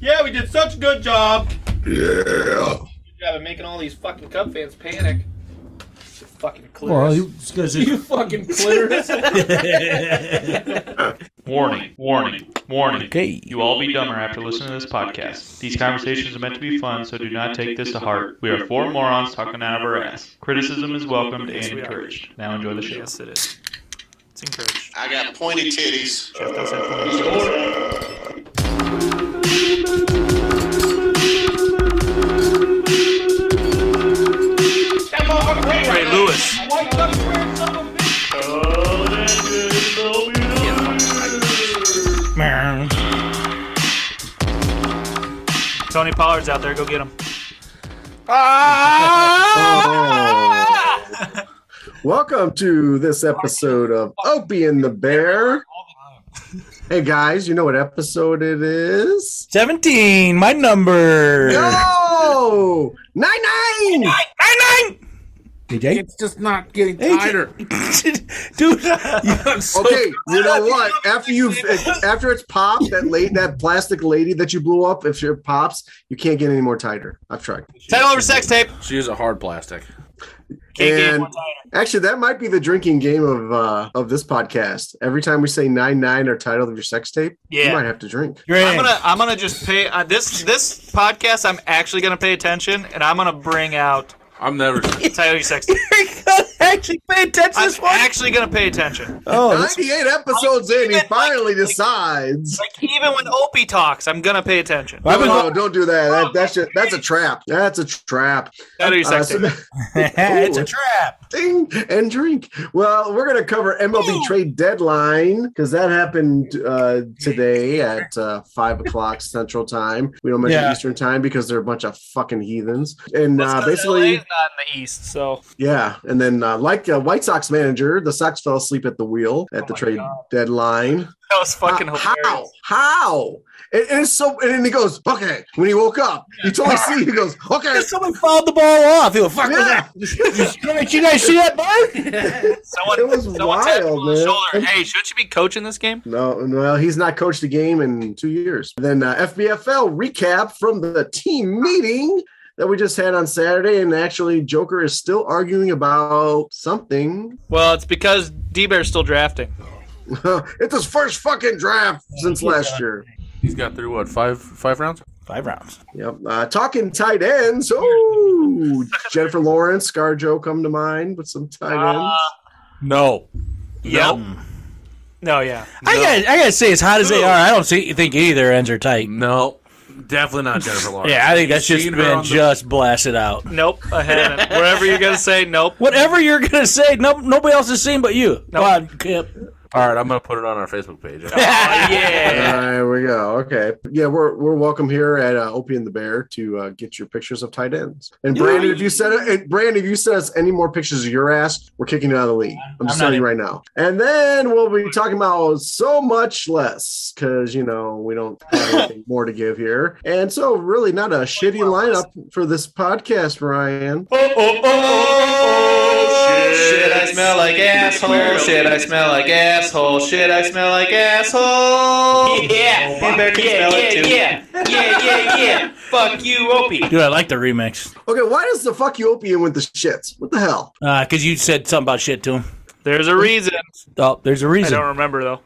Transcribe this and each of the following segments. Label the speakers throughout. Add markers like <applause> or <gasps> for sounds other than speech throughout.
Speaker 1: Yeah, we did such a good job.
Speaker 2: Yeah.
Speaker 1: Good job of making all these fucking Cub fans panic. Fucking clitoris.
Speaker 3: Well, you, it's
Speaker 1: <laughs>
Speaker 3: 'cause
Speaker 1: you
Speaker 3: it-
Speaker 1: fucking
Speaker 3: <laughs>
Speaker 1: clitoris.
Speaker 4: Warning, warning, warning.
Speaker 3: Okay.
Speaker 4: You will all be dumber after listening to this podcast. These conversations are meant to be fun, so do not take this to heart. We are four morons talking out of our ass. Criticism is welcomed and encouraged. Now enjoy the show.
Speaker 5: Yes, it is. It's encouraged.
Speaker 2: I got pointy titties.
Speaker 5: Jeff does have pointy titties.
Speaker 1: that motherfucker went
Speaker 5: Ray
Speaker 1: right
Speaker 5: Lewis.
Speaker 1: now. White Cubs wearing son of a bitch.
Speaker 5: Tony Pollard's out there. Go get him.
Speaker 2: <laughs> Welcome to this episode of Opie and the Bear. Hey guys, you know what episode it is?
Speaker 3: 17, my number.
Speaker 2: No! Nine nine!
Speaker 3: Nine, nine. AJ?
Speaker 6: It's just not getting tighter.
Speaker 5: <laughs>
Speaker 3: AJ. Dude, I'm so
Speaker 2: Okay, you know what? After you after it's popped, that late that plastic lady that you blew up, if it pops, you can't get any more tighter. I've tried.
Speaker 5: Title over sex tape.
Speaker 6: She is a hard plastic.
Speaker 5: Can't get
Speaker 2: And-
Speaker 5: one tighter.
Speaker 2: Actually, that might be the drinking game of uh of this podcast. Every time we say nine nine or title of your sex tape, you
Speaker 5: Yeah.
Speaker 2: might have to drink.
Speaker 3: great.
Speaker 5: I'm
Speaker 3: <laughs>
Speaker 5: gonna I'm gonna just pay uh, this this podcast. I'm actually gonna pay attention, and I'm gonna bring out
Speaker 6: I'm never.
Speaker 5: Tyler
Speaker 3: <laughs>
Speaker 5: your sex tape.
Speaker 3: actually pay attention to
Speaker 5: I'm
Speaker 3: this one.
Speaker 5: actually gonna pay attention.
Speaker 3: oh, this,
Speaker 2: 98 episodes in, he
Speaker 5: Even-
Speaker 2: finally decides.
Speaker 5: Like even when Opie talks, I'm gonna pay attention.
Speaker 2: No,
Speaker 3: I've been-
Speaker 2: no, don't do that. that that's, just, that's a
Speaker 5: Oh,
Speaker 2: trap. That's a trap.
Speaker 5: Tyler your
Speaker 2: Uh,
Speaker 5: sex
Speaker 2: so <laughs>
Speaker 5: tape.
Speaker 3: it's a trap.
Speaker 2: Ding and drink. Well, we're going to cover MLB trade deadline because that happened uh, today at uh, five o'clock Central Time. We don't mention
Speaker 3: Yeah.
Speaker 2: Eastern Time because they're a bunch of fucking heathens. And
Speaker 5: Let's
Speaker 2: uh,
Speaker 5: go to
Speaker 2: basically,
Speaker 5: LA, not in the East, so
Speaker 2: yeah. And then, uh, like uh, White Sox manager, the Sox fell asleep at the wheel at
Speaker 5: Oh
Speaker 2: the
Speaker 5: my
Speaker 2: trade
Speaker 5: God.
Speaker 2: deadline.
Speaker 5: that was fucking
Speaker 2: Uh,
Speaker 5: hilarious.
Speaker 2: How? How? And, and it's so. And then he goes, okay. When he woke up, you totally see. He goes, okay.
Speaker 3: Someone fouled the ball off. He was fuck
Speaker 2: Yeah.
Speaker 3: was that? you guys see that, bud?
Speaker 5: Someone,
Speaker 2: It was
Speaker 5: someone tapped him
Speaker 2: wild,
Speaker 5: on the
Speaker 2: man.
Speaker 5: shoulder. Hey, shouldn't you be coaching this game?
Speaker 2: <laughs> No, well, he's not coached a game in two years. Then uh, FBFL recap from the team meeting that we just had on Saturday, and actually, Joker is still arguing about something. <laughs>
Speaker 5: Well, it's because D Bear's still drafting.
Speaker 1: Oh,
Speaker 2: it's his first fucking draft since last year.
Speaker 6: He's got through what five five rounds?
Speaker 3: Five rounds.
Speaker 2: Yep. Uh, talking tight ends. Oh, Jennifer Lawrence, ScarJo come to mind with some tight
Speaker 5: Ah,
Speaker 2: ends.
Speaker 6: No.
Speaker 5: Yep. No, yeah.
Speaker 3: I got I gotta say, as hot as they are, I don't see, think either ends are tight.
Speaker 6: No. Definitely not Jennifer Lawrence.
Speaker 3: Yeah, I think that's
Speaker 6: You've
Speaker 3: just
Speaker 6: seen her
Speaker 3: been
Speaker 6: on the-
Speaker 3: just blasted out.
Speaker 5: Nope,
Speaker 3: <laughs>
Speaker 5: I haven't. Whatever you're gonna say, nope.
Speaker 3: Whatever you're gonna say, no, nobody else has seen but you. Come on, Kip.
Speaker 6: All right, I'm gonna put it on our Facebook
Speaker 3: <laughs>
Speaker 6: page.
Speaker 5: Oh, yeah.
Speaker 2: There we go. Okay. Yeah, we're we're welcome here at uh, Opie and the Bear to uh, get your pictures of tight ends. And Brandon, if you send it, Brandon, if you send us any more pictures of your ass, we're kicking you out of the league. I'm just
Speaker 3: I'm not
Speaker 2: telling you right now. And then we'll be talking about so much less because you know we don't have anything <laughs> more to give here. And so really not a shitty lineup for this podcast, Ryan.
Speaker 1: Oh, oh, oh, oh, shit. shit, I smell like asshole. Shit, I smell like asshole. Shit, I smell like asshole. Oh, Yeah, yeah, yeah, yeah, yeah, yeah, yeah, <laughs> yeah. Fuck you, Opie.
Speaker 3: Dude, I like the remix.
Speaker 2: Okay, why does the fuck you Opie in with the shits? What the hell?
Speaker 3: Uh, cause you said something about shit to him.
Speaker 5: There's a reason.
Speaker 3: Oh, there's a
Speaker 5: I
Speaker 3: reason.
Speaker 5: don't remember though.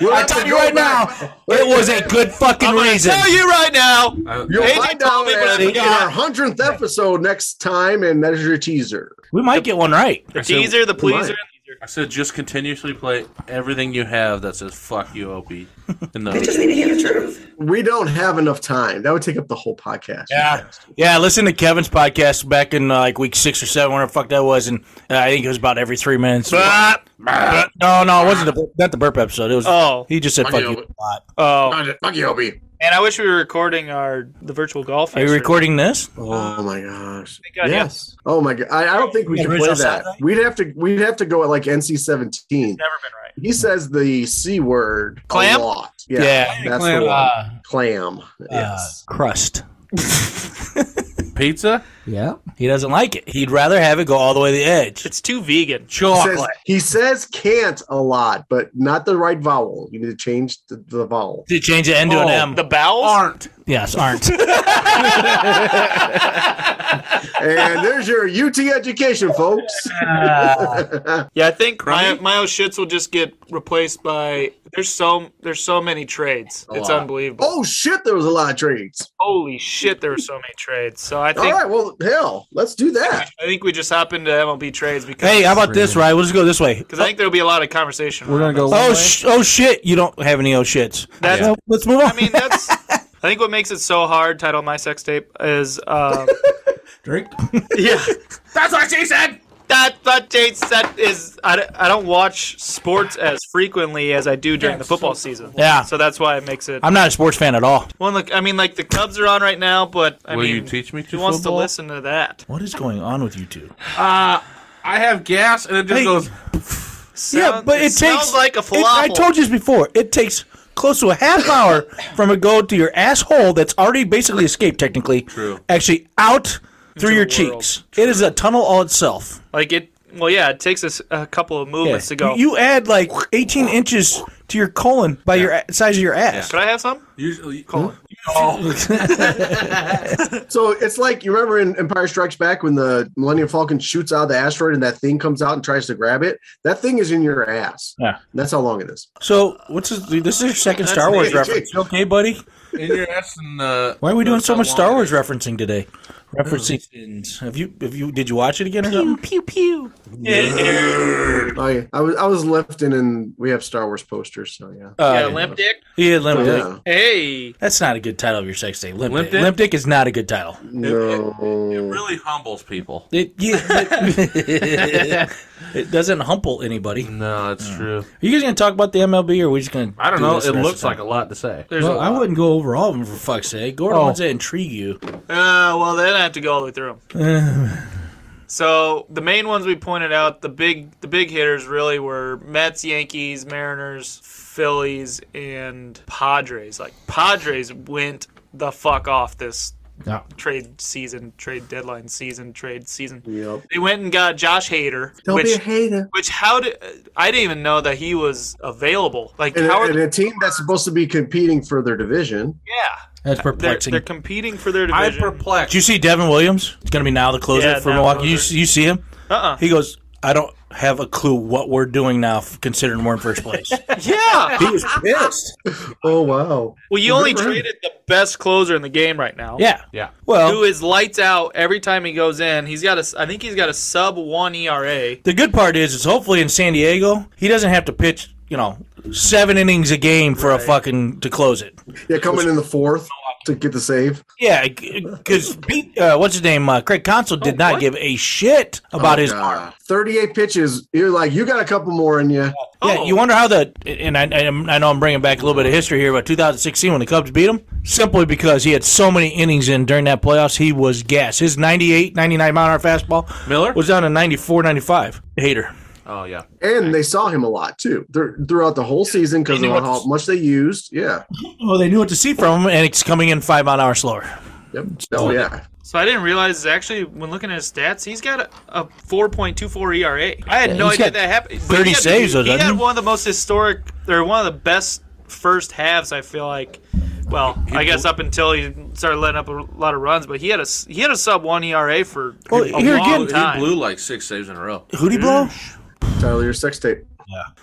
Speaker 2: We'll
Speaker 3: I
Speaker 2: have to
Speaker 3: tell you
Speaker 2: go
Speaker 3: right now,
Speaker 2: back.
Speaker 3: it was a good fucking
Speaker 5: I'm gonna
Speaker 3: reason.
Speaker 5: tell you right now.
Speaker 2: You'll
Speaker 5: AJ
Speaker 2: find out
Speaker 5: told me what I
Speaker 2: at, in
Speaker 5: forgot.
Speaker 2: our hundredth episode next time, and that is your teaser.
Speaker 3: We might get one right.
Speaker 5: The teaser, the pleaser.
Speaker 2: Right.
Speaker 6: I said just continuously play everything you have that says "fuck you, Opie." And
Speaker 7: They just
Speaker 6: the,
Speaker 7: need to hear the truth.
Speaker 2: We don't have enough time. That would take up the whole podcast.
Speaker 3: Yeah, yeah. Listen to Kevin's podcast back in uh, like week six or seven, whatever the fuck that was, and uh, I think it was about every three minutes. no, no, it wasn't the not the burp episode. It was
Speaker 5: Ah! Oh,
Speaker 3: he just said fuck
Speaker 2: Fuck
Speaker 3: you
Speaker 2: you.
Speaker 3: a lot.
Speaker 5: oh.
Speaker 2: Fuck you, Opie.
Speaker 5: And I wish we were recording our the virtual golf.
Speaker 3: Are you
Speaker 5: yesterday.
Speaker 3: recording this?
Speaker 5: Uh,
Speaker 2: Oh my gosh.
Speaker 5: Thank God, yeah.
Speaker 2: Yes. Oh my god. I, I don't think we
Speaker 3: Yeah,
Speaker 2: can
Speaker 3: Rizzo
Speaker 2: play
Speaker 3: said
Speaker 2: that.
Speaker 3: that.
Speaker 2: We'd have to. We'd have to go at like NC seventeen.
Speaker 5: Never been right.
Speaker 2: He says the c word
Speaker 5: Clam?
Speaker 2: a lot. Yeah.
Speaker 3: Yeah.
Speaker 2: That's
Speaker 6: Clam.
Speaker 2: the one.
Speaker 3: Uh,
Speaker 2: clam.
Speaker 3: Uh,
Speaker 2: Yes.
Speaker 3: crust.
Speaker 6: Pizza?
Speaker 7: Yeah.
Speaker 3: He doesn't like it. He'd rather have it go all the way to the edge.
Speaker 5: It's too vegan.
Speaker 3: Chocolate.
Speaker 2: Says- he says can't a lot, but not the right vowel. You need to change the, the vowel.
Speaker 3: to change Oh, the end to an M.
Speaker 5: <laughs> The bowels?
Speaker 6: Aren't.
Speaker 3: yes, <laughs> aren't.
Speaker 2: And there's your UT education, folks.
Speaker 5: Yeah, I think my, my old shits will just get replaced by. There's so there's so many trades. it's
Speaker 6: lot.
Speaker 5: unbelievable.
Speaker 2: oh shit, there was a lot of trades.
Speaker 5: Holy shit, there are so many trades. So I
Speaker 2: All
Speaker 5: think
Speaker 2: right, well, hell, let's do that.
Speaker 5: I think we just hop into MLB trades because
Speaker 3: hey, how about this, right? We'll just go this way.
Speaker 5: because I think there'll be a lot of conversation.
Speaker 7: We're
Speaker 5: around
Speaker 7: gonna go.
Speaker 5: this.
Speaker 7: one
Speaker 3: Oh,
Speaker 7: way.
Speaker 3: sh- oh shit! You don't have any oh shits.
Speaker 5: That's-
Speaker 3: Well, let's move on.
Speaker 5: I mean, that's. I think what makes it so hard. Title of my sex tape is.
Speaker 6: <laughs>
Speaker 5: Um,
Speaker 7: drink.
Speaker 5: yeah, that's what she said. That's what she said. Is I, d- I don't watch sports as frequently as I do during the football season.
Speaker 3: Yeah.
Speaker 5: so that's why it makes it.
Speaker 3: I'm not a sports fan at all.
Speaker 5: Well, look, I mean, like the Cubs are on right now, but I
Speaker 6: Will
Speaker 5: mean,
Speaker 6: you teach me to
Speaker 5: who wants to
Speaker 6: football?
Speaker 5: listen to that?
Speaker 3: What is going on with you two?
Speaker 6: I have gas and it just
Speaker 3: Hey.
Speaker 6: goes.
Speaker 3: yeah,
Speaker 5: Sound-
Speaker 3: but it,
Speaker 5: sounds
Speaker 3: takes.
Speaker 5: like a
Speaker 3: it- I
Speaker 5: falafel.
Speaker 3: told you this before. It takes close to a half hour <laughs> from a go to your asshole that's already basically escaped technically.
Speaker 6: True.
Speaker 3: Actually, out through your
Speaker 5: the world.
Speaker 3: cheeks. It is a tunnel all itself.
Speaker 5: Like it. Well, yeah, it takes us a couple of
Speaker 3: Yeah.
Speaker 5: movements to go.
Speaker 3: You, you add like 18 inches to your colon by your a- size of your ass.
Speaker 5: Could I have some?
Speaker 6: Usually, call it.
Speaker 2: So it's like you remember in Empire Strikes Back when the Millennium Falcon shoots out of the asteroid and that thing comes out and tries to grab it. That thing is in your ass.
Speaker 3: Yeah.
Speaker 2: That's how long it is.
Speaker 3: So, what's this? This is your second Star Wars
Speaker 2: amazing.
Speaker 3: reference. You Okay, buddy.
Speaker 6: in your ass and. Uh,
Speaker 3: Why are we doing
Speaker 6: that's
Speaker 3: so
Speaker 6: how
Speaker 3: much
Speaker 6: long
Speaker 3: Star
Speaker 6: it
Speaker 3: Wars
Speaker 6: is.
Speaker 3: referencing today? Referencing. Have you? Have you? Did you watch it again or something? Pew pew
Speaker 2: I, I was I was lifting and we have Star Wars posters. So yeah. Oh,
Speaker 5: yeah,
Speaker 3: Uh,
Speaker 5: limp dick.
Speaker 3: Oh, yeah, limp dick.
Speaker 2: yeah.
Speaker 5: Hey,
Speaker 3: That's not a good title of your sex tape. Limp,
Speaker 6: Limp
Speaker 3: dick.
Speaker 6: dick?
Speaker 3: Limp dick is not a good title.
Speaker 2: No.
Speaker 6: It really humbles people.
Speaker 3: It, yeah, it, <laughs> it doesn't humple anybody. Are
Speaker 6: No, that's true.
Speaker 3: you guys gonna talk about the MLB or are we just gonna?
Speaker 6: I don't
Speaker 3: do
Speaker 6: know.
Speaker 3: this
Speaker 6: It
Speaker 3: the rest
Speaker 6: looks
Speaker 3: of the
Speaker 6: like a lot to say.
Speaker 5: there's
Speaker 3: time?
Speaker 5: a
Speaker 3: Well, I
Speaker 5: lot.
Speaker 3: wouldn't go over all of them for fuck's sake. Go to the
Speaker 7: Oh.
Speaker 3: ones that intrigue you.
Speaker 5: Uh, well, then I have to go all the way through them.
Speaker 3: <sighs>
Speaker 5: so the main ones we pointed out, the big the big hitters really were Mets, Yankees, Mariners, Phillies, and Padres. Like Padres went the fuck off this
Speaker 7: Yeah.
Speaker 5: trade season, trade deadline season, trade season.
Speaker 2: Yep.
Speaker 5: They went and got Josh Hader,
Speaker 2: Don't be a
Speaker 5: which
Speaker 2: hater.
Speaker 5: which how did I didn't even know that he was available. Like
Speaker 2: And,
Speaker 5: how are
Speaker 2: and a team that's supposed to be competing for their division.
Speaker 5: yeah,
Speaker 7: That's
Speaker 5: they're,
Speaker 7: perplexing.
Speaker 5: they're competing for their
Speaker 6: I'm
Speaker 5: division.
Speaker 3: Did you
Speaker 6: perplexed.
Speaker 3: see Devin Williams? It's gonna be now the closer
Speaker 5: Yeah,
Speaker 3: for
Speaker 5: now
Speaker 3: Milwaukee. You,
Speaker 5: closer.
Speaker 3: you see him?
Speaker 5: Uh-uh.
Speaker 3: He goes. I don't have a clue what we're doing now, considering we're in first place. <laughs>
Speaker 5: yeah.
Speaker 3: he was pissed.
Speaker 2: Oh wow.
Speaker 5: Well, you only traded the best closer in the game right now.
Speaker 3: Yeah.
Speaker 6: Yeah.
Speaker 3: Well,
Speaker 5: Who is lights out every time he goes in? He's got a, I think he's got a sub one E ERA.
Speaker 3: the good part is, is hopefully in San Diego, he doesn't have to pitch, you know, seven innings a game for a fucking to close it.
Speaker 2: Yeah, coming in the fourth to get the save.
Speaker 3: Yeah, because uh, what's his name, uh, Craig Counsell
Speaker 5: Oh,
Speaker 3: did not give a shit about his arm.
Speaker 2: Uh, 38 pitches. You're like, you got a couple more in you.
Speaker 3: Yeah,
Speaker 5: Oh.
Speaker 3: you wonder how the and I, I I know I'm bringing back a little bit of history here, but 2016 when the Cubs beat him, simply because he had so many innings in during that playoffs, he was gas. His 98, 99 mile an hour fastball
Speaker 6: Miller?
Speaker 3: was down to 94, 95. Hater.
Speaker 6: Oh, yeah.
Speaker 2: And they saw him a lot too thr- throughout the whole season because of how much they used. Yeah.
Speaker 3: Well, Oh, they knew what to see from him, and it's coming in five mile an hour slower.
Speaker 2: Yep. Oh, yeah.
Speaker 5: So I didn't realize actually when looking at his stats, he's got a, a 4.24 ERA. E I had no
Speaker 3: he's
Speaker 5: idea
Speaker 3: got
Speaker 5: that happened. But
Speaker 3: 30
Speaker 5: he had,
Speaker 3: saves, though,
Speaker 5: He had
Speaker 3: doesn't he?
Speaker 5: one of the most historic, or one of the best first halves. I feel like. Well, I guess up until he started letting up a lot of runs, but he had a s- he had a sub one ERA for
Speaker 3: Well,
Speaker 5: a
Speaker 3: Oh, here
Speaker 5: long
Speaker 3: again-
Speaker 5: time.
Speaker 6: Oh, He blew like six saves in a row.
Speaker 3: Who'd he blow?
Speaker 5: Mm.
Speaker 2: Tyler, your sex tape.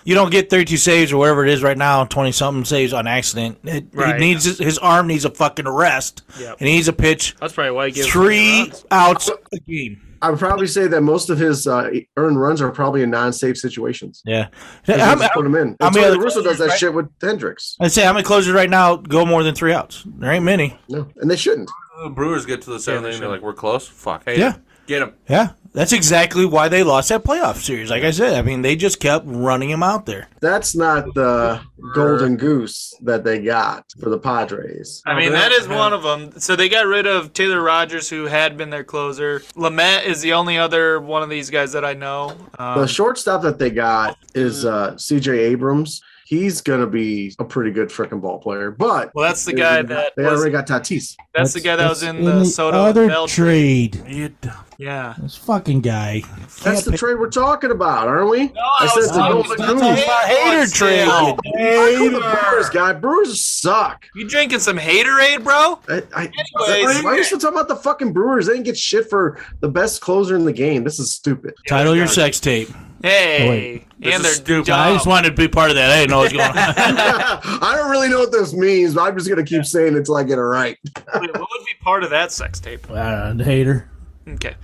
Speaker 3: you don't get 32 saves or whatever it is right now, 20 something saves on accident. It, He
Speaker 5: Right.
Speaker 3: needs his, his arm needs a fucking rest,
Speaker 5: Yep.
Speaker 3: and he needs a pitch
Speaker 5: That's probably why he gave
Speaker 3: three outs a game.
Speaker 2: I would probably say that most of his uh, earned runs are probably in non-safe situations.
Speaker 3: Yeah,
Speaker 2: They
Speaker 3: I'm,
Speaker 2: just put him in.
Speaker 3: how
Speaker 2: And
Speaker 3: many
Speaker 2: Tony
Speaker 3: other
Speaker 2: Russo does that
Speaker 3: right?
Speaker 2: shit with Hendricks.
Speaker 3: I'd say how many closers right now go more than three outs? There ain't many.
Speaker 2: No, and they shouldn't.
Speaker 6: The Brewers get to the seventh
Speaker 5: they
Speaker 6: inning. They're
Speaker 5: should.
Speaker 6: like, we're close. Fuck. Hey,
Speaker 3: Yeah.
Speaker 6: Get him.
Speaker 3: Yeah, that's exactly why they lost that playoff series. Like I said, I mean they just kept running him out there.
Speaker 2: That's not the golden goose that they got for the Padres.
Speaker 3: Oh,
Speaker 5: I mean, that is one of them. So they got rid of Taylor Rogers, who had been their closer. Lamette is the only other one of these guys that I know. Um, Mm.
Speaker 2: The shortstop that they got is uh, C.J. Abrams. he's gonna be a pretty good freaking ball player. But
Speaker 5: Well, that's the guy that
Speaker 2: they
Speaker 5: was.
Speaker 2: already got Tatis.
Speaker 5: That's the guy that was in the Soto and
Speaker 3: other
Speaker 5: Bell trade.
Speaker 3: trade.
Speaker 6: You dumb.
Speaker 5: Yeah.
Speaker 3: This fucking guy.
Speaker 2: That's the trade we're talking about, aren't we? No,
Speaker 5: I was talking about Tatis.
Speaker 3: hater trade.
Speaker 5: Still.
Speaker 3: you
Speaker 2: Hey, the
Speaker 3: hater.
Speaker 2: Brewers guy. Brewers suck.
Speaker 5: You drinking some haterade, bro?
Speaker 2: I, I,
Speaker 5: Anyways.
Speaker 2: why are you still talking about the fucking Brewers? They didn't get shit for the best closer in the game. This is stupid.
Speaker 5: <laughs>
Speaker 3: Title your sex tape.
Speaker 5: Hey.
Speaker 3: Oh, wait.
Speaker 5: and
Speaker 6: is
Speaker 5: they're
Speaker 6: stupid.
Speaker 5: dumb.
Speaker 3: I just wanted to be part of that. I didn't know what was going <laughs> on.
Speaker 2: <laughs> I don't really know what this means, but I'm just gonna keep saying it until I get it right.
Speaker 5: Wait, what would be part of that sex tape?
Speaker 3: Uh, hater.
Speaker 5: Okay.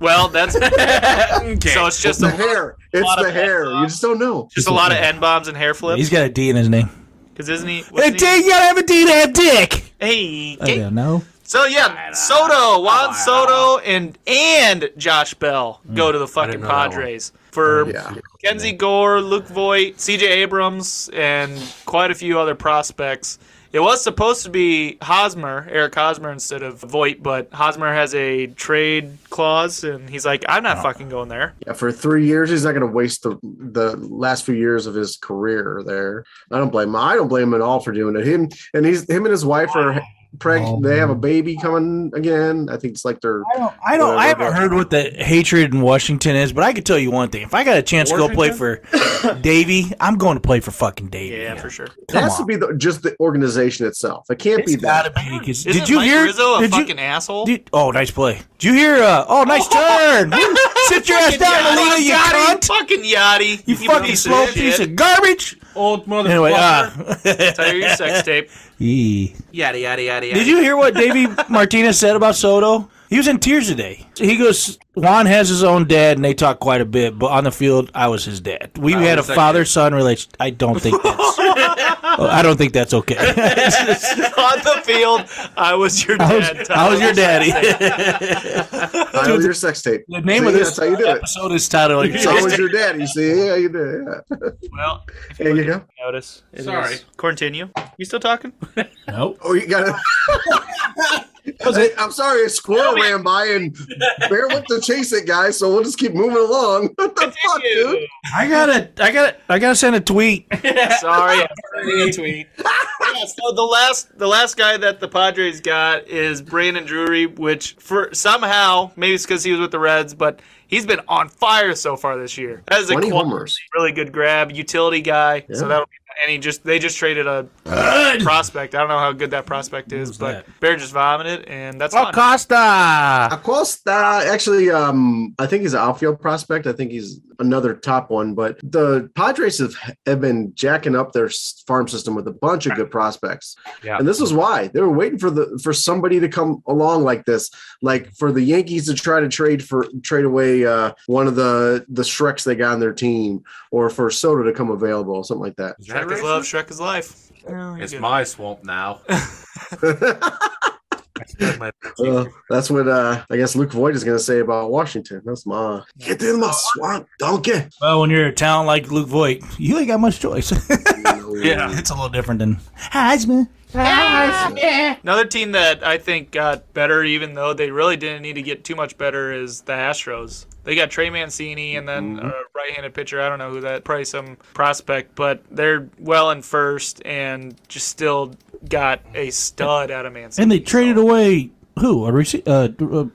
Speaker 5: Well,
Speaker 3: <laughs>
Speaker 5: that's <laughs> so it's just
Speaker 2: The
Speaker 5: a,
Speaker 2: hair. It's
Speaker 5: lot
Speaker 2: the
Speaker 5: of
Speaker 2: hair.
Speaker 5: heads
Speaker 2: You just don't know.
Speaker 5: just a lot of n bombs and hair
Speaker 3: He's
Speaker 5: flips.
Speaker 3: got a D in his name.
Speaker 5: Because isn't he?
Speaker 3: A
Speaker 5: wasn't
Speaker 3: D, you gotta have a D to have dick.
Speaker 5: he-
Speaker 3: I
Speaker 5: hey,
Speaker 3: don't know.
Speaker 5: so yeah, Soto, Juan Soto, and and Josh Bell
Speaker 3: Hmm.
Speaker 5: go to the fucking
Speaker 6: know that one.
Speaker 5: Padres for
Speaker 2: Yeah.
Speaker 5: Kenzie Gore, Luke Voigt, C.J. Abrams, and quite a few other prospects. It was supposed to be Hosmer, Eric Hosmer, instead of Voigt, but Hosmer has a trade clause, and he's like, "I'm
Speaker 3: Oh.
Speaker 5: not fucking going there."
Speaker 2: Yeah, for three years, he's not going to waste the the last few years of his career there. I don't blame him. I don't blame him at all for doing it. Him and he's him and his wife are pregnant. they have a baby coming again. I think it's like their
Speaker 3: I don't. I don't. I haven't heard what the hatred in Washington is, but I can tell you one thing: if I got a chance to go play
Speaker 5: <coughs>
Speaker 3: for Davy, I'm going to play for fucking Davy.
Speaker 5: Yeah, for sure.
Speaker 2: it has to
Speaker 3: on.
Speaker 2: be the, just the organization itself. It can't
Speaker 3: It's
Speaker 2: be that.
Speaker 3: gotta be. 'cause-
Speaker 5: Isn't
Speaker 3: Did you
Speaker 5: Mike
Speaker 3: hear?
Speaker 5: Rizzo a
Speaker 3: did you-
Speaker 5: fucking asshole?
Speaker 3: Dude, oh, nice play. Did you hear? Uh, oh, nice
Speaker 5: <laughs>
Speaker 3: turn. <laughs> Sit your ass
Speaker 5: Fucking
Speaker 3: down,
Speaker 5: Yachty,
Speaker 3: Alita, you
Speaker 5: Yachty,
Speaker 3: cunt.
Speaker 5: Fucking yachty.
Speaker 3: You fucking
Speaker 5: piece
Speaker 3: slow piece
Speaker 5: shit.
Speaker 3: of garbage.
Speaker 6: Old motherfucker.
Speaker 3: Anyway, uh, <laughs>
Speaker 5: Tell your sex tape.
Speaker 3: yee.
Speaker 6: yada yada yada yada.
Speaker 3: did
Speaker 5: <laughs>
Speaker 3: you hear what Davey Martinez said about Soto? He was in tears today. He goes, Juan has his own dad, and they talk quite a bit, but on the field, I was his dad. We had a
Speaker 6: was that
Speaker 3: father son relation. I don't
Speaker 6: <laughs>
Speaker 3: think that's. I don't think that's okay.
Speaker 5: On the field, I was
Speaker 3: <laughs>
Speaker 5: your
Speaker 3: I
Speaker 5: <laughs> dad.
Speaker 3: was, I
Speaker 5: Tyler.
Speaker 3: was your daddy.
Speaker 2: Title your sex tape.
Speaker 3: <laughs> the name
Speaker 2: See,
Speaker 3: of this
Speaker 2: that's how you do it.
Speaker 3: episode is titled.
Speaker 2: It's always your daddy. See, yeah, you do. Yeah.
Speaker 5: Well,
Speaker 2: There you go.
Speaker 5: notice. it
Speaker 6: Sorry.
Speaker 5: is- Continue. You still talking?
Speaker 3: Nope.
Speaker 2: Oh, you got to. I'm sorry, a squirrel ran by and bear went to chase it, guys. So we'll just keep moving along. <laughs> What the fuck, dude?
Speaker 3: I gotta, I gotta, I gotta send
Speaker 2: <laughs>
Speaker 3: a tweet.
Speaker 5: Sorry, I'm sending a <laughs> tweet. yeah, so the last the last guy that the Padres got is Brandon Drury, which for somehow maybe it's because he was with the Reds, but he's been on fire so far this year. That is a
Speaker 2: 20
Speaker 5: qual-
Speaker 2: homers.
Speaker 5: really good grab, utility guy.
Speaker 2: Yeah.
Speaker 5: So that'll be and he just they just traded a prospect. I don't know how good that prospect is, but Bear just vomited and
Speaker 3: Oh,
Speaker 5: that's fine.
Speaker 3: Acosta.
Speaker 2: Acosta, actually, um, I think he's an outfield prospect. I think he's another top one, but the Padres have, have been jacking up their s- farm system with a bunch of good prospects.
Speaker 6: Yeah.
Speaker 2: And this is why they were waiting for the for somebody to come along like this, like for the Yankees to try to trade for trade away uh, one of the the Shreks they got on their team, or for Soto to come available, or something like that.
Speaker 6: Is that
Speaker 5: Shrek is
Speaker 6: racist?
Speaker 5: love, Shrek is life. Oh, you're
Speaker 6: It's
Speaker 5: good.
Speaker 6: my swamp now.
Speaker 2: Uh, that's what uh, I guess Luke Voigt is going to say about Washington. That's my get in my swamp, donkey.
Speaker 3: Well, when you're a talent like Luke Voigt, you ain't got much choice. <laughs>
Speaker 6: yeah.
Speaker 3: it's a little different than Heisman.
Speaker 5: Another team that I think got better, even though they really didn't need to get too much better, is the Astros. They got Trey Mancini and then a right-handed pitcher. I don't know who that, probably some prospect, but they're well in first and just still got a stud out of Mancini.
Speaker 3: And they traded
Speaker 5: so,
Speaker 3: away who? A rece- uh,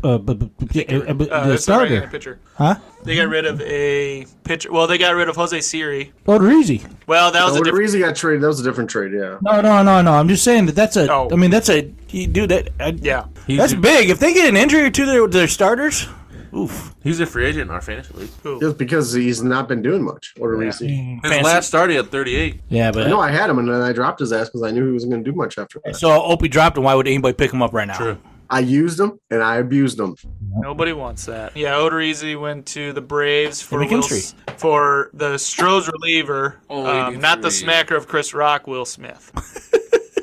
Speaker 3: uh, uh, b- b- b- uh, uh, b-
Speaker 5: uh,
Speaker 3: the
Speaker 5: it's a right-handed
Speaker 3: starter,
Speaker 5: pitcher.
Speaker 3: huh?
Speaker 5: They got rid of a pitcher. Well, they got rid of Jose Siri.
Speaker 3: Oh, Odorizzi.
Speaker 5: Well, that was a different.
Speaker 2: Odorizzi got traded. That was a different trade. Yeah.
Speaker 3: No, no, no, no. I'm just saying that that's a. I
Speaker 5: Oh.
Speaker 3: mean, that's a you- dude. That I,
Speaker 5: Yeah,
Speaker 6: He's
Speaker 3: that's
Speaker 6: a,
Speaker 3: big. If they get an injury or two, their their starters. Oof.
Speaker 6: he's a free agent in our fantasy league.
Speaker 2: Just because he's not been doing much. Odorizzi.
Speaker 6: His
Speaker 3: Fantasy.
Speaker 6: last start he had 38.
Speaker 3: Yeah,
Speaker 2: I know
Speaker 3: but
Speaker 2: I had him, and then I dropped his ass because I knew he wasn't going to do much after that.
Speaker 3: so Opie dropped him. Why would anybody pick him up right now?
Speaker 6: True.
Speaker 2: I used him and I abused him.
Speaker 5: nobody wants that. Yeah, Odorizzi went to the Braves for
Speaker 3: And
Speaker 5: Will,
Speaker 3: McKinstry.
Speaker 5: for the Stroh's reliever,
Speaker 6: Oh,
Speaker 5: um, not the
Speaker 6: 83.
Speaker 5: smacker of Chris Rock, Will Smith.
Speaker 3: <laughs>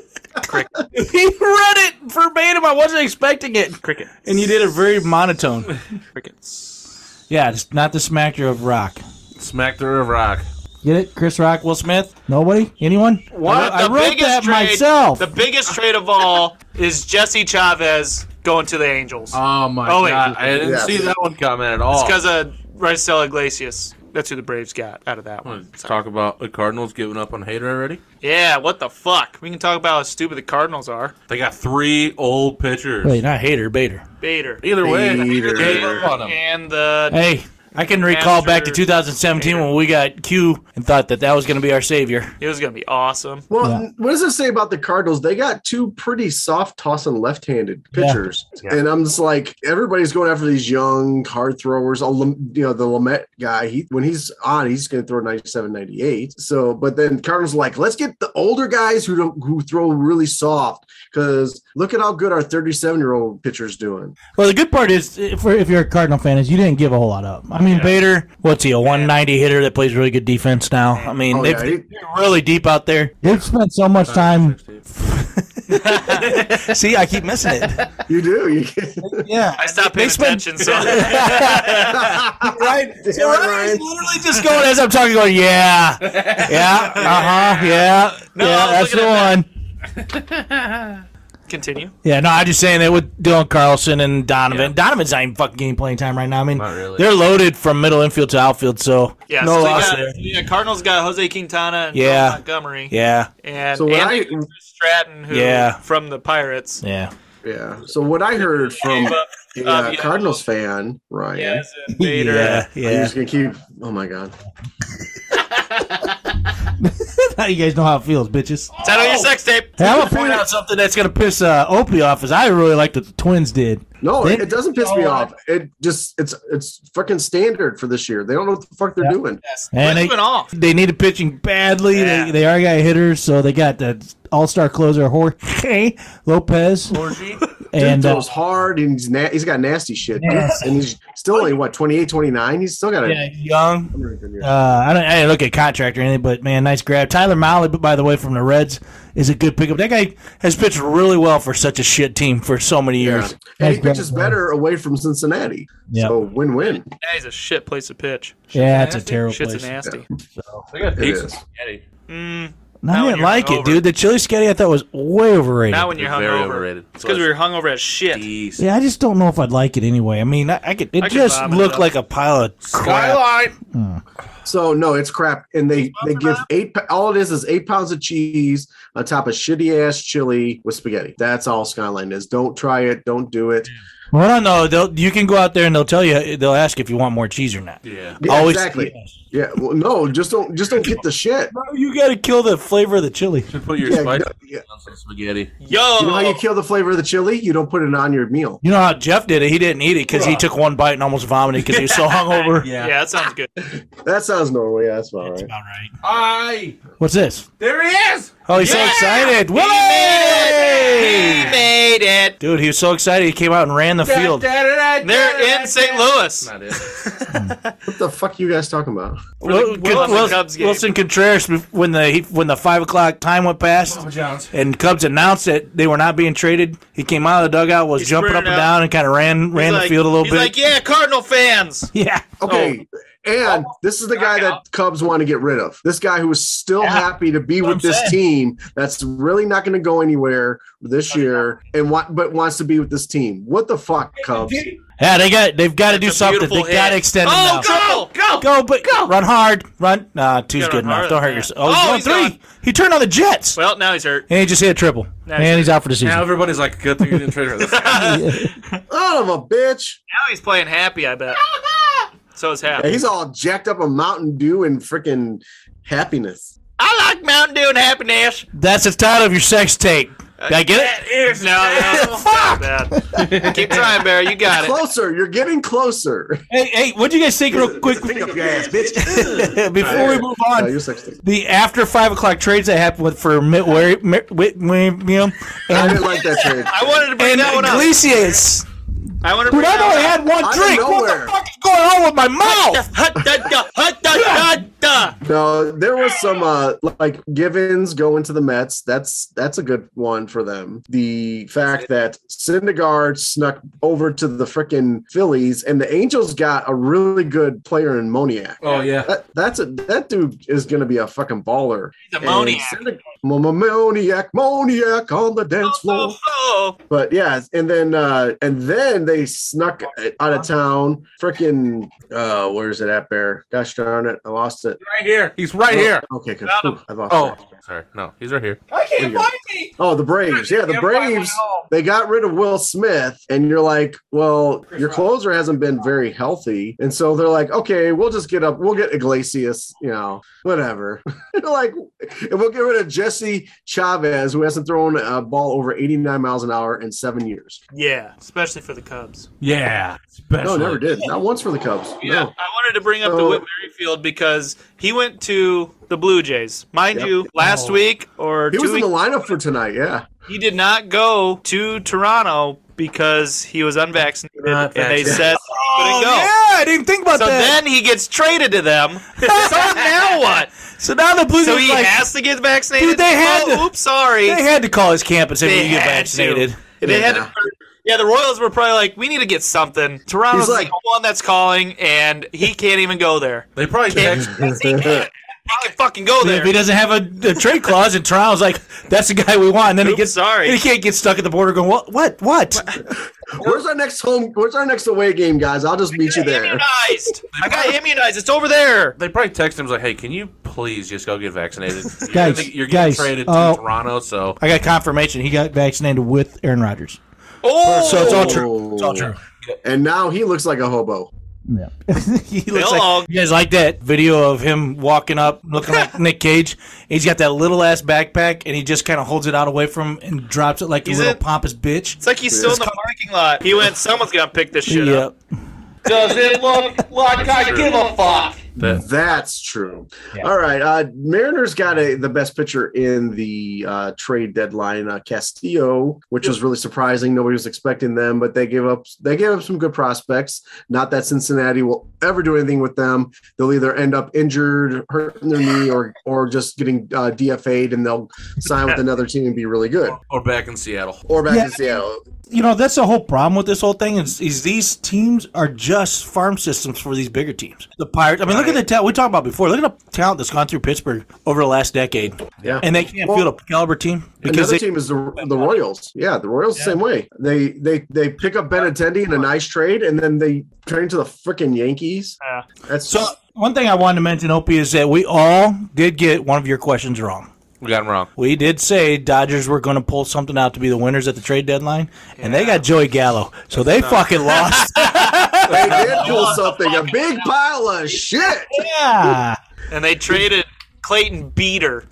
Speaker 3: he read it verbatim. I wasn't expecting it.
Speaker 5: Cricket.
Speaker 3: And you did it very monotone.
Speaker 5: Crickets.
Speaker 3: yeah, it's not the smacker of rock.
Speaker 6: Smack the river rock.
Speaker 3: Get it? Chris Rock, Will Smith? Nobody? Anyone?
Speaker 5: What?
Speaker 3: I, I
Speaker 5: The
Speaker 3: wrote
Speaker 5: biggest
Speaker 3: that
Speaker 5: trade-
Speaker 3: myself.
Speaker 5: The biggest trade of all is Jesse Chavez going to the Angels.
Speaker 3: Uh,
Speaker 6: Oh my
Speaker 5: Oh, wait.
Speaker 6: god. I didn't
Speaker 2: Yeah.
Speaker 6: see that one coming at all.
Speaker 5: because of Rysel Iglesias. That's who the Braves got out of that one.
Speaker 6: Let's talk about the Cardinals giving up on Hater already.
Speaker 5: Yeah, what the fuck? We can talk about how stupid the Cardinals are.
Speaker 6: They got three old pitchers.
Speaker 3: Wait, not hater, baiter.
Speaker 5: Bader.
Speaker 6: Either way, they
Speaker 2: Hader.
Speaker 6: gave up on 'em.
Speaker 5: And the
Speaker 3: Hey, I can recall back to
Speaker 5: Astros
Speaker 3: 2017 when we got Q and thought that that was going to be our savior.
Speaker 5: it was gonna be awesome.
Speaker 2: Well, n- what does it say about the Cardinals? They got two pretty soft tossing left-handed pitchers, and I'm just like everybody's going after these young hard throwers. All you know, the Lamet guy. He when he's on, he's going to throw 97, 98. So, but then Cardinals are like, let's get the older guys who don't who throw really soft because look at how good our 37 year old pitcher's doing.
Speaker 3: Well, the good part is, if, if you're a Cardinal fan, is you didn't give a whole lot up. I mean, Bader, what's he, a 190 hitter that plays really good defense now? I mean,
Speaker 2: Oh,
Speaker 3: they've,
Speaker 2: yeah, he-
Speaker 3: they're really deep out there. They've spent so much
Speaker 6: <laughs>
Speaker 3: time.
Speaker 7: See, I keep missing it.
Speaker 2: You do. You
Speaker 7: Yeah.
Speaker 5: I stopped
Speaker 7: They
Speaker 5: paying
Speaker 7: spent-
Speaker 5: attention,
Speaker 3: <laughs>
Speaker 5: so
Speaker 7: Right?
Speaker 2: Yeah, Ryan.
Speaker 3: literally just going as I'm talking, going, yeah, yeah, uh huh, yeah, yeah,
Speaker 5: I was
Speaker 3: that's the
Speaker 5: looking at
Speaker 3: one.
Speaker 5: continue.
Speaker 3: Yeah, no, I'm just saying that with Dylan Carlson and Donovan. Donovan's not even fucking getting playing time right now. I mean,
Speaker 6: Not really.
Speaker 3: they're loaded from middle infield to outfield, so
Speaker 5: Yeah,
Speaker 3: no
Speaker 5: so they
Speaker 3: loss
Speaker 5: got,
Speaker 3: there.
Speaker 5: yeah, Cardinals got Jose Quintana and
Speaker 3: Yeah.
Speaker 5: Jordan Montgomery.
Speaker 3: Yeah,
Speaker 5: And
Speaker 2: So what
Speaker 5: Anthony
Speaker 2: I-
Speaker 5: Stratton who
Speaker 3: Yeah.
Speaker 5: from the Pirates.
Speaker 3: yeah.
Speaker 2: yeah. So what I heard from
Speaker 5: But-
Speaker 2: a
Speaker 5: uh,
Speaker 2: uh,
Speaker 5: yeah.
Speaker 2: Cardinals fan, Ryan.
Speaker 5: yeah, and Bader.
Speaker 3: Yeah,
Speaker 2: He's
Speaker 3: yeah.
Speaker 2: gonna keep. Oh my god.
Speaker 3: you guys know <laughs> how it feels, bitches.
Speaker 5: Send out your sex tape.
Speaker 3: Hey, I'm gonna point out something that's gonna piss uh, Opie off. Is I really like what the Twins did.
Speaker 2: No, it,
Speaker 3: They-
Speaker 2: it doesn't piss me off. It just it's it's fucking standard for this year. They don't know what the fuck they're doing.
Speaker 3: And
Speaker 5: Moving off.
Speaker 3: They needed pitching badly.
Speaker 5: Yeah.
Speaker 3: They, they already got hitters, so they got the All Star closer Jorge <laughs> Lopez
Speaker 5: <laughs> Orgy.
Speaker 2: And
Speaker 3: and uh,
Speaker 2: throws hard and he's na- he's got nasty shit. And he's still only what 28, 29? He's still got
Speaker 3: yeah,
Speaker 2: a
Speaker 3: Young. Uh, I don't. I didn't look at contract or anything, but man, nice grab. Tyler Molly, but by the way, from the Reds, is a good pickup. That guy has pitched really well for such a shit team for so many years.
Speaker 2: And he
Speaker 3: Nice grab.
Speaker 2: pitches better away from Cincinnati.
Speaker 3: Yeah.
Speaker 2: So win win.
Speaker 5: That is a shit place to pitch.
Speaker 3: Yeah, it's a terrible
Speaker 5: Shit's
Speaker 3: place.
Speaker 5: nasty.
Speaker 6: They got
Speaker 2: It
Speaker 6: decent
Speaker 2: is.
Speaker 6: spaghetti.
Speaker 3: No, I
Speaker 5: Mm, Now when
Speaker 3: didn't
Speaker 5: you're
Speaker 3: like it,
Speaker 5: hungover.
Speaker 3: dude. The chili spaghetti I thought was way overrated.
Speaker 5: not when you're
Speaker 6: They're very
Speaker 5: hungover.
Speaker 6: overrated.
Speaker 5: It's because we were hungover as shit.
Speaker 6: decent.
Speaker 3: yeah, I just don't know if I'd like it anyway. I mean, I, I could. It
Speaker 5: I could
Speaker 3: just
Speaker 5: vomit
Speaker 3: looked
Speaker 5: up.
Speaker 3: like a pile of crap.
Speaker 6: Skyline.
Speaker 2: So no, it's crap. And they they give eight pa- all it is is eight pounds of cheese on top of shitty ass chili with spaghetti. That's all Skyline is. Don't try it. Don't do it.
Speaker 3: Well, I don't know. They'll, you can go out there and they'll tell you. They'll ask if you want more cheese or not.
Speaker 6: Yeah.
Speaker 2: Yeah,
Speaker 3: Always-
Speaker 2: exactly. Yeah. Well, no, just don't just don't get the shit.
Speaker 3: Bro, you got to kill the flavor of the chili.
Speaker 6: Should put your
Speaker 2: Yeah,
Speaker 6: spice
Speaker 2: yeah.
Speaker 6: on some spaghetti.
Speaker 5: Yo,
Speaker 2: You know how you kill the flavor of the chili? You don't put it on your meal.
Speaker 3: You know how Jeff did it? He didn't eat it because he took one bite and almost vomited because he
Speaker 5: <laughs>
Speaker 3: was so hungover.
Speaker 5: yeah. that sounds good.
Speaker 2: That sounds normal. Yeah, that's about right.
Speaker 3: All right.
Speaker 6: Aye.
Speaker 3: What's this?
Speaker 6: There he is.
Speaker 3: Oh, he's so excited! Whoa!
Speaker 5: made it.
Speaker 3: Dude, he was so excited he came out and ran the field.
Speaker 5: They're in St. Louis.
Speaker 6: Not it.
Speaker 2: What the fuck you guys talking about?
Speaker 3: Wil-
Speaker 5: the Cubs
Speaker 3: Wil-
Speaker 5: Cubs game.
Speaker 3: Wilson Contreras, when the he, when the five o'clock time went past, and Cubs announced that they were not being traded, he came out of the dugout, was
Speaker 5: He
Speaker 3: jumping up
Speaker 5: sprinted
Speaker 3: and
Speaker 5: out.
Speaker 3: down, and kind of ran <laughs> ran the
Speaker 5: He's like-
Speaker 3: field a little
Speaker 5: he's
Speaker 3: bit.
Speaker 5: like, yeah, Cardinal fans.
Speaker 3: <laughs> yeah,
Speaker 2: Okay, and this is the guy that Cubs want to get rid of. This guy who is still happy to be with
Speaker 3: I'm
Speaker 2: this
Speaker 3: saying.
Speaker 2: team that's really not going to go anywhere this year, and want but wants to be with this team. What the fuck, Cubs?
Speaker 3: yeah, they got they've got to do
Speaker 5: That's a
Speaker 3: something. They
Speaker 5: beautiful
Speaker 3: got to
Speaker 5: hit.
Speaker 3: extend him
Speaker 5: Oh,
Speaker 3: now. Go, but go. Run hard. Run. Nah, two's
Speaker 5: gotta
Speaker 3: good
Speaker 5: run
Speaker 3: enough. Don't
Speaker 5: harder than
Speaker 3: hurt
Speaker 5: that.
Speaker 3: yourself. Oh,
Speaker 5: Oh,
Speaker 3: he's
Speaker 5: he's
Speaker 3: going three.
Speaker 5: gone.
Speaker 3: He turned on the Jets.
Speaker 5: Well, now he's hurt.
Speaker 3: and he just hit a triple.
Speaker 5: he's
Speaker 3: and he's out for the
Speaker 6: Now
Speaker 3: season.
Speaker 6: everybody's like, good thing you didn't trade her. <laughs> That's-
Speaker 2: Son of a bitch!
Speaker 5: Now he's playing happy, I
Speaker 3: <laughs>
Speaker 5: bet. so is
Speaker 2: Yeah,
Speaker 5: happy.
Speaker 2: he's all jacked up on Mountain Dew and freaking happiness.
Speaker 5: I like Mountain Dew and happiness.
Speaker 3: That's the title of your sex tape. Did I get it?
Speaker 5: Here's no, no. Fuck. Keep trying, Barry. You got it.
Speaker 2: Closer, you're getting closer.
Speaker 3: Hey, hey, what'd you guys think real quick before we move
Speaker 2: No,
Speaker 3: on?
Speaker 2: you're sexy.
Speaker 3: The after five o'clock trades that happened with for Mitt Wari- Mitt- Whit- Merriam
Speaker 2: I
Speaker 3: and
Speaker 2: didn't like that trade.
Speaker 5: I wanted to bring
Speaker 3: and
Speaker 5: that one up.
Speaker 3: Iglesias.
Speaker 5: I wanted to bring
Speaker 3: Dude, I've only
Speaker 5: that
Speaker 3: had one
Speaker 2: Out of
Speaker 3: drink. What
Speaker 2: nowhere.
Speaker 3: the fuck is going on with my <laughs> mouth?
Speaker 5: one up.
Speaker 2: No, there was some uh like Givens going to the Mets. That's that's a good one for them. The fact that Syndergaard snuck over to the freaking Phillies and the Angels got a really good player in Moniac.
Speaker 6: oh yeah.
Speaker 2: That, that's a that dude is gonna be a fucking baller.
Speaker 5: He's
Speaker 2: And
Speaker 5: a moniac.
Speaker 2: Synderg- Mo- mo- Moniac, Moniac on the dance floor.
Speaker 5: Oh, Hello.
Speaker 2: But yeah, and then uh and then they snuck out of town. Freaking uh where is it at Bear? Gosh darn it, I lost it.
Speaker 6: Right here. He's right here.
Speaker 2: Okay, good.
Speaker 5: Got him.
Speaker 2: Whew, I lost
Speaker 6: Oh,
Speaker 2: oh.
Speaker 6: sorry. No, he's right here.
Speaker 7: I can't
Speaker 2: find
Speaker 7: me.
Speaker 2: oh, the Braves. Yeah, the Braves. They got rid of Will Smith, and you're like, well, your closer hasn't been very healthy, and so they're like, okay, we'll just get up, we'll get Iglesias, you know, whatever. <laughs> They're like, and we'll get rid of Jesse Chavez, who hasn't thrown a ball over 89 miles an hour in seven years.
Speaker 5: Yeah, especially for the Cubs.
Speaker 6: Yeah.
Speaker 2: No,
Speaker 6: Especially.
Speaker 2: never did. Not once for the Cubs.
Speaker 5: Yeah,
Speaker 2: No.
Speaker 5: I wanted to bring up
Speaker 3: Uh,
Speaker 5: the
Speaker 2: So-
Speaker 5: Whit Merrifield because he went to the Blue Jays, mind
Speaker 2: Yep.
Speaker 5: you. Last week or
Speaker 2: He
Speaker 5: two
Speaker 2: was in
Speaker 5: weeks
Speaker 2: the lineup for tonight. Yeah.
Speaker 5: He did not go to Toronto because he was unvaccinated,
Speaker 6: Not
Speaker 5: and they
Speaker 6: vaccinated.
Speaker 5: said he
Speaker 3: Oh,
Speaker 5: couldn't go.
Speaker 3: yeah, I didn't think about
Speaker 5: So
Speaker 3: that.
Speaker 5: then he gets traded to them.
Speaker 3: <laughs>
Speaker 5: so now what?
Speaker 3: so now the Blue
Speaker 5: <laughs> So
Speaker 3: Jays
Speaker 5: he
Speaker 3: like,
Speaker 5: has to get vaccinated.
Speaker 3: Dude, they had
Speaker 5: oh,
Speaker 3: to-
Speaker 5: oops, sorry.
Speaker 3: they had to call his camp and say,
Speaker 5: They
Speaker 3: "Will you get
Speaker 5: had to.
Speaker 3: vaccinated?"
Speaker 5: They had
Speaker 2: Yeah.
Speaker 5: to- yeah, the Royals were probably like, we need to get something. Toronto's
Speaker 2: He's like-
Speaker 5: the one that's calling, and he can't even go there.
Speaker 6: They probably text.
Speaker 2: <laughs>
Speaker 5: He can fucking go
Speaker 3: If he
Speaker 5: there.
Speaker 3: doesn't have a, a trade clause and Toronto's like, that's the guy we want, and then he
Speaker 5: Oops,
Speaker 3: gets
Speaker 5: sorry.
Speaker 3: and he can't get stuck at the border going, what, what, what?
Speaker 2: Where's our next home? Where's our next away game, guys? I'll just meet you there.
Speaker 5: Immunized. I got immunized. It's over there.
Speaker 6: They probably text him like, "Hey, can you please just go get
Speaker 3: <laughs>
Speaker 6: vaccinated? You're
Speaker 3: Guys,
Speaker 6: gonna- you're
Speaker 3: guys,
Speaker 6: getting traded to
Speaker 3: oh.
Speaker 6: Toronto, so
Speaker 3: <laughs> I got confirmation he got vaccinated with Aaron Rodgers,
Speaker 5: Oh,
Speaker 3: so it's all true. It's all true.
Speaker 2: Oh. And now he looks like a hobo.
Speaker 3: Yeah. <laughs> he looks
Speaker 5: all-
Speaker 3: like, you guys like that video of him walking up looking <laughs> like Nick Cage? He's got that little ass backpack and he just kind of holds it out away from him and drops it like a
Speaker 5: He's
Speaker 3: little
Speaker 5: in-
Speaker 3: pompous bitch.
Speaker 5: It's like he's still in the parking lot. He went, someone's going to pick this shit up.
Speaker 1: Does it look like I give a fuck?
Speaker 6: that
Speaker 2: That's true. All right. Uh, Mariners got a, the best pitcher in the uh, trade deadline, uh, Castillo, which was really surprising. Nobody was expecting them, but they gave up. They gave up some good prospects. Not that Cincinnati will ever do anything with them. They'll either end up injured, hurting their knee, or or just getting uh, DFA'd, and they'll sign
Speaker 3: <laughs>
Speaker 2: with another team and be really good,
Speaker 6: or back in Seattle.
Speaker 2: or back
Speaker 3: Yeah.
Speaker 2: to Seattle.
Speaker 3: You know, that's the whole problem with this whole thing is, is these teams are just farm systems for these bigger teams. The Pirates, I mean, look at the talent we talked about before. Look at the talent that's gone through Pittsburgh over the last decade.
Speaker 2: Yeah.
Speaker 3: And they can't
Speaker 2: Well-
Speaker 3: field a caliber team because
Speaker 2: Another
Speaker 3: they,
Speaker 2: team is the, the Royals. Yeah, the Royals the same way. They they they pick up Benatendi in a nice trade, and then they turn into the freaking Yankees.
Speaker 5: Yeah.
Speaker 2: That's
Speaker 3: So one thing I wanted to mention, Opie, is that we all did get one of your questions wrong.
Speaker 6: We got him wrong.
Speaker 3: We did say Dodgers were going to pull something out to be the winners at the trade deadline, and they got Joey Gallo, so they
Speaker 2: <laughs>
Speaker 3: fucking lost.
Speaker 2: <laughs> they did
Speaker 3: <laughs>
Speaker 2: pull something. A big pile of shit.
Speaker 3: yeah, <laughs>
Speaker 5: And they traded Clayton Beater.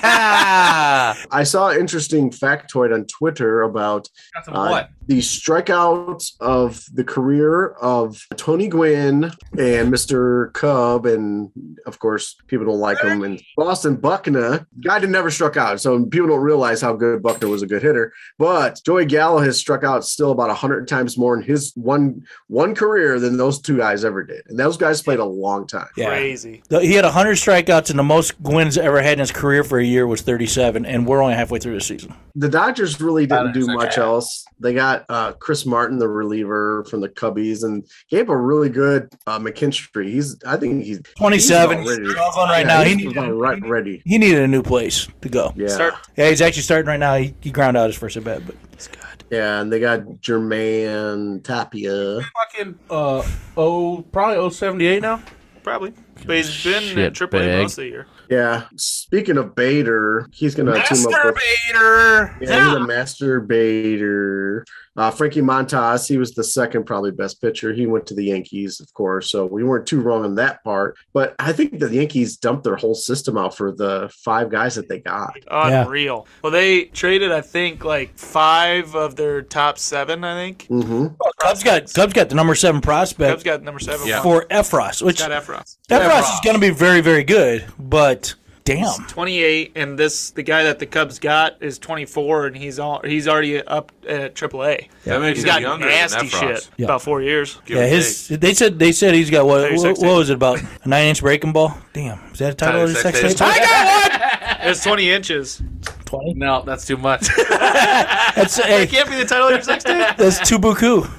Speaker 6: Yeah.
Speaker 2: I saw an interesting factoid on Twitter about uh, the strikeouts of the career of Tony Gwynn and Mr. Cub, and of course, people don't like him. And Boston Buckner, guy that never struck out, so people don't realize how good Buckner was a good hitter. But Joey Gallo has struck out still about hundred times more in his one one career than those two guys ever did, and those guys played a long time.
Speaker 3: yeah.
Speaker 5: Crazy.
Speaker 3: The- He had 100 strikeouts, and the most Gwynn's ever had in his career for a year was 37, and we're only halfway through the season.
Speaker 2: the Dodgers really didn't do much else. They got uh, Chris Martin, the reliever from the Cubbies, and gave a really good uh, McKinstry. He's, I think he's
Speaker 3: 27,
Speaker 2: He's already-
Speaker 3: he's struggling right now. He
Speaker 2: he's
Speaker 3: needed,
Speaker 2: right ready.
Speaker 3: he needed a new place to go.
Speaker 2: Yeah,
Speaker 5: Start
Speaker 3: Yeah, he's actually starting right now. He, he ground out his first at bat, but
Speaker 2: yeah, and they got Jermaine Tapia.
Speaker 6: Fucking uh oh, probably 078 now.
Speaker 5: probably. But he's been in
Speaker 6: Shit
Speaker 5: uh, Triple A
Speaker 6: bag.
Speaker 5: most of the year.
Speaker 2: Yeah. Speaking of Bader, he's gonna team up with. Yeah,
Speaker 6: Masturbator.
Speaker 2: he's a masturbator. Uh, Frankie Montas, he was the second probably best pitcher. He went to the Yankees, of course, so we weren't too wrong on that part. But I think the Yankees dumped their whole system out for the five guys that they got.
Speaker 5: Unreal. Well, they traded, I think, like five of their top seven, I think.
Speaker 2: hmm
Speaker 3: Cubs got Cubs got the number seven
Speaker 5: Cubs
Speaker 3: prospect
Speaker 5: got number seven.
Speaker 6: Yeah.
Speaker 5: Wow.
Speaker 3: for Efros, which
Speaker 5: Got Efros.
Speaker 3: Efros is going to be very, very good, but damn.
Speaker 5: 28, and this the guy that the Cubs got is 24, and he's all he's already up at Triple A.
Speaker 6: That makes
Speaker 5: He's
Speaker 6: him
Speaker 5: got
Speaker 6: younger
Speaker 5: nasty
Speaker 6: than that
Speaker 5: shit.
Speaker 6: Frost.
Speaker 3: Yeah.
Speaker 5: About four years.
Speaker 6: Give
Speaker 3: Yeah,
Speaker 6: or
Speaker 3: his
Speaker 6: take.
Speaker 3: they said they said he's got what
Speaker 5: Thirty-six
Speaker 3: what, what was it about a nine inch breaking ball? Damn, is that a
Speaker 6: Uh,
Speaker 3: title of his sex
Speaker 6: Thirty-six
Speaker 3: tape? I got
Speaker 5: It's 20 inches.
Speaker 3: twenty.
Speaker 6: No, Oh, that's too <laughs> much.
Speaker 3: That's
Speaker 5: That
Speaker 3: hey,
Speaker 5: can't be the title of your sex tape.
Speaker 3: that's two buku.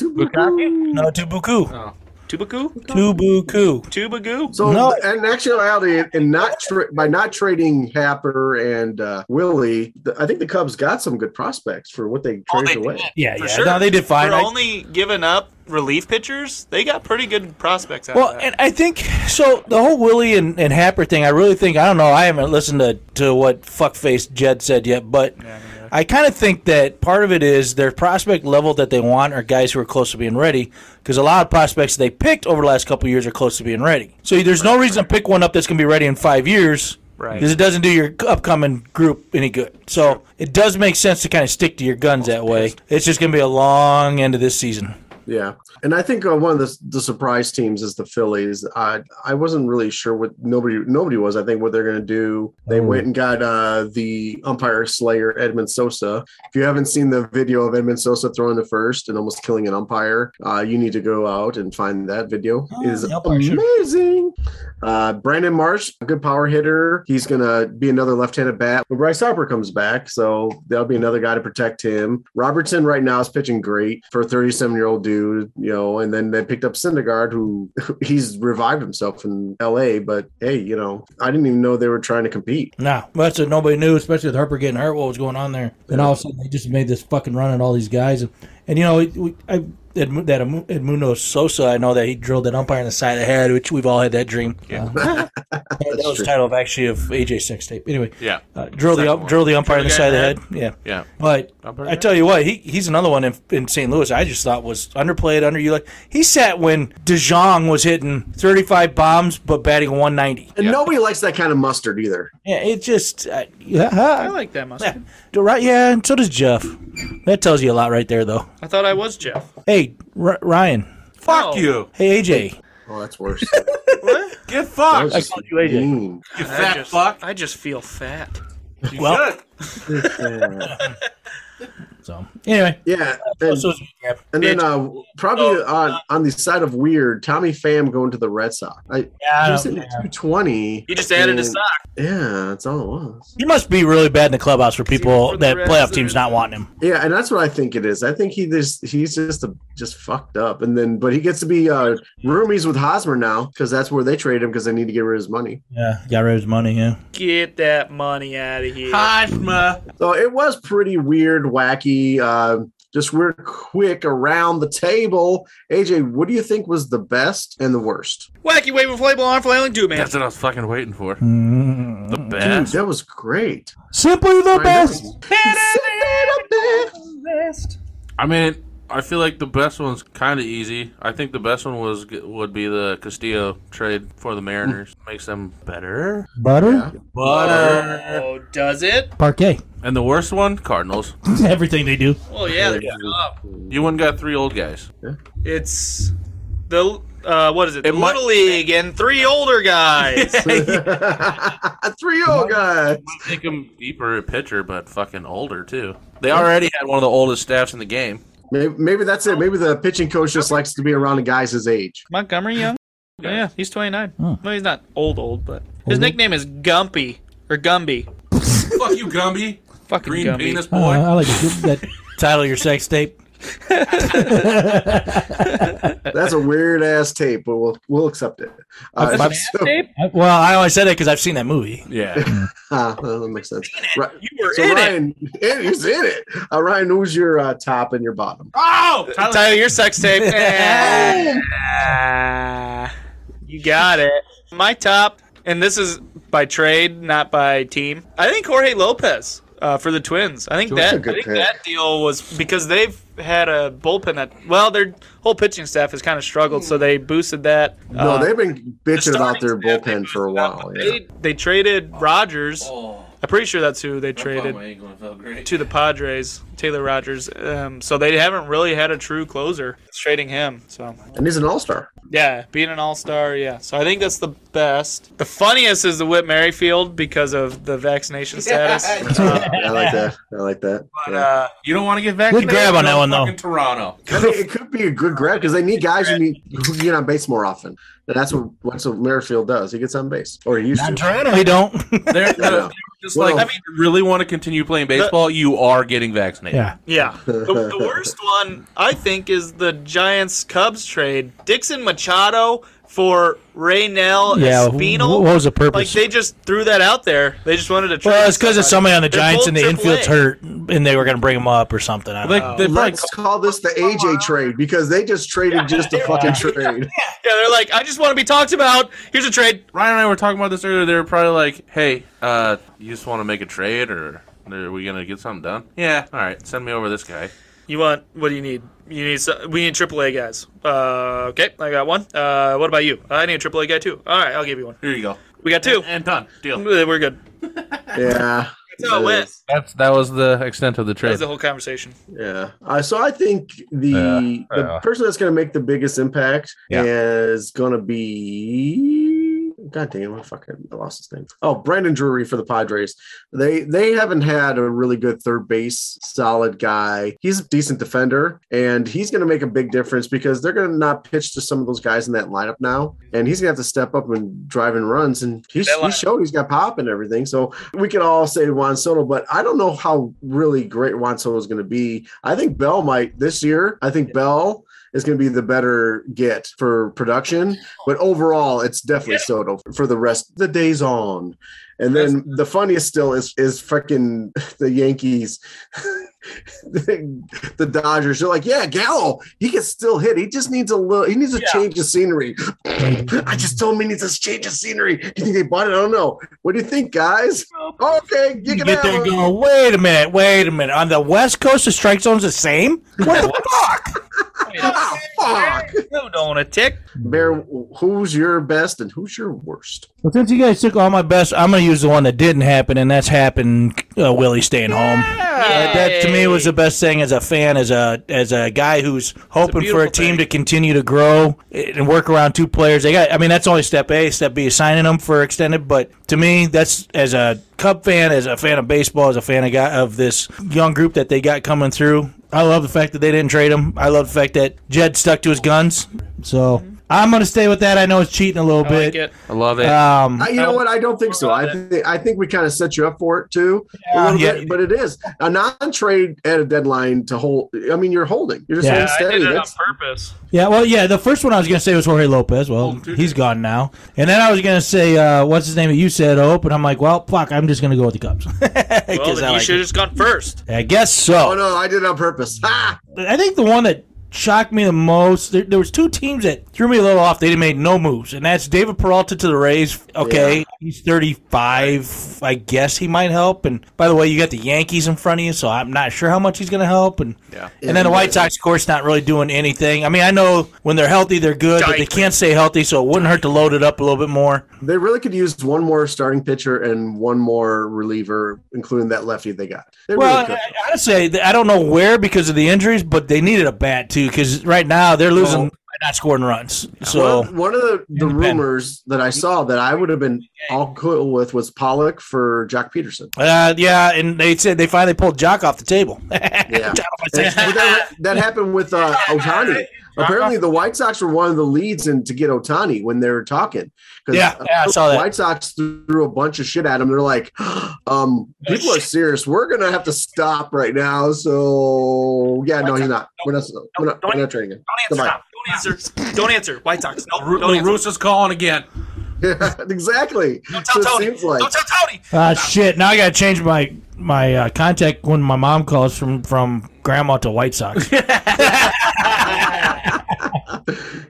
Speaker 3: No, two buku.
Speaker 5: Tubaku?
Speaker 3: Tubuku.
Speaker 5: Tubagoo?
Speaker 2: So,
Speaker 3: No.
Speaker 2: and in actuality, and not tra- by not trading Happer and uh, Willie, the, I think the Cubs got some good prospects for what they
Speaker 5: Oh, they
Speaker 2: traded away.
Speaker 5: did.
Speaker 3: Yeah,
Speaker 5: For
Speaker 3: yeah.
Speaker 5: sure.
Speaker 3: No, they did fine.
Speaker 5: For
Speaker 3: I-
Speaker 5: only giving up relief pitchers, they got pretty good prospects out
Speaker 3: Well,
Speaker 5: of that.
Speaker 3: and I think so. The whole Willie and, and Happer thing, I really think I don't know. I haven't listened to, to what fuckface Jed said yet, but I kind of think that part of it is their prospect level that they want are guys who are close to being ready because a lot of prospects they picked over the last couple of years are close to being ready. So there's no reason to pick one up that's going to be ready in five years.
Speaker 5: Right.
Speaker 3: Because it doesn't do your upcoming group any good. So it does make sense to kind of stick to your guns that way. It's just going to be a long end of this season.
Speaker 2: Yeah, and I think uh, one of the, the surprise teams is the Phillies. I I wasn't really sure what nobody nobody was. I think what they're going to do. They
Speaker 3: Hmm.
Speaker 2: went and got uh, the umpire slayer Edmund Sosa. If you haven't seen the video of Edmund Sosa throwing the first and almost killing an umpire, uh, you need to go out and find that video.
Speaker 3: Oh,
Speaker 2: it is
Speaker 3: the umpire should-
Speaker 2: amazing. Uh, Brandon Marsh, a good power hitter. He's going to be another left-handed bat when Bryce Harper comes back. So that'll be another guy to protect him. Robertson right now is pitching great for a 37-year-old dude, you know, and then they picked up Syndergaard, who <laughs> he's revived himself in LA. But hey, you know, I didn't even know they were trying to compete.
Speaker 3: No, that's what nobody knew, especially with Harper getting hurt. What was going on there? And all of a sudden, they just made this fucking run at all these guys. And, and you know, it- we, I Edmu- that Edmu- Edmundo Sosa, I know that he drilled that umpire in the side of the head, which we've all had that dream. Yeah.
Speaker 6: <laughs>
Speaker 3: that was the
Speaker 2: true.
Speaker 3: title of actually of AJ's sex tape. Anyway,
Speaker 6: Yeah.
Speaker 3: uh, drill the
Speaker 6: Second
Speaker 3: up,
Speaker 6: one.
Speaker 3: drill the umpire in the
Speaker 6: Drill
Speaker 3: side
Speaker 6: the
Speaker 3: of the
Speaker 6: guy
Speaker 3: head.
Speaker 6: in
Speaker 3: Yeah.
Speaker 6: Yeah.
Speaker 3: But
Speaker 6: Umpire
Speaker 3: I tell you what, he, he's another one in, in St. Louis. I just thought was underplayed, under you. Like he sat when De Jong was hitting 35 bombs but batting 190.
Speaker 2: And
Speaker 6: Yeah.
Speaker 2: nobody likes that kind of mustard either.
Speaker 3: Yeah, it just uh,
Speaker 5: I like that
Speaker 3: yeah,
Speaker 5: mustard.
Speaker 3: Do- right. Yeah, and so does Jeff. That tells you a lot, right there, though.
Speaker 5: I thought I was Jeff.
Speaker 3: Hey, R- Ryan.
Speaker 6: Fuck
Speaker 5: No.
Speaker 6: you.
Speaker 3: Hey, AJ.
Speaker 2: Oh, that's <laughs> worse.
Speaker 6: Get
Speaker 2: That
Speaker 6: fucked.
Speaker 2: was just
Speaker 3: called you AJ.
Speaker 2: mean. <laughs>
Speaker 6: You
Speaker 5: I
Speaker 6: fat
Speaker 5: just,
Speaker 6: fuck.
Speaker 5: I just feel fat.
Speaker 6: You
Speaker 3: Well-
Speaker 6: should.
Speaker 2: Yeah.
Speaker 3: So anyway,
Speaker 2: Yeah. and-
Speaker 3: so- yeah.
Speaker 2: And then uh, probably
Speaker 5: uh,
Speaker 2: on, on the side of weird, Tommy Pham going to the Red Sox. I
Speaker 3: Yeah, I
Speaker 2: just
Speaker 3: don't-
Speaker 2: in two twenty.
Speaker 5: He just added a
Speaker 2: and-
Speaker 5: sock.
Speaker 2: Yeah, that's all it was.
Speaker 3: he must be really bad in the clubhouse for people
Speaker 5: for the
Speaker 3: that
Speaker 5: Reds
Speaker 3: playoff
Speaker 5: and-
Speaker 3: teams not wanting him.
Speaker 2: Yeah, and that's what I think it is. I think he just he's just a, just fucked up. And then, but he gets to be uh, roomies with Hosmer now because that's where they trade him because they need to get rid of his money.
Speaker 3: Yeah, got rid of his money. Yeah,
Speaker 5: Get that money out of here.
Speaker 6: Hajma.
Speaker 2: So it was pretty weird, wacky. Uh, just real quick around the table. AJ, what do you think was the best and the worst?
Speaker 5: Wacky wave inflatable arm flailing two man.
Speaker 6: That's what I was fucking waiting for. The
Speaker 3: Mm-hmm.
Speaker 2: Dude,
Speaker 6: best.
Speaker 2: that was great.
Speaker 3: simply the
Speaker 2: I know.
Speaker 3: best.
Speaker 6: I mean, I feel like the best one's kind of easy. I think the best one was would be the Castillo trade for the Mariners. Makes them better.
Speaker 3: Butter,
Speaker 2: Yeah.
Speaker 6: Butter.
Speaker 5: Oh, does it?
Speaker 3: parquet,
Speaker 6: And the worst one, Cardinals.
Speaker 3: <laughs> everything they do.
Speaker 5: Well, yeah, they
Speaker 2: Yeah.
Speaker 5: fucked up.
Speaker 6: You wouldn't got three old guys.
Speaker 5: It's the uh, what is it?
Speaker 6: It
Speaker 5: the
Speaker 6: might-
Speaker 5: Little League and three older <laughs> guys.
Speaker 2: <laughs> Three old guys.
Speaker 6: Make them deeper at pitcher, but fucking older too. They already had one of the oldest staffs in the game.
Speaker 2: Maybe, maybe that's it. Maybe the pitching coach just likes to be around the guys his age.
Speaker 5: Montgomery Young. Yeah, he's 29.
Speaker 3: Hmm.
Speaker 5: No, he's not old old, but his nickname is Gumpy or Gumby.
Speaker 6: Fuck you, Gumby.
Speaker 5: Fucking
Speaker 6: Green
Speaker 5: Gumby.
Speaker 6: penis
Speaker 3: Uh,
Speaker 6: boy.
Speaker 3: I like that <laughs> title of your sex tape. <laughs>
Speaker 5: <laughs>
Speaker 2: That's a weird ass tape, but we'll we'll accept it. Uh,
Speaker 3: That's an
Speaker 2: so- <laughs>
Speaker 3: I- Well, I always said it because I've seen that movie.
Speaker 6: yeah.
Speaker 2: Ah, well, that makes sense. Right.
Speaker 5: You were
Speaker 2: So
Speaker 5: in it.
Speaker 2: Ryan, it, he's in it. Uh, Ryan, who's your uh, top and your bottom?
Speaker 6: Oh, Tyler.
Speaker 5: <laughs> Tyler, your sex tape. Ah. you got it. My top, and this is by trade, not by team. I think Jorge Lopez uh, for the Twins. I think
Speaker 2: That's a
Speaker 5: that
Speaker 2: good
Speaker 5: I think
Speaker 2: pick.
Speaker 5: that deal was because they've had a bullpen that well, their whole pitching staff has kind of struggled, so they boosted that.
Speaker 2: No, they've been bitching
Speaker 5: the
Speaker 2: about their
Speaker 5: starting staff,
Speaker 2: bullpen
Speaker 5: they
Speaker 2: for a
Speaker 5: boosted that,
Speaker 2: while.
Speaker 5: but
Speaker 2: Yeah.
Speaker 5: They, they traded Rogers.
Speaker 6: Oh,
Speaker 5: <laughs> I'm pretty sure that's who they
Speaker 6: that
Speaker 5: traded
Speaker 6: my ankle and felt great.
Speaker 5: to the Padres, Taylor Rogers. Um, so they haven't really had a true closer. It's trading him. So
Speaker 2: And he's an all star.
Speaker 5: <laughs> yeah, being an all star, yeah. So I think that's the best. The funniest is the Whit Merrifield because of the vaccination status.
Speaker 2: <laughs>
Speaker 5: Uh,
Speaker 2: I like that. I like that.
Speaker 6: But,
Speaker 2: Yeah.
Speaker 6: uh, you don't want to get vaccinated.
Speaker 3: grab on that
Speaker 6: Go
Speaker 3: one, though.
Speaker 6: fucking Toronto.
Speaker 2: I mean, it could be a good grab because they need guys who need who can get on base more often. And that's what that's what Merrifield does. He gets on base, or he used to.
Speaker 3: We don't.
Speaker 6: They're, they're
Speaker 2: Yeah.
Speaker 6: just
Speaker 2: Well-
Speaker 6: like, I mean, you really want to continue playing baseball? you are getting
Speaker 5: right?
Speaker 3: <laughs> Yeah.
Speaker 5: Yeah. The, the worst one, I think, is the Giants Cubs trade. Dixon Machado for Raynell
Speaker 3: Yeah,
Speaker 5: Espinal.
Speaker 3: wh- what was the purpose?
Speaker 5: Like, they just threw that out there. They just wanted to trade.
Speaker 3: Well, it's because it's somebody on the
Speaker 5: They're
Speaker 3: Giants
Speaker 5: both
Speaker 3: and the
Speaker 5: triple
Speaker 3: infield's
Speaker 5: A.
Speaker 3: hurt, and they were going to bring him up or something. I don't
Speaker 6: Like
Speaker 3: know.
Speaker 6: they probably
Speaker 2: Let's call this the AJ trade because they just traded just a fucking trade.
Speaker 5: Yeah, they're like, I just want to be talked about. Here's a trade.
Speaker 6: Ryan and I were talking about this earlier. They were probably like, "Hey, uh, you just want to make a trade, or are we gonna get something done?" Yeah. All right, send me over this guy.
Speaker 5: You want? What do you need? You need some, we need AAA guys. Uh, okay, I got one. Uh, what about you? I need a AAA guy too. All right, I'll give you one.
Speaker 6: Here you go.
Speaker 5: We got two.
Speaker 6: And done. Deal.
Speaker 5: We're good.
Speaker 2: Yeah.
Speaker 5: That's how it went.
Speaker 6: That's that was the extent of the
Speaker 5: That was
Speaker 6: trade.
Speaker 5: the whole conversation.
Speaker 2: Yeah. Uh, so I think the
Speaker 6: Yeah,
Speaker 2: the
Speaker 6: yeah.
Speaker 2: person that's going to make the biggest impact
Speaker 7: Yeah.
Speaker 2: is going to be. God dang it! What fucking I lost his name. Oh, Brandon Drury for the Padres. They they haven't had a really good third base solid guy. He's a decent defender, and he's going to make a big difference because they're going to not pitch to some of those guys in that lineup now, and he's going to have to step up and drive in runs. And he's,
Speaker 5: That
Speaker 2: he
Speaker 5: lineup.
Speaker 2: showed he's got pop and everything. So we could all say Juan Soto, but I don't know how really great Juan Soto is going to be. I think Bell might this year. I think Bell is going to be the better get for production, but overall, it's definitely
Speaker 5: Yeah.
Speaker 2: Soto for the rest. The days on. And then the funniest still is is fucking <laughs> the Yankees, <laughs> the, the Dodgers. They're like, yeah, Gallo, he can still hit. He just needs a little. He needs a
Speaker 5: Yeah.
Speaker 2: change of scenery. <laughs> I just told him he needs a change of scenery. Do you think they bought it? I don't know. What do you think, guys? Okay, you can
Speaker 3: You get
Speaker 2: have
Speaker 3: there and
Speaker 2: it.
Speaker 3: go, wait a minute, wait a minute. On the West Coast, the strike zone's the same? What the fuck?
Speaker 2: Ah, fuck.
Speaker 5: No tick.
Speaker 2: Bear, who's your best and who's your worst?
Speaker 3: Well, since you guys took all my best, I'm going to use the one that didn't happen, and that's happened uh, Willie staying home. Uh, that to me was the best thing as a fan, as a as a guy who's hoping for a
Speaker 5: beautiful
Speaker 3: team
Speaker 5: thing.
Speaker 3: to continue to grow and work around two players. They got, I mean, that's only step A. Step B is signing them for extended. But to me, that's as a Cub fan, as a fan of baseball, as a fan of guy, of this young group that they got coming through. I love the fact that they didn't trade him. I love the fact that Jed stuck to his guns. So I'm gonna stay with that. I know it's cheating a little
Speaker 5: Mm-hmm. I like
Speaker 3: bit.
Speaker 5: it.
Speaker 6: I love it.
Speaker 3: Um,
Speaker 2: I, you know what? I don't think so. I think I think we kind of set you up for it too, a
Speaker 3: Yeah,
Speaker 2: little
Speaker 3: yeah.
Speaker 2: bit. But it is a non-trade at a deadline to hold. I mean, you're holding. You're just
Speaker 3: Yeah.
Speaker 5: Yeah, I
Speaker 2: holding
Speaker 5: did
Speaker 2: steady.
Speaker 5: it on
Speaker 2: That's-
Speaker 5: purpose.
Speaker 3: Yeah, well, yeah. The first one I was gonna say was Jorge Lopez. Well, he's gone now. And then I was gonna say, uh, what's his name? that You said Ope, and I'm like, well, fuck. I'm just gonna go with the Cubs. <laughs> 'Cause
Speaker 5: Well, then
Speaker 3: I,
Speaker 5: you
Speaker 3: like
Speaker 5: should have
Speaker 3: it.
Speaker 5: just gone first.
Speaker 3: I guess
Speaker 2: oh
Speaker 3: so.
Speaker 2: no, I did it on purpose. <laughs> Ah!
Speaker 3: I think the one that shocked me the most there, there was two teams that threw me a little off. They made no moves, and that's David Peralta to the Rays. Okay, he's 35. I guess he might help. And by the way, you got the Yankees in front of you, so I'm not sure how much he's gonna help. And
Speaker 6: yeah.
Speaker 3: And then the White Sox, of course, not really doing anything. I mean, I know when they're healthy, they're good, but they
Speaker 5: Dyke.
Speaker 3: can't stay healthy, so it wouldn't hurt to load it up a little bit more.
Speaker 2: They really could use one more starting pitcher and one more reliever, including that lefty they got. They
Speaker 3: Well,
Speaker 2: really could.
Speaker 3: I- honestly, th- I don't know where because of the injuries, but they needed a bat too because right now they're losing,
Speaker 2: Well-
Speaker 3: by not scoring runs. So
Speaker 2: one, one of the, the
Speaker 3: Independent.
Speaker 2: rumors that I saw that I would have been all cool with was Pollock for Jack Peterson.
Speaker 3: uh, yeah, and they said they finally pulled Jock off the table. <laughs>
Speaker 2: Yeah.
Speaker 3: Jock off the
Speaker 2: That's-
Speaker 3: table.
Speaker 2: but
Speaker 5: <laughs>
Speaker 2: that, that happened with uh, Otani. Apparently, the White Sox were one of the leads in to get Otani when they were talking. 'Cause
Speaker 3: <laughs>
Speaker 2: uh,
Speaker 3: Yeah, yeah, I saw
Speaker 2: the
Speaker 3: that.
Speaker 2: White Sox threw a bunch of shit at him. They're like, <gasps> um, people are serious. We're gonna have to stop right now. So yeah, no, he's not. We're not. We're not, we're not trading him. <laughs>
Speaker 5: Don't answer.
Speaker 2: Goodbye.
Speaker 5: Don't answer. Don't answer. White Sox. No,
Speaker 6: Ru-
Speaker 5: don't answer.
Speaker 6: Roos is calling again.
Speaker 2: Yeah, exactly.
Speaker 5: Don't
Speaker 2: So
Speaker 5: tell
Speaker 2: it
Speaker 5: Tony.
Speaker 2: seems like.
Speaker 5: Don't tell Tony.
Speaker 3: Ah, shit! Now I got to change my my uh, contact when my mom calls from from grandma to White Sox. <laughs>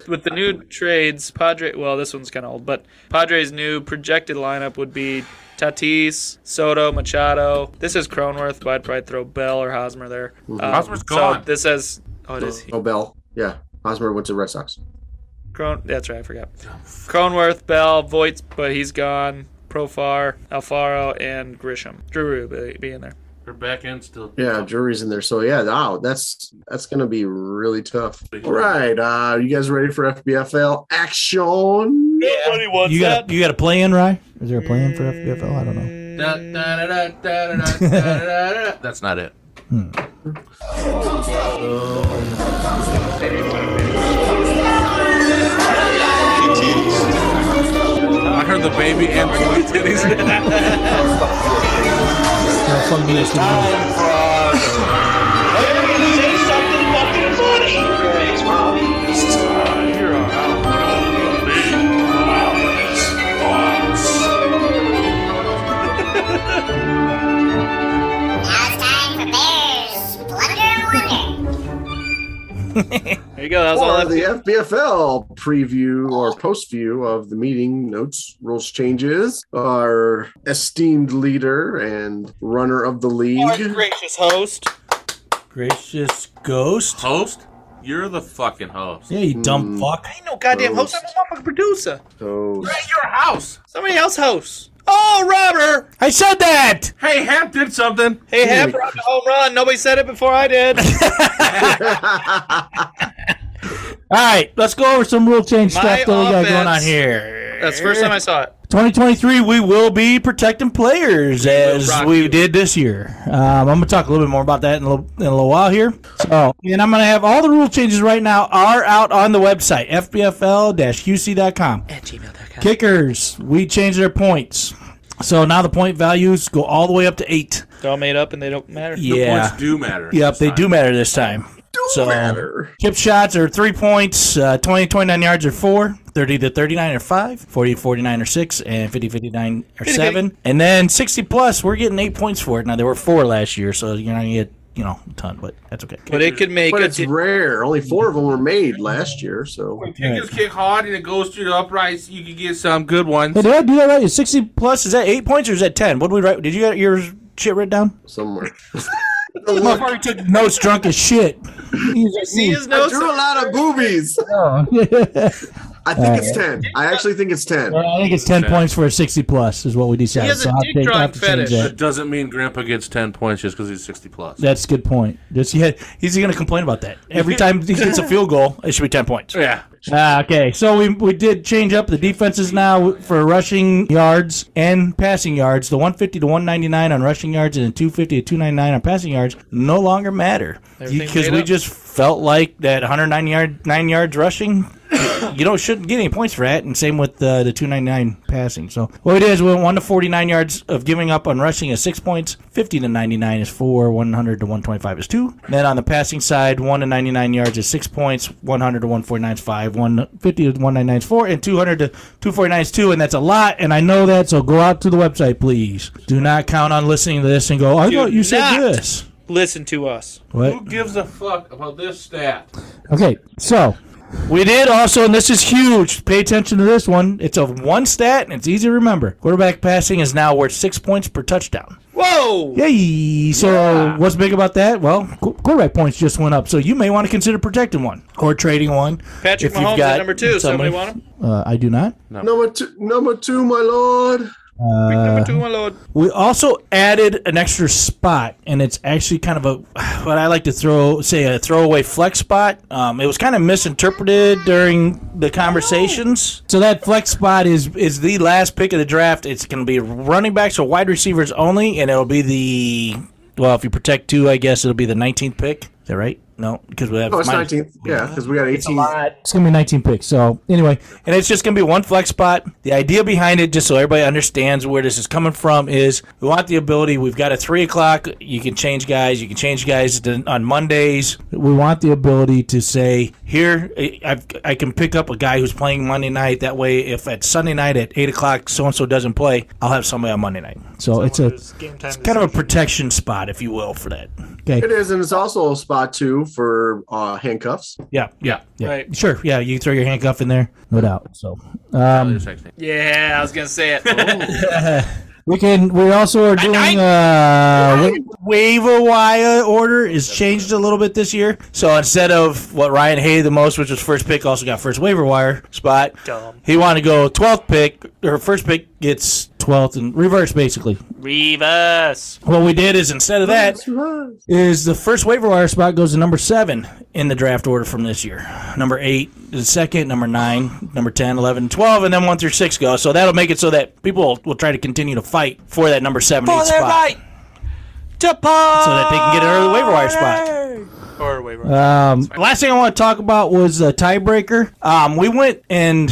Speaker 5: With the new trades, Padre. Well, this one's kind of old, but Padres' new projected lineup would be Tatis, Soto, Machado. This is Cronworth, but I'd probably throw Bell or Hosmer there. Um,
Speaker 6: Hosmer's
Speaker 5: so
Speaker 6: gone.
Speaker 5: this has. Oh, it is.
Speaker 2: Oh, Bell. Yeah, Hosmer went to Red Sox.
Speaker 5: Cron. That's right. I forgot. Cronworth, Bell, Voits, but he's gone. Profar, Alfaro, and Grisham. Drew will be- be in there.
Speaker 6: We're back in still.
Speaker 2: Yeah, jury's in there. So yeah, wow, that's that's gonna be really tough. All right, uh, you guys ready for FBFL action?
Speaker 5: Nobody wants
Speaker 3: you got you got a play in, Rye? Is there a play in for FBFL? I don't know.
Speaker 6: Da- da- da- da- da- da- da- da- da- da. That's not it. I heard the baby and the white titties. <laughs>
Speaker 3: Well, fuck me, it's gonna be-
Speaker 5: There you go. That's all
Speaker 2: Or
Speaker 5: I've
Speaker 2: the FBFL preview or post view of the meeting notes, rules changes, our esteemed leader and runner of the league.
Speaker 7: gracious host.
Speaker 3: Gracious ghost.
Speaker 6: Host? You're the fucking host.
Speaker 3: Yeah, you dumb
Speaker 2: Mm.
Speaker 3: fuck.
Speaker 5: I ain't no goddamn host. I'm a motherfucking producer.
Speaker 2: So
Speaker 6: At your house.
Speaker 5: Somebody else hosts. Oh, Robert!
Speaker 3: I said that.
Speaker 6: Hey, Hap did something.
Speaker 5: Hey, Hap robbed a home run. Nobody said it before I did.
Speaker 3: All right, let's go over some rule change
Speaker 5: My
Speaker 3: stuff that we got going
Speaker 5: offense-
Speaker 3: on here.
Speaker 5: That's the first time I
Speaker 1: <laughs>
Speaker 5: saw it.
Speaker 3: 2023, we will be protecting players as
Speaker 5: rock
Speaker 3: we
Speaker 5: you.
Speaker 3: did this year. Um, I'm going to talk a little bit more about that in a little, in a little while here. So, and I'm going to have all the rule changes right now are out on the website, fbfl-qc.com. At gmail.com. Kickers, we changed their points. So now the point values go all the way up to eight.
Speaker 5: They're all made up and they don't matter.
Speaker 3: Yeah.
Speaker 6: Points do matter.
Speaker 3: Yep,
Speaker 6: this
Speaker 3: they
Speaker 6: time.
Speaker 3: do matter this time. so,
Speaker 2: matter.
Speaker 3: Chip shots are three points, uh, 20 to 29 yards are four, 30 to 39 are five, 40 to 49 are six, and 50 to 59 are seven. And then 60 plus, we're getting eight points for it. Now, there were four last year, so you're not going to get, you know, a ton, but that's okay.
Speaker 5: But it could make
Speaker 2: But
Speaker 5: a
Speaker 2: it's rare. Only four of them were made last year. So
Speaker 6: You just kick hard and it goes through the uprights. You can get some good ones.
Speaker 3: Hey, did I do that right? Is 60 plus, is that eight points or is that 10? What did we write? Did you get your shit written down?
Speaker 2: somewhere.
Speaker 3: Motherfucker took notes drunk as shit.
Speaker 5: <laughs> See his
Speaker 2: I
Speaker 5: nose?
Speaker 2: drew a lot of boobies. I think it's ten. I actually think it's ten.
Speaker 3: <laughs> I think it's 10 points for a 60 plus, is what we decided.
Speaker 5: He has a
Speaker 3: so I'll
Speaker 5: dick
Speaker 3: take- I'll
Speaker 5: drawing
Speaker 3: have to change
Speaker 5: fetish.
Speaker 3: that.
Speaker 6: That doesn't mean Grandpa gets 10 points just because he's 60 plus.
Speaker 3: That's a good point. Just, yeah, he's going to complain about that. Every time he hits a field goal, it should be 10 points.
Speaker 6: yeah.
Speaker 3: <laughs> Ah, okay. So we, we did change up the defenses now for rushing yards and passing yards. The 150 to 199 on rushing yards and the 250 to 299 on passing yards no longer matter
Speaker 5: Everything's
Speaker 3: because
Speaker 5: made
Speaker 3: we
Speaker 5: up.
Speaker 3: just felt like that 109 yard nine yards rushing. You don't shouldn't get any points for that, and same with uh, the 299 passing. So what we did is we went one to 49 yards of giving up on rushing is six points, 50 to 99 is four, 100 to 125 is two. Then on the passing side, one to 99 yards is six points, 100 to 149 is five, 150 to 199 is four, and 200 to 249 is two, and that's a lot. And I know that, so go out to the website, please. Do not count on listening to this and go, I thought you said
Speaker 5: not.
Speaker 3: this.
Speaker 5: Listen to us.
Speaker 3: What?
Speaker 6: Who gives a fuck about this stat?
Speaker 3: Um, Okay, so we did also, and this is huge. Pay attention to this one. It's a one stat, and it's easy to remember. Quarterback passing is now worth six points per touchdown.
Speaker 5: Whoa!
Speaker 3: Yay! So what's big about that? Well, qu- quarterback points just went up, so you may want to consider protecting one or trading one.
Speaker 5: Patrick
Speaker 3: if you've
Speaker 5: Mahomes
Speaker 3: got
Speaker 5: at number two. Somebody, want him?
Speaker 3: Uh, I do not.
Speaker 2: Number two, number two, my lord.
Speaker 5: number
Speaker 3: uh,
Speaker 5: two, my lord.
Speaker 3: We also added an extra spot, and it's actually kind of a what I like to throw say a throwaway flex spot. Um, it was kind of misinterpreted during the conversations. So that flex spot is is the last pick of the draft. It's going to be running backs or wide receivers only, and it'll be the well if you protect two, I guess it'll be the 19th pick. Is that right? No, because we have
Speaker 2: Oh, it's
Speaker 3: minus-
Speaker 2: nineteenth. Yeah, because we got eighteen.
Speaker 3: it's gonna be 19 picks. So anyway, and it's just gonna be one flex spot. The idea behind it, just so everybody understands where this is coming from, is we want the ability. We've got a three o'clock. You can change guys. You can change guys to, on Mondays. We want the ability to say here, I, I've- I can pick up a guy who's playing Monday night. That way, if at Sunday night at eight o'clock, so and so doesn't play, I'll have somebody on Monday night. So it's a
Speaker 5: game time
Speaker 3: kind of a protection spot, if you will, for that. Okay.
Speaker 2: It is, and it's also a spot too for uh, handcuffs.
Speaker 3: Yeah. Yeah. yeah.
Speaker 5: Right.
Speaker 3: Sure. Yeah. You throw your handcuff in there, no doubt. So. Um,
Speaker 5: Yeah, I was gonna say
Speaker 3: <laughs>
Speaker 5: it.
Speaker 3: We can. We also are doing uh, wa- waiver wire order is changed a little bit this year. So instead of what Ryan hated the most, which was first pick, also got first waiver wire spot.
Speaker 5: Dumb.
Speaker 3: He wanted to go twelfth pick or first pick gets twelfth and reverse basically.
Speaker 5: Revis.
Speaker 3: What we did is instead of that is the first waiver wire spot goes to number seven in the draft order from this year. Number eight is second, number nine, number 10, 11, 12, and then one through six go. So that'll make it so that people will try to continue to fight for that number seven eight spot. so that they can get an early waiver wire spot.
Speaker 5: Or waiver.
Speaker 3: Um, last thing I want to talk about was the tiebreaker. Um, we went and.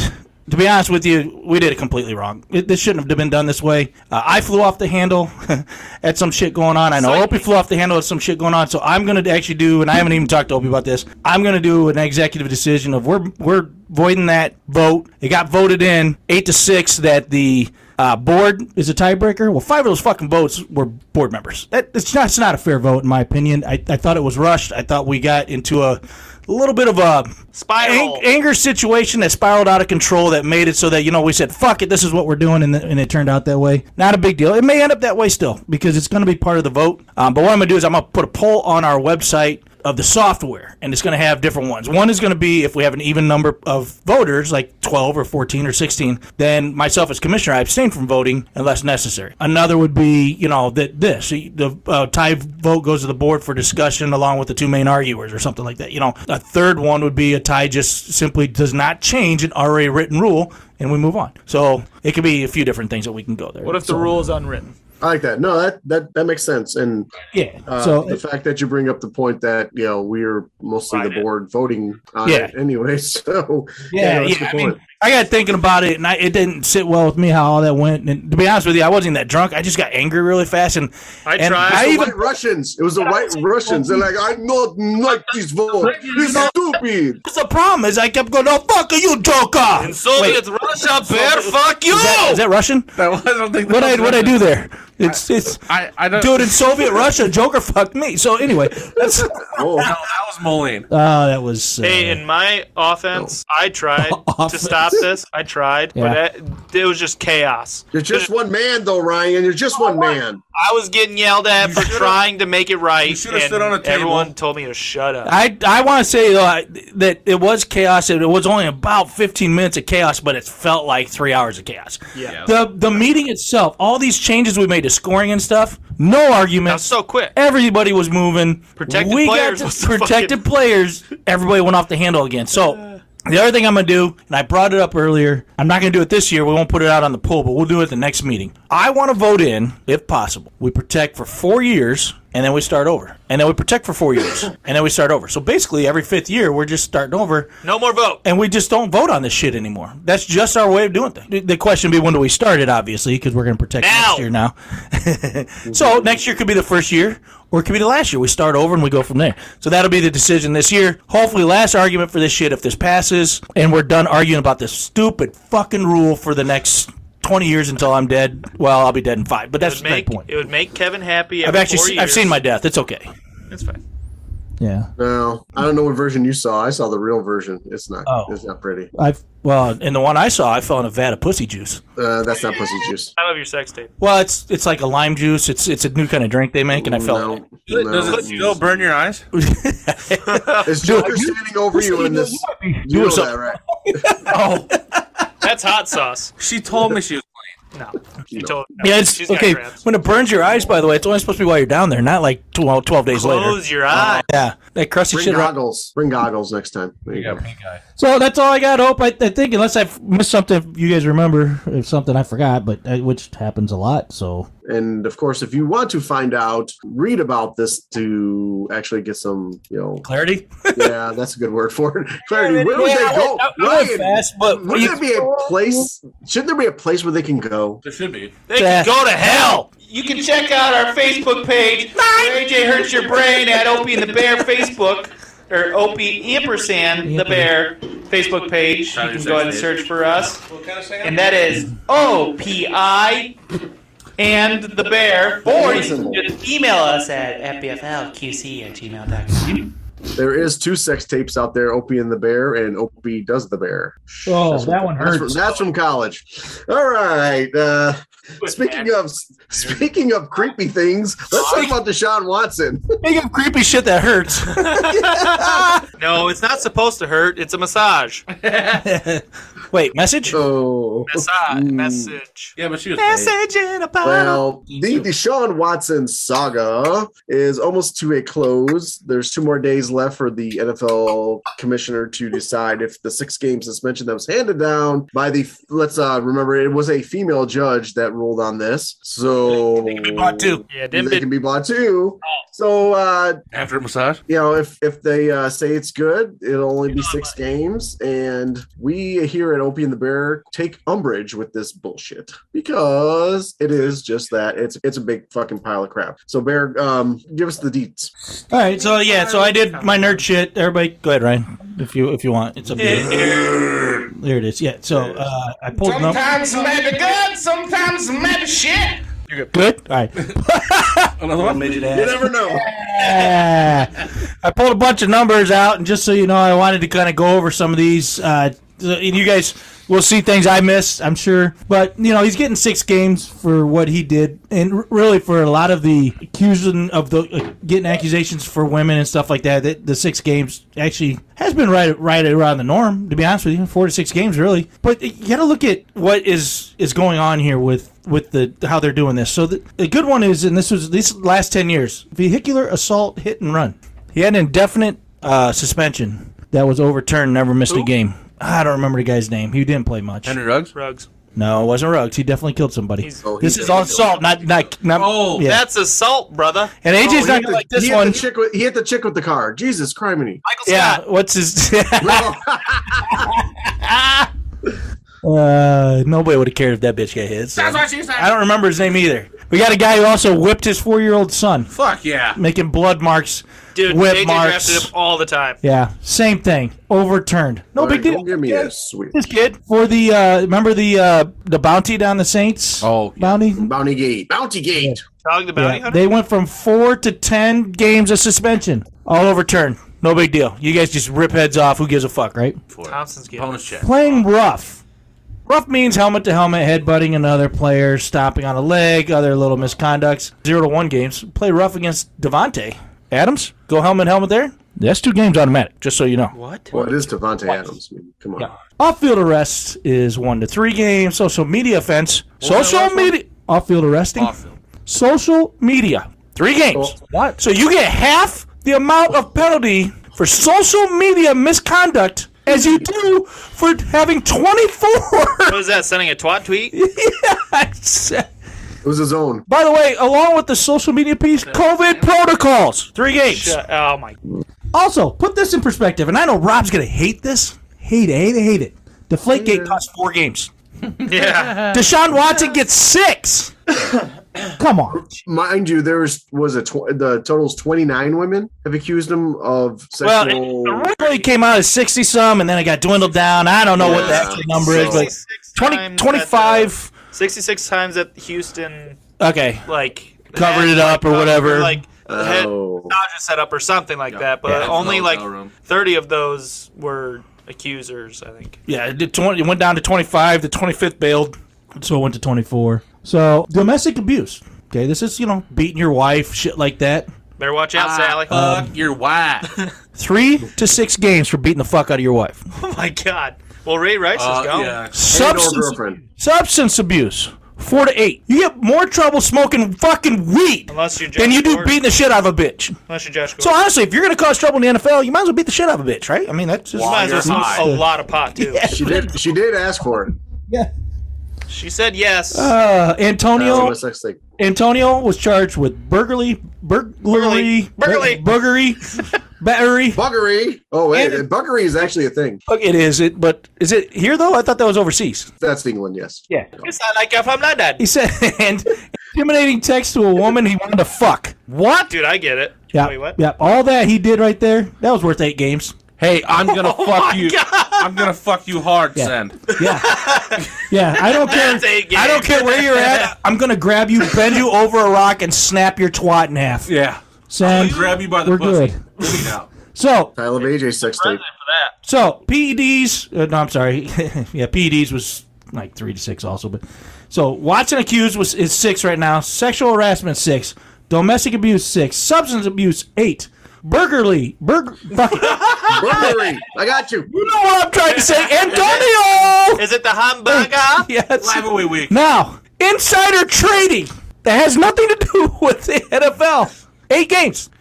Speaker 3: To be honest with you, we did it completely wrong. It, this shouldn't have been done this way. Uh, I flew off the handle <laughs> at some shit going on. I know Opie flew off the handle at some shit going on. So I'm going to actually do, and I haven't even talked to Opie about this. I'm going to do an executive decision of we're we're voiding that vote. It got voted in eight to six that the Uh, board is a tiebreaker. Well, five of those fucking votes were board members. That, it's not it's not a fair vote in my opinion. I, I thought it was rushed. I thought we got into a little bit of a
Speaker 5: Spiral.
Speaker 3: ang- anger situation that spiraled out of control that made it so that you know we said fuck it this is what we're doing and, th- and it turned out that way not a big deal it may end up that way still because it's going to be part of the vote um, but what i'm going to do is i'm going to put a poll on our website of the software and it's going to have different ones one is going to be if we have an even number of voters like 12 or 14 or 16 then myself as commissioner i abstain from voting unless necessary another would be you know that this the uh, tie vote goes to the board for discussion along with the two main arguers or something like that you know a third one would be a tie just simply does not change an already written rule and we move on so it could be a few different things that we can go there
Speaker 5: What if the
Speaker 3: So,
Speaker 5: rule is unwritten?
Speaker 2: I like that. No, that that that makes sense. And
Speaker 3: yeah
Speaker 2: uh,
Speaker 3: so
Speaker 2: the fact that you bring up the point that you know we're mostly the board voting on
Speaker 3: Yeah.
Speaker 2: it anyway, <laughs> so
Speaker 3: Yeah,
Speaker 2: that's the
Speaker 3: yeah. I mean,
Speaker 2: point.
Speaker 3: I got thinking about it, and I, it didn't sit well with me how all that went. And to be honest with you, I wasn't that drunk. I just got angry really fast, and
Speaker 5: I
Speaker 3: and
Speaker 5: tried.
Speaker 3: I
Speaker 2: the
Speaker 3: even
Speaker 2: white Russians. It was the white Russians. They're like, I not like this vote. It's
Speaker 3: <laughs>
Speaker 2: stupid.
Speaker 3: that's the problem is I kept going, "Oh fuck, are you joker?" Is
Speaker 5: Soviet Russia, bear, fuck you!
Speaker 3: that, is that Russian?
Speaker 6: I don't think
Speaker 3: What I
Speaker 6: that was
Speaker 3: what I do there? It's it's
Speaker 6: I, I don't.
Speaker 3: dude in Soviet Russia, Joker <laughs> fucked me. So anyway,
Speaker 5: <laughs>
Speaker 3: that's
Speaker 6: No,
Speaker 2: Oh,
Speaker 6: that was Moline.
Speaker 3: uh, that was uh,
Speaker 5: Hey, in my offense, I tried to
Speaker 3: Offense.
Speaker 5: stop this. I tried,
Speaker 3: Yeah.
Speaker 5: but it, it was just chaos.
Speaker 2: you're just one man, though, Ryan. You're just one man.
Speaker 5: I was getting yelled at for
Speaker 6: should've-
Speaker 5: trying to make it right.
Speaker 6: you should've
Speaker 5: and
Speaker 6: stood on a table.
Speaker 5: Everyone told me to shut up.
Speaker 3: I, I want to say though I, that it was chaos. and It was only about 15 minutes of chaos, but it felt like three hours of chaos.
Speaker 5: Yeah.
Speaker 3: The the meeting itself, all these changes we made to scoring and stuff, no
Speaker 5: that was
Speaker 3: arguments.
Speaker 5: so quick.
Speaker 3: Everybody was moving.
Speaker 5: Protected
Speaker 3: we
Speaker 5: players
Speaker 3: got
Speaker 5: was
Speaker 3: to
Speaker 5: the
Speaker 3: protected players. Everybody went off the handle again. So the other thing I'm gonna do, and I brought it up earlier, I'm not gonna do it this year. We won't put it out on the poll, but we'll do it at the next meeting. I want to vote in, if possible. We protect for four years, and then we start over, and then we protect for four years, <coughs> and then we start over. So basically, every fifth year, we're just starting over
Speaker 5: No more vote.
Speaker 3: and we just don't vote on this shit anymore. That's just our way of doing things. The- The question would be when do we start it, obviously, because we're going to protect
Speaker 5: Now.
Speaker 3: next year now. <laughs> Mm-hmm. so next year could be the first year, or it could be the last year. We start over and we go from there. So that'll be the decision this year. Hopefully, last argument for this shit if this passes, and we're done arguing about this stupid fucking rule for the next 20 years until I'm dead. Well, I'll be dead in five, but
Speaker 5: It
Speaker 3: that's
Speaker 5: would
Speaker 3: the main
Speaker 5: make
Speaker 3: point.
Speaker 5: it would make Kevin happy.
Speaker 3: I've
Speaker 5: every
Speaker 3: actually
Speaker 5: four
Speaker 3: se- I've
Speaker 5: years.
Speaker 3: seen my death. It's okay.
Speaker 5: It's fine.
Speaker 3: Yeah.
Speaker 2: No, I don't know what version you saw. I saw the real version. It's not.
Speaker 3: Oh.
Speaker 2: It's not pretty.
Speaker 3: I've well, in the one I saw, I fell in a vat of pussy juice.
Speaker 2: Uh, that's not pussy juice.
Speaker 5: I love your sex tape.
Speaker 3: Well, it's it's like a lime juice. It's it's a new kind of drink they make, and I felt
Speaker 2: No,
Speaker 6: Does
Speaker 2: no.
Speaker 6: it still burn your eyes?
Speaker 2: It's Joker standing over you in this. You know
Speaker 3: were so-
Speaker 2: that, right?
Speaker 3: <laughs> oh
Speaker 5: That's hot sauce.
Speaker 6: She told me she was playing.
Speaker 5: No, she told. No,
Speaker 3: yeah, it's
Speaker 5: she's got
Speaker 3: okay.
Speaker 5: cramps.
Speaker 3: When it burns your eyes, by the way, it's only supposed to be while you're down there, not like 12, 12 days later. Uh,
Speaker 5: Close your eyes.
Speaker 3: Yeah, that crusty
Speaker 2: Bring
Speaker 3: shit. around-
Speaker 2: goggles. Bring goggles next time. There you go.
Speaker 3: So that's all I got. Hope I, I think unless I've missed something, if you guys remember if something I forgot, but uh, which happens a lot. So
Speaker 2: And of course, if you want to find out, read about this to actually get some, you know,
Speaker 3: clarity.
Speaker 2: yeah, that's a good word for
Speaker 3: <laughs>
Speaker 2: it. Clarity. Where would
Speaker 3: Yeah,
Speaker 2: they
Speaker 3: I
Speaker 2: go?
Speaker 3: went- I went
Speaker 2: Ryan,
Speaker 3: fast, but
Speaker 2: would
Speaker 3: you-
Speaker 2: there be a place? Shouldn't there be a place where they can go?
Speaker 6: There should be.
Speaker 5: They can
Speaker 3: Yeah.
Speaker 5: go to hell.
Speaker 1: You can check out our Facebook page, where AJ Hurts Your Brain at Opie and the Bear Facebook, or Opie ampersand the Bear Facebook page. You can go ahead and search for us. And that is O P I and the Bear. Or you can just email us at fbflqc at gmail.com.
Speaker 2: There is two sex tapes out there, Opie and the Bear and Opie Does the Bear.
Speaker 3: Oh, that one
Speaker 2: That's from, that's from college. All right. Uh, speaking of speaking of creepy things, let's talk about Deshaun Watson. <laughs>
Speaker 3: Speaking of creepy shit that hurts.
Speaker 5: No, it's not supposed to hurt. It's a massage.
Speaker 3: <laughs> Wait, message.
Speaker 2: Oh.
Speaker 5: Massage. Message.
Speaker 6: Yeah, but she was playing.
Speaker 2: Well, the Deshaun Watson saga is almost to a close. There's two more days left for the NFL commissioner to decide if the six game suspension that was handed down by the let's uh remember it was a female judge that ruled on this. So they can be
Speaker 3: bought too.
Speaker 5: Yeah, didn't
Speaker 2: They
Speaker 5: it?
Speaker 2: can be bought too. So uh
Speaker 6: After a massage?
Speaker 2: you know, if if they uh, say it's good, it'll only be six games, and we here at Opie and the Bear take umbrage with this bullshit because it is just that it's it's a big fucking pile of crap. So Bear, um, give us the deets.
Speaker 3: All right, so yeah, so I did my nerd shit. Everybody, go ahead, Ryan, if you if you want. It's up to you. There it is. Yeah. So uh, I pulled them. up.
Speaker 1: Sometimes maybe good, sometimes maybe shit.
Speaker 3: Good. All right.
Speaker 6: Another one?
Speaker 8: Midget ass.
Speaker 2: never know.
Speaker 3: Ah. I pulled a bunch of numbers out, and just so you know, I wanted to kind of go over some of these. Uh, and you guys will see things I missed, I'm sure. But you know, he's getting six games for what he did, and r- really for a lot of the accusing of the uh, getting accusations for women and stuff like that. That the six games actually has been right right around the norm, to be honest with you, four to six games really. But you got to look at what is is going on here with with the how they're doing this. So the, the good one is, and this was these last ten years, vehicular assault hit and run. He had an indefinite uh, suspension that was overturned, never missed a game. I don't remember the guy's name. He didn't play much.
Speaker 6: Henry Ruggs?
Speaker 5: Rugs.
Speaker 3: No, it wasn't Ruggs. He definitely killed somebody.
Speaker 5: He's-
Speaker 2: Oh, he
Speaker 3: this is all assault, not not not.
Speaker 6: Oh,
Speaker 3: yeah.
Speaker 5: That's assault, brother. Oh,
Speaker 3: and AJ's
Speaker 2: he
Speaker 3: not
Speaker 2: hit
Speaker 3: gonna
Speaker 2: the-
Speaker 3: like
Speaker 2: he
Speaker 3: this
Speaker 2: hit
Speaker 3: one.
Speaker 2: The chick with, he hit the chick with the car. Jesus, criminy.
Speaker 3: <laughs>
Speaker 5: Michael
Speaker 3: Yeah,
Speaker 5: Scott.
Speaker 3: what's his? <laughs>
Speaker 2: Bro,
Speaker 3: uh, nobody would have cared if that bitch got hit. so.
Speaker 1: That's what she said.
Speaker 3: I don't remember his name either. We got a guy who also whipped his four-year-old son,
Speaker 6: Fuck yeah.
Speaker 3: making blood marks.
Speaker 5: Dude,
Speaker 3: Whip
Speaker 5: AJ
Speaker 3: marks.
Speaker 5: drafted him all the time.
Speaker 3: Yeah, same thing. Overturned. No big
Speaker 2: don't
Speaker 3: deal.
Speaker 2: Give me
Speaker 3: Yeah.
Speaker 2: a sweet
Speaker 3: This kid for the uh, remember the uh, the bounty down the Saints.
Speaker 6: Oh, yeah.
Speaker 3: bounty.
Speaker 2: bounty gate. Bounty gate.
Speaker 5: Dog the bounty
Speaker 3: Yeah,
Speaker 5: hunter.
Speaker 3: they went from four to ten games of suspension, all overturned. No big deal. You guys just rip heads off. Who gives a fuck, right?
Speaker 5: Thompson's getting.
Speaker 6: Bonus check.
Speaker 3: Playing rough. Rough means helmet to helmet, headbutting another player, stomping on a leg, other little misconducts. Zero to one games. Play rough against Devontae Adams. Go helmet helmet there. That's two games automatic. Just so you know.
Speaker 2: Well, it is Devontae Adams. I mean, come on.
Speaker 3: Off-field arrest is one to three games. Social media offense. Social media. Off-field arresting.
Speaker 6: Off-field.
Speaker 3: Social media. Three games.
Speaker 8: What?
Speaker 3: So you get half the amount of penalty for social media misconduct as you do for having 24. <laughs>
Speaker 5: What is that? Sending a twat tweet?
Speaker 2: It was his own.
Speaker 3: By the way, along with the social media piece, COVID protocols. Three games.
Speaker 5: Shut-
Speaker 3: <laughs>
Speaker 5: oh my!
Speaker 3: Also, put this in perspective, and I know Rob's gonna hate this. Hate it, hate it, hate it. Deflategate cost four games.
Speaker 5: Yeah,
Speaker 3: Deshaun Watson gets six. Come on.
Speaker 2: Mind you, there was was a tw- the totals twenty nine women have accused him of
Speaker 3: Well,
Speaker 2: sexual.
Speaker 3: it originally came out as 60 some, and then it got dwindled down. I don't know what the
Speaker 2: Yeah.
Speaker 3: actual number is, but
Speaker 5: 66
Speaker 3: 20,
Speaker 5: times
Speaker 3: 25.
Speaker 5: at the- Sixty-six times at Houston,
Speaker 3: Okay.
Speaker 5: like
Speaker 3: Covered it up or
Speaker 5: covered,
Speaker 3: whatever.
Speaker 5: Like the head
Speaker 2: Oh.
Speaker 5: Dodger set up or something like that. But
Speaker 3: Yeah.
Speaker 5: only
Speaker 6: No,
Speaker 5: like
Speaker 6: no room.
Speaker 5: thirty of those were accusers. I think.
Speaker 3: Yeah, it, did 20, it went down to 25. The 25th bailed, so it went to 24. So domestic abuse. Okay, this is you know beating your wife, shit like that.
Speaker 5: Better watch
Speaker 6: Ah,
Speaker 5: out, Sally.
Speaker 6: Fuck
Speaker 3: um,
Speaker 6: your <laughs> wife.
Speaker 3: Three to six games for beating the fuck out of your wife.
Speaker 5: <laughs> oh my God! Well, Ray Rice
Speaker 6: Uh,
Speaker 5: is gone.
Speaker 6: yeah.
Speaker 2: And or
Speaker 3: Substance
Speaker 2: girlfriend.
Speaker 3: substance abuse. Four to eight. You get more trouble smoking fucking weed
Speaker 5: Unless you're Josh
Speaker 3: than you do
Speaker 5: Gordon.
Speaker 3: beating the shit out of a bitch.
Speaker 5: Unless you're Josh
Speaker 3: So
Speaker 5: Gordon.
Speaker 3: honestly, if you're gonna cause trouble in the NFL, you might as well beat the shit out of a bitch, right? I mean, that's just
Speaker 5: You might as well smoke
Speaker 6: high.
Speaker 5: a lot of pot too.
Speaker 2: She did. She did ask for it.
Speaker 5: She said yes.
Speaker 3: Uh,
Speaker 2: That was
Speaker 3: <laughs> Antonio
Speaker 2: my sex thing.
Speaker 3: Antonio was charged with burglary, burglary,
Speaker 5: Burglary.
Speaker 3: burglary,
Speaker 5: <laughs>
Speaker 3: battery.
Speaker 2: Buggery. Oh wait,
Speaker 3: And-
Speaker 2: buggery is actually a thing.
Speaker 3: Fuck, It is it, but is it here though? I thought that was overseas.
Speaker 2: That's England. Yes.
Speaker 3: Yeah.
Speaker 5: it's not like if I'm not that.
Speaker 3: He said, and intimidating text to a woman he wanted to fuck. What?
Speaker 5: Dude, I get it.
Speaker 3: Yeah,
Speaker 5: Wait, what?
Speaker 3: yeah. All that he did right there, that was worth eight games.
Speaker 6: Hey, I'm <laughs> gonna fuck you. I'm gonna fuck you hard,
Speaker 3: Yeah.
Speaker 6: Sen.
Speaker 5: <laughs>
Speaker 3: Yeah, yeah. I don't care.
Speaker 5: That's eight
Speaker 3: I don't
Speaker 5: games.
Speaker 3: care where you're at. I'm gonna grab you, bend you over a rock, and snap your twat in half.
Speaker 6: Yeah.
Speaker 3: Sam,
Speaker 6: Grab you by the
Speaker 3: we're
Speaker 6: pussy.
Speaker 3: good.
Speaker 6: Let me out.
Speaker 3: So,
Speaker 2: I love AJ sex tape.
Speaker 3: so PEDs. Uh, no, I'm sorry. <laughs> yeah, PEDs was like three to six also. But so Watson accused was is six right now. Sexual harassment six. Domestic abuse six. Substance abuse eight. Burglary, burger. Fuck <laughs> it.
Speaker 2: Buggery. I got you.
Speaker 3: you know what I'm trying to say,
Speaker 6: <laughs>
Speaker 3: Antonio.
Speaker 5: Is it the hamburger?
Speaker 3: yes.
Speaker 6: Live away oh week.
Speaker 3: Now, insider trading that has nothing to do <laughs> with the NFL. Eight games.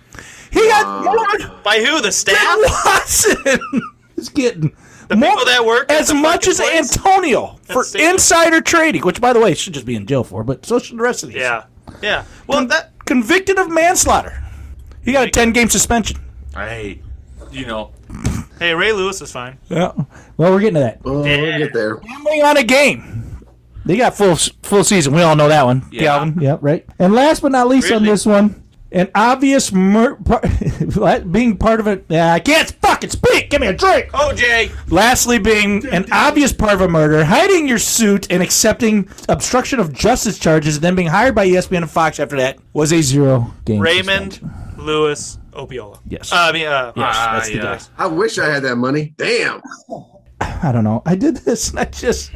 Speaker 3: He got more
Speaker 5: By who? The staff?
Speaker 3: than Watson <laughs> is getting. more,
Speaker 5: people that work at
Speaker 3: as
Speaker 5: the
Speaker 3: much
Speaker 5: fucking
Speaker 3: as
Speaker 5: place?
Speaker 3: Antonio for
Speaker 5: That's sick.
Speaker 3: insider trading, which, by the way, should just be in jail for, but so should the rest of these.
Speaker 5: Yeah. Yeah. Well, that
Speaker 3: Convicted of manslaughter. He got a 10 game suspension.
Speaker 6: Hey, you know.
Speaker 5: hey, Ray Lewis is fine.
Speaker 3: Yeah. Well, we're getting to that.
Speaker 2: Oh, we'll get there.
Speaker 3: Gambling on a game. They got full full season. We all know that one.
Speaker 6: Yeah.
Speaker 3: Calvin. Yep. Right. And last but not least on
Speaker 5: Really?
Speaker 3: this one, An obvious mur- par- <laughs> being part of it. Yeah, I can't fucking speak. Give me a drink.
Speaker 5: OJ.
Speaker 3: Lastly, being an obvious part of a murder, hiding your suit and accepting obstruction of justice charges, and then being hired by E ESPN and Fox after that was a zero game.
Speaker 5: Raymond
Speaker 3: suspension.
Speaker 5: Lewis Opiola.
Speaker 3: Yes.
Speaker 5: Uh, I mean, uh,
Speaker 3: Yes,
Speaker 6: Ah,
Speaker 3: that's the
Speaker 6: yeah.
Speaker 3: guy.
Speaker 2: I wish I had that money. Damn.
Speaker 3: I don't know. I did <laughs> this, and I just.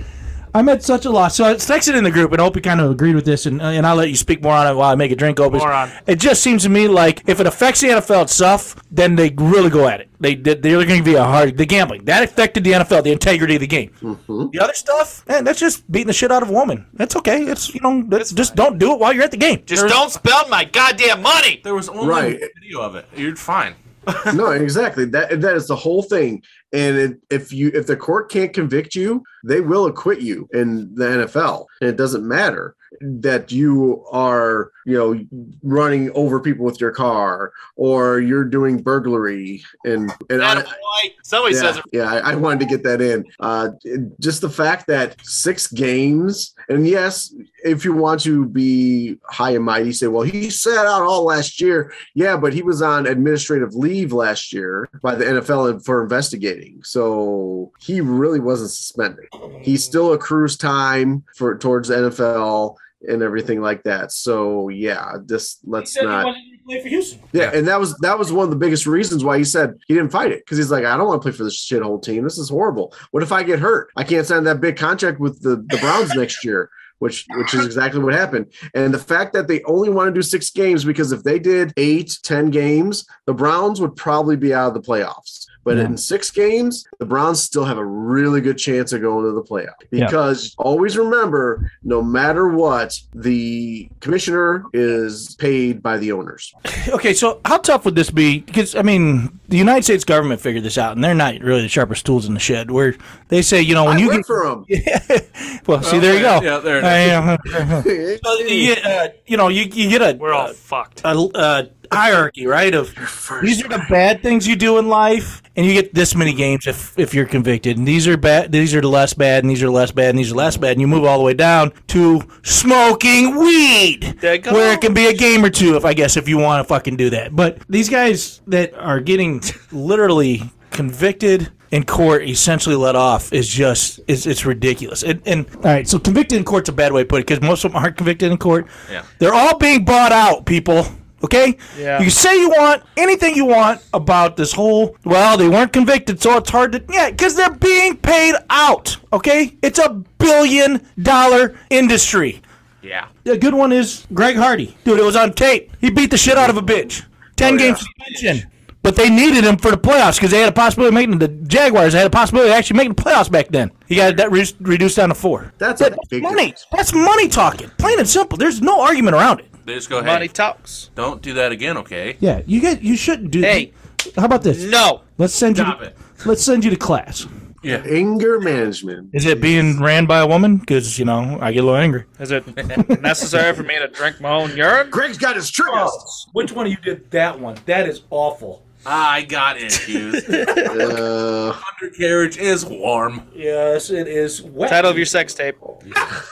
Speaker 3: I'm at such a loss. So I texted in the group, and I hope you kind of agreed with this, and, uh, and I'll let you speak more on it while I make a drink open.
Speaker 5: Moron.
Speaker 3: It just seems to me like if it affects the NFL itself, then they really go at it. They, they- they're going to be a hard. The gambling. That affected the NFL, the integrity of the game.
Speaker 2: Mm-hmm.
Speaker 3: The other stuff, man, that's just beating the shit out of a woman. That's okay. It's, you know, that's just don't do it while you're at the game.
Speaker 5: just don't spend my goddamn money.
Speaker 6: There was only
Speaker 2: Right.
Speaker 6: video of it. You're fine.
Speaker 2: <laughs> no, exactly. That that is the whole thing. And it, if you if the court can't convict you, they will acquit you in the NFL. And it doesn't matter that you are, you know, running over people with your car or you're doing burglary and and I-
Speaker 5: Attaboy. Somebody
Speaker 2: yeah,
Speaker 5: says it.
Speaker 2: yeah I, I wanted to get that in. Uh, it- just the fact that six games, and yes, if you want to be high and mighty, say, well, he sat out all last year. Yeah, but he was on administrative leave last year by the NFL for investigating. So he really wasn't suspended. He still accrues time for towards the NFL. And everything like that. So yeah, just let's not.
Speaker 3: play for Houston.
Speaker 2: Yeah, and that was that was one of the biggest reasons why he said he didn't fight it because he's like, I don't want to play for this shithole team. This is horrible. What if I get hurt? I can't sign that big contract with the the
Speaker 3: <laughs>
Speaker 2: Browns next year. Which, which is exactly what happened. And the fact that they only want to do six games because if they did eight, ten games, the Browns would probably be out of the playoffs. But
Speaker 3: Yeah.
Speaker 2: in six games, the Browns still have a really good chance of going to the playoff
Speaker 3: Yeah.
Speaker 2: because always remember, no matter what, the commissioner is paid by the owners.
Speaker 3: <laughs> Okay, so how tough would this be? Because I mean, the United States government figured this out, and they're not really the sharpest tools in the shed. Where they say, you know, when
Speaker 2: I
Speaker 3: you
Speaker 2: work
Speaker 3: get,
Speaker 2: for him.
Speaker 3: <laughs> well, see, there you go.
Speaker 6: yeah, yeah, there it
Speaker 3: I, uh, uh, you, get, uh, you know, you, you get a
Speaker 5: We're all fucked.
Speaker 3: a, a hierarchy, right? Of these are the bad things you do in life, and you get this many games if if you're convicted, and these are bad, these are the less bad, and these are less bad, and these are less bad, and you move all the way down to smoking weed,
Speaker 5: There you go.
Speaker 3: where it can be a game or two, if I guess if you want to fucking do that. But these guys that are getting literally convicted. In court, essentially let off is just it's, it's ridiculous. And, and all right, so convicted in court's a bad way to put it because most of them aren't convicted in court.
Speaker 6: Yeah.
Speaker 3: They're all being bought out, people. Okay?
Speaker 5: Yeah.
Speaker 3: You say you want anything you want about this whole, well, they weren't convicted, so it's hard to. Yeah, because they're being paid out. Okay? It's a billion dollar industry.
Speaker 6: Yeah.
Speaker 3: A good one is Greg Hardy. Dude, it was on tape. He beat the shit out of a bitch.
Speaker 1: Oh,
Speaker 3: 10 game suspension. But they needed him for the playoffs because they had a possibility of making the Jaguars. They had a possibility of actually making the playoffs back then. He got that re- reduced down to four.
Speaker 2: That's
Speaker 3: That-
Speaker 2: a big
Speaker 3: money. That's money talking. Plain and simple. There's no argument around it.
Speaker 6: They just go, hey,
Speaker 1: Money talks.
Speaker 6: don't do that again, okay?
Speaker 3: Yeah, you get you shouldn't do.
Speaker 1: Hey.
Speaker 3: how about this?
Speaker 1: No.
Speaker 3: Let's send
Speaker 6: Stop
Speaker 3: you.
Speaker 6: it.
Speaker 3: To, let's send you to class.
Speaker 2: anger management.
Speaker 3: Is it being ran by a woman? Because you know I get a little angry.
Speaker 1: Is
Speaker 5: <laughs>
Speaker 1: it necessary for me to drink my own urine?
Speaker 2: Greg's got his triggers.
Speaker 3: Which one of you did that one? That is awful.
Speaker 6: I got it, <laughs> Hughes.
Speaker 3: Oh.
Speaker 2: Uh,
Speaker 6: Undercarriage is warm.
Speaker 3: Yes, it is wet.
Speaker 1: Title of your sex tape.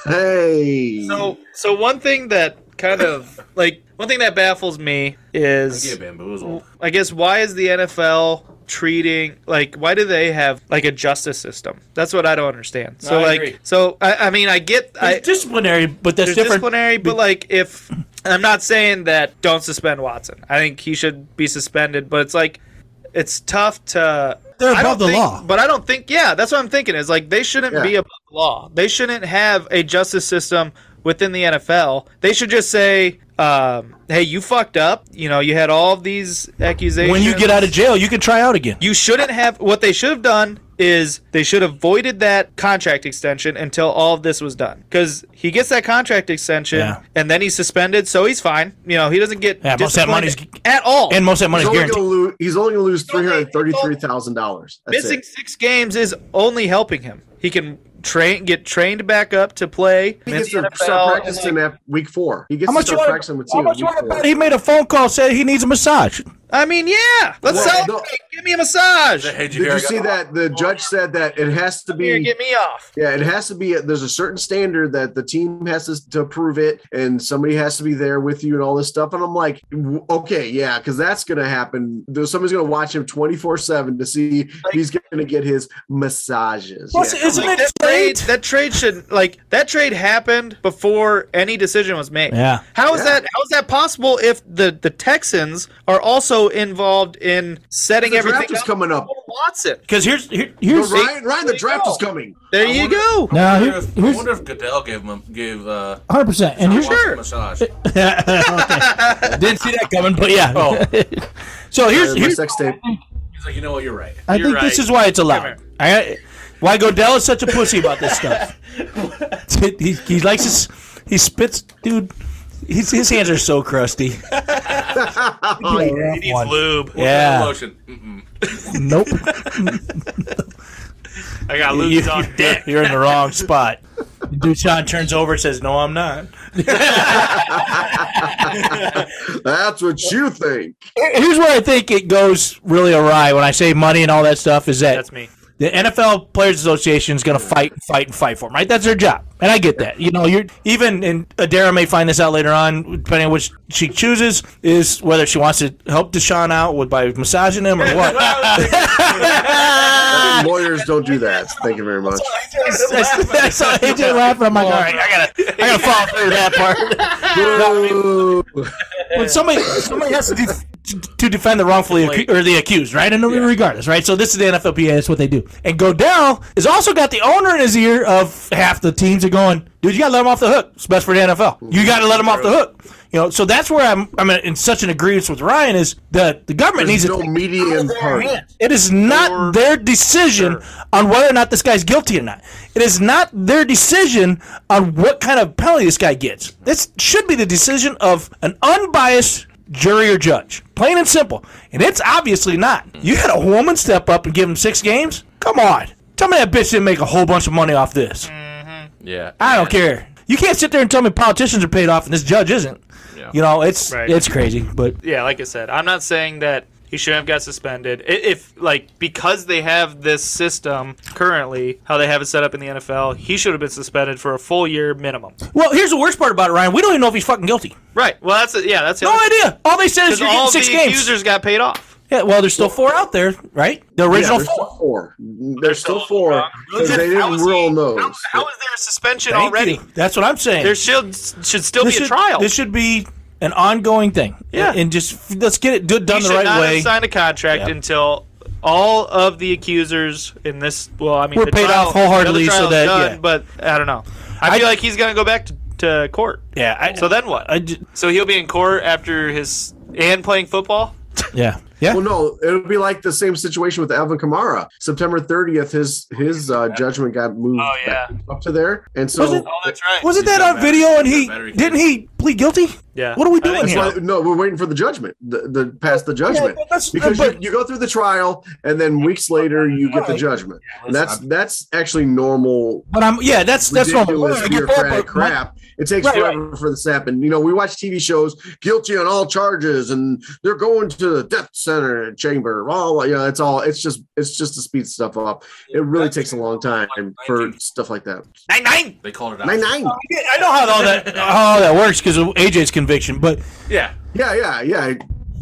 Speaker 2: hey,
Speaker 1: So, so one thing that kind of like one thing that baffles me
Speaker 6: Get
Speaker 1: is
Speaker 6: bamboozled.
Speaker 1: I guess why is the NFL treating like why do they have like a justice system? That's what I don't understand. So
Speaker 3: I
Speaker 1: like
Speaker 3: agree.
Speaker 1: so I, I mean I get I,
Speaker 3: It's disciplinary, but that's
Speaker 1: there's
Speaker 3: different.
Speaker 1: disciplinary, but like if I'm not saying that don't suspend Watson. I think he should be suspended, but it's like it's tough to
Speaker 3: They're
Speaker 1: I don't
Speaker 3: above the
Speaker 1: think-
Speaker 3: law.
Speaker 1: But I don't think yeah, that's what I'm thinking is like they shouldn't
Speaker 2: Yeah.
Speaker 1: be above the law. They shouldn't have a justice system within the NFL. They should just say um, hey, you fucked up. You know, you had all of these accusations.
Speaker 3: When you get out of jail, you can try out again.
Speaker 1: You shouldn't have. What they should have done is they should have voided that contract extension until all of this was done. Because he gets that contract extension
Speaker 3: Yeah.
Speaker 1: and then he's suspended, so he's fine. You know, he doesn't get
Speaker 3: Yeah, most of that
Speaker 1: disciplined
Speaker 3: money's-
Speaker 1: at all.
Speaker 3: and most of that money
Speaker 2: he's
Speaker 3: is
Speaker 2: only, gonna
Speaker 3: guaranteed.
Speaker 2: lose, he's only gonna lose three hundred thirty-three thousand dollars. That's
Speaker 1: missing
Speaker 2: it.
Speaker 1: six games is only helping him. He can train, get trained back up to play.
Speaker 2: He
Speaker 1: in
Speaker 2: gets
Speaker 1: the
Speaker 2: to
Speaker 1: NFL,
Speaker 2: start practicing at week four. He gets
Speaker 3: How
Speaker 2: to
Speaker 3: much you
Speaker 2: start
Speaker 3: want?
Speaker 2: practicing with
Speaker 3: How
Speaker 2: you.
Speaker 3: much
Speaker 2: at
Speaker 3: you
Speaker 2: week
Speaker 3: want to
Speaker 2: four.
Speaker 3: bet? He made a phone call, said he needs a massage.
Speaker 1: I mean, yeah, let's
Speaker 2: Well,
Speaker 1: celebrate.
Speaker 2: the-
Speaker 1: Give Give me a massage.
Speaker 6: Hey,
Speaker 2: Did
Speaker 6: hear I
Speaker 2: you
Speaker 6: got-
Speaker 2: see that the judge said that it has to
Speaker 1: Here,
Speaker 2: be
Speaker 1: get me off.
Speaker 2: Yeah, it has to be. There's a certain standard that the team has to, to prove it, and somebody has to be there with you and all this stuff. And I'm like, w- okay, yeah, because that's going to happen. There's somebody's going to watch him 24 seven to see if he's going to get his massages.
Speaker 3: Plus,
Speaker 2: Yeah.
Speaker 3: isn't it
Speaker 1: That trade,
Speaker 3: straight?
Speaker 1: that trade should like that trade happened before any decision was made.
Speaker 3: Yeah.
Speaker 1: How is
Speaker 2: Yeah.
Speaker 1: that? How is that possible if the the Texans are also involved in setting everything
Speaker 2: The draft is
Speaker 1: up
Speaker 2: coming up.
Speaker 1: for Watson?
Speaker 3: Because here's here,
Speaker 2: The
Speaker 3: here's
Speaker 2: Ryan, Ryan, the draft is coming.
Speaker 1: There you go.
Speaker 3: now
Speaker 6: I
Speaker 3: here,
Speaker 6: wonder if, I
Speaker 3: here's
Speaker 6: wonder if Goodell gave him a- gave uh,
Speaker 3: 100. percent And here's <laughs>
Speaker 6: Watson a massage.
Speaker 3: Okay. Didn't see that coming, but yeah. so here's
Speaker 2: Uh, my
Speaker 3: here's
Speaker 2: sex tape.
Speaker 6: He's like, you know what, you're right.
Speaker 3: I
Speaker 5: You're
Speaker 3: think this
Speaker 5: right.
Speaker 3: is why it's allowed. I, why Godell is such a pussy about this stuff. he, he likes his, he spits, dude. His, his hands are so crusty.
Speaker 2: Oh, yeah.
Speaker 5: He needs lube.
Speaker 3: Yeah.
Speaker 6: Lotion. Mm-mm.
Speaker 3: Nope.
Speaker 5: I got lube
Speaker 3: You-
Speaker 5: <laughs> on dick.
Speaker 3: <laughs> You're in the wrong <laughs> spot. Duchan turns over and says, "No, I'm not."
Speaker 2: That's what you think.
Speaker 3: Here's where I think it goes really awry when I say money and all that stuff. Is that
Speaker 5: That's <laughs> me.
Speaker 3: The NFL Players Association is going to fight and fight and fight for them, right? That's their job, and I get that. You know, you're even and Adara may find this out later on, depending on which she chooses, is whether she wants to help Deshaun out with by massaging him <laughs> or what.
Speaker 2: Lawyers don't do that. Thank you very much.
Speaker 3: I saw AJ laughing. I'm like, all right, I gotta,
Speaker 5: <laughs>
Speaker 3: I gotta follow through that part.
Speaker 2: Boo.
Speaker 3: When somebody, somebody has to. def- to defend the wrongfully acu- or the accused, right? And regardless, right? So this is the NFLPA. That's what they do. And Godell has also got the owner in his ear of half the teams are going, dude. You got to let him off the hook. It's best for the NFL. You got to let him off the hook. You know. So that's where I'm. I'm in such an agreement with Ryan is that the government
Speaker 2: There's
Speaker 3: needs
Speaker 2: no
Speaker 3: to.
Speaker 2: median part.
Speaker 3: It is not their decision on whether or not this guy's guilty or not. It is not their decision on what kind of penalty this guy gets. This should be the decision of an unbiased jury or judge, plain and simple. And it's obviously not. You had a woman step up and give him six games? Come on. Tell me that bitch didn't make a whole bunch of money off this.
Speaker 6: Yeah.
Speaker 3: I don't care. You can't sit there and tell me politicians are paid off and this judge isn't. You know, it's
Speaker 5: Right.
Speaker 3: it's crazy, but
Speaker 5: yeah, like I said, I'm not saying that he shouldn't have got suspended. I- If like because they have this system currently, how they have it set up in the NFL, he should have been suspended for a full year minimum.
Speaker 3: well, here's the worst part about it, Ryan. We don't even know if he's fucking guilty.
Speaker 5: Right. Well, that's it. yeah, that's
Speaker 3: No idea. All they said is
Speaker 5: Because
Speaker 3: you're getting
Speaker 5: all the
Speaker 3: six games.
Speaker 5: accusers got paid off.
Speaker 3: Yeah, well, there's still four out there, right? The
Speaker 2: Yeah,
Speaker 3: original
Speaker 2: there's
Speaker 3: four.
Speaker 2: still four. There's still four because they
Speaker 5: How
Speaker 2: didn't
Speaker 5: is he-
Speaker 2: rule
Speaker 5: How,
Speaker 2: those.
Speaker 5: how is there a suspension
Speaker 3: Thank
Speaker 5: already?
Speaker 3: you. That's what I'm saying.
Speaker 5: There should should still
Speaker 3: this
Speaker 5: be a
Speaker 3: should,
Speaker 5: trial.
Speaker 3: This should be an ongoing thing.
Speaker 5: Yeah.
Speaker 3: and just let's get it do-
Speaker 5: he
Speaker 3: done
Speaker 5: should
Speaker 3: the right
Speaker 5: not
Speaker 3: way.
Speaker 5: have signed a contract until all of the accusers in this. Well, I mean,
Speaker 3: Were
Speaker 5: the
Speaker 3: paid
Speaker 5: trial-
Speaker 3: off wholeheartedly
Speaker 5: the trial's
Speaker 3: so that-
Speaker 5: done,
Speaker 3: yeah.
Speaker 5: But I don't know. I,
Speaker 3: I-
Speaker 5: feel like he's gonna go back to, to court.
Speaker 3: yeah, I,
Speaker 5: So then what?
Speaker 3: I ju-
Speaker 5: So he'll be in court after his and playing football.
Speaker 3: yeah, yeah.
Speaker 2: Well, no, it would be like the same situation with Alvin Kamara. September 30th, his his uh, judgment got moved
Speaker 5: Oh, yeah.
Speaker 2: back up to there, and
Speaker 3: Was
Speaker 2: so
Speaker 3: it-
Speaker 5: that's right.
Speaker 3: Wasn't that
Speaker 6: got
Speaker 3: on
Speaker 6: better.
Speaker 3: video? And
Speaker 6: He's
Speaker 3: he
Speaker 6: got better. He
Speaker 3: didn't he plead guilty?
Speaker 5: Yeah.
Speaker 3: What are we
Speaker 5: I think
Speaker 3: doing
Speaker 5: so.
Speaker 3: here?
Speaker 2: Well, no, we're waiting for the judgment, the, the past the judgment,
Speaker 3: but that's-
Speaker 2: because
Speaker 3: but-
Speaker 2: you, you go through the trial, and then weeks later you get the judgment. And that's that's actually normal.
Speaker 3: But I'm yeah. That's that's normal.
Speaker 2: ridiculous
Speaker 3: I get that,
Speaker 2: bureaucratic
Speaker 3: but my-
Speaker 2: crap. It takes
Speaker 3: Right,
Speaker 2: forever for this to happen. You know, we watch TV shows, guilty on all charges, and they're going to the death center chamber. Oh, you know, it's all it's just it's just to speed stuff up. It really takes a long time for stuff like that.
Speaker 5: Nine nine.
Speaker 6: They called it out.
Speaker 2: Nine nine.
Speaker 3: I know how all that how all that works because of AJ's conviction, but
Speaker 6: Yeah.
Speaker 2: Yeah, yeah, yeah.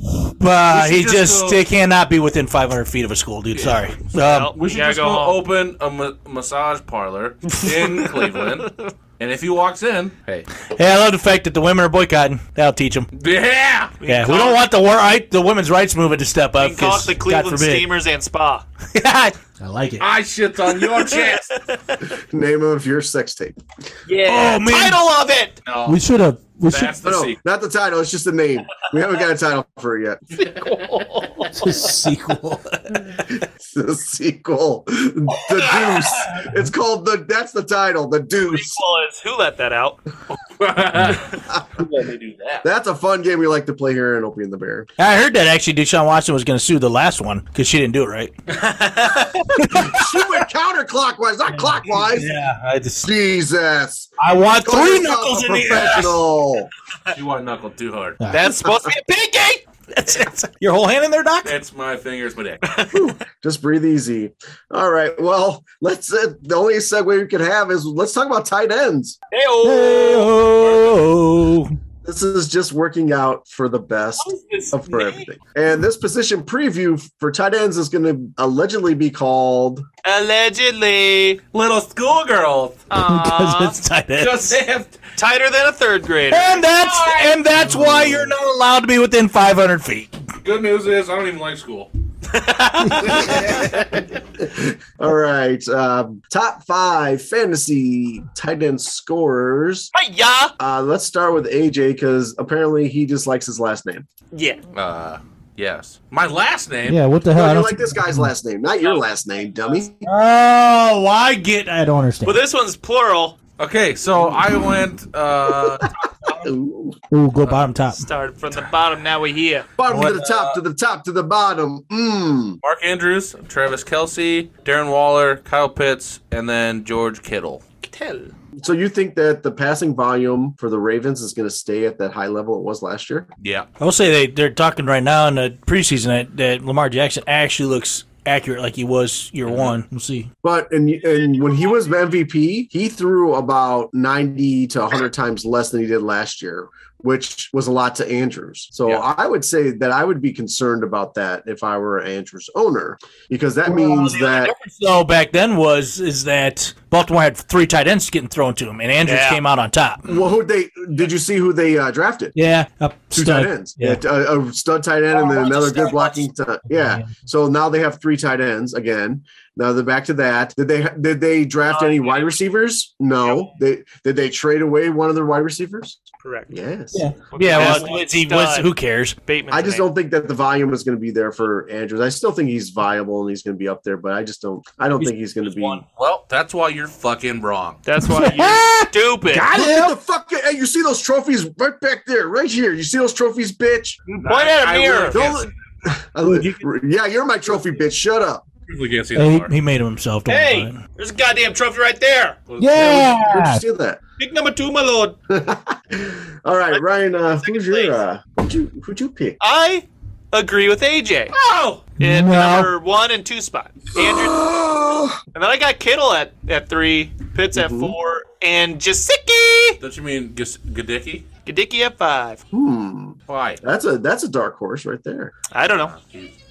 Speaker 3: uh,
Speaker 6: We should
Speaker 3: he
Speaker 6: just
Speaker 3: just,
Speaker 6: go-
Speaker 3: they cannot be within 500 feet of a school, dude. Sorry. Um,
Speaker 5: Well,
Speaker 6: We should
Speaker 5: gotta
Speaker 6: just go,
Speaker 5: home.
Speaker 6: open a ma- massage parlor <laughs> in Cleveland. And if he walks in, hey,
Speaker 3: hey, I love the fact that the women are boycotting. That'll teach them.
Speaker 6: yeah,
Speaker 3: Yeah, we
Speaker 5: call
Speaker 3: don't
Speaker 5: it-
Speaker 3: want the war, I, the women's rights movement to step up.
Speaker 5: You can call it
Speaker 3: 'cause
Speaker 5: the
Speaker 3: God
Speaker 5: Cleveland
Speaker 3: forbid. <laughs>
Speaker 5: Steamers and Spa.
Speaker 3: I like it.
Speaker 6: I shits on your <laughs> chest.
Speaker 2: Name of your sex tape.
Speaker 5: Yeah.
Speaker 3: Oh, man.
Speaker 5: Title of it.
Speaker 6: No,
Speaker 3: We should have. We should.
Speaker 6: that's the
Speaker 2: No, no,
Speaker 3: <laughs>
Speaker 6: secret. <laughs>
Speaker 2: not the title. It's just the name. We haven't got a title for it yet. <laughs>
Speaker 5: <laughs>
Speaker 3: sequel.
Speaker 2: It's the sequel, the Deuce. It's called the. That's the title, the Deuce.
Speaker 5: Well, it's who let that out?
Speaker 2: That's a fun game we like to play here in Opie and the Bear.
Speaker 3: I heard that actually Deshaun Watson was going to sue the last one because she didn't do it right.
Speaker 2: She went counterclockwise, not clockwise.
Speaker 3: Yeah, I just.
Speaker 2: Jesus.
Speaker 3: I want
Speaker 2: Call
Speaker 3: three
Speaker 2: yourself
Speaker 3: knuckles
Speaker 2: a
Speaker 3: in the air.
Speaker 2: professional.
Speaker 6: You want knuckle too hard.
Speaker 5: That's supposed to be a pinky.
Speaker 3: That's it. <laughs> Your whole hand in there, Doc?
Speaker 6: That's my fingers, my dick.
Speaker 2: Just breathe easy. All right. Well, let's. Uh, the only segue we could have is let's talk about tight ends.
Speaker 3: Oh.
Speaker 2: This is just working out for the best of for everything. And this position preview for tight ends is going to allegedly be called.
Speaker 5: Allegedly.
Speaker 6: <laughs> Little schoolgirls.
Speaker 5: Aw.
Speaker 3: Because it's tight ends.
Speaker 6: Just they have
Speaker 5: Tighter than a third grader.
Speaker 3: <laughs> And that's and that's why you're not allowed to be within 500 feet.
Speaker 6: Good news is I don't even like school.
Speaker 2: All right. Um, top five fantasy tight end scorers.
Speaker 5: Hiya!
Speaker 2: Uh, let's start with AJ because apparently he just likes his last name.
Speaker 5: Yeah.
Speaker 6: Uh, yes. My last name.
Speaker 9: Yeah, what the hell?
Speaker 2: No,
Speaker 9: I
Speaker 2: you
Speaker 9: don't
Speaker 2: like this guy's last name, not your last name, dummy.
Speaker 9: Oh, I get. I don't
Speaker 5: Well,
Speaker 9: understand.
Speaker 5: this one's plural.
Speaker 6: Okay, so I went. Uh,
Speaker 2: Ooh.
Speaker 9: Ooh, go bottom top.
Speaker 5: Started from the bottom, now we're here.
Speaker 2: Bottom
Speaker 6: What, uh,
Speaker 2: to the top, to the top, to the bottom. Mmm.
Speaker 6: Mark Andrews, Travis Kelsey, Darren Waller, Kyle Pitts, and then George Kittle.
Speaker 5: Tell.
Speaker 2: So you think that the passing volume for the Ravens is going to stay at that high level it was last year?
Speaker 6: Yeah.
Speaker 3: I will say they they're talking right now in the preseason that, that Lamar Jackson actually looks accurate like he was year one. We'll see.
Speaker 2: But and and when he was MVP, he threw about 90 to 100 times less than he did last year, which was a lot to Andrews. So
Speaker 6: Yeah.
Speaker 2: I would say that I would be concerned about that if I were Andrews owner because that means that
Speaker 3: So back then was is that Baltimore had three tight ends getting thrown to him, and Andrews
Speaker 5: Yeah.
Speaker 3: came out on top.
Speaker 2: well who they did you see who they uh, drafted?
Speaker 9: Yeah, up
Speaker 2: Two
Speaker 9: stud.
Speaker 2: tight ends,
Speaker 9: Yeah.
Speaker 2: yeah. a, a stud tight end, and then
Speaker 3: Oh,
Speaker 2: another
Speaker 3: stud,
Speaker 2: good blocking. T- yeah, so now they have three tight ends again. Now they're back to that. Did they did they draft any wide receivers? No. They did they trade away one of their wide receivers?
Speaker 5: Correct.
Speaker 2: Yes.
Speaker 9: Yeah.
Speaker 3: Yeah,
Speaker 5: That's
Speaker 3: well,
Speaker 5: one
Speaker 3: it's- he
Speaker 5: stud.
Speaker 3: was. Who cares?
Speaker 5: Bateman's
Speaker 2: I just
Speaker 5: name.
Speaker 2: don't think that the volume is going to be there for Andrews. I still think he's viable and he's going to be up there, but I just don't. I don't think he's going to be.
Speaker 6: Well, that's why you're fucking wrong.
Speaker 5: That's
Speaker 3: <laughs>
Speaker 5: why you're
Speaker 2: Look
Speaker 5: stupid.
Speaker 2: at the fucking. Hey, you see those trophies right back there, right here. You see those trophies, bitch.
Speaker 5: Point at a mirror.
Speaker 2: Don't. <sighs> yeah, you're my trophy, bitch. Shut up.
Speaker 6: can't see
Speaker 9: Hey, he made him himself. Don't worry
Speaker 5: Hey,
Speaker 9: about it.
Speaker 5: there's a goddamn trophy right there.
Speaker 2: Where'd you
Speaker 9: Yeah.
Speaker 2: see that?
Speaker 5: Pick number two, my lord.
Speaker 2: <laughs> All right, Ryan. Uh, who's
Speaker 5: place.
Speaker 2: your? Uh, who'd you who'd you
Speaker 5: <gasps>
Speaker 2: pick?
Speaker 5: I agree with AJ.
Speaker 6: Oh!
Speaker 5: In
Speaker 9: No.
Speaker 5: number one and two spot. Andrew, and then I got Kittle at, at three, Pitts at
Speaker 2: Mm-hmm.
Speaker 5: four, and Jasicki
Speaker 6: Don't you mean Gus- Gadicki?
Speaker 5: Gadicki at five.
Speaker 2: Hmm,
Speaker 6: Why?
Speaker 2: that's a that's a dark horse right there.
Speaker 5: I don't know.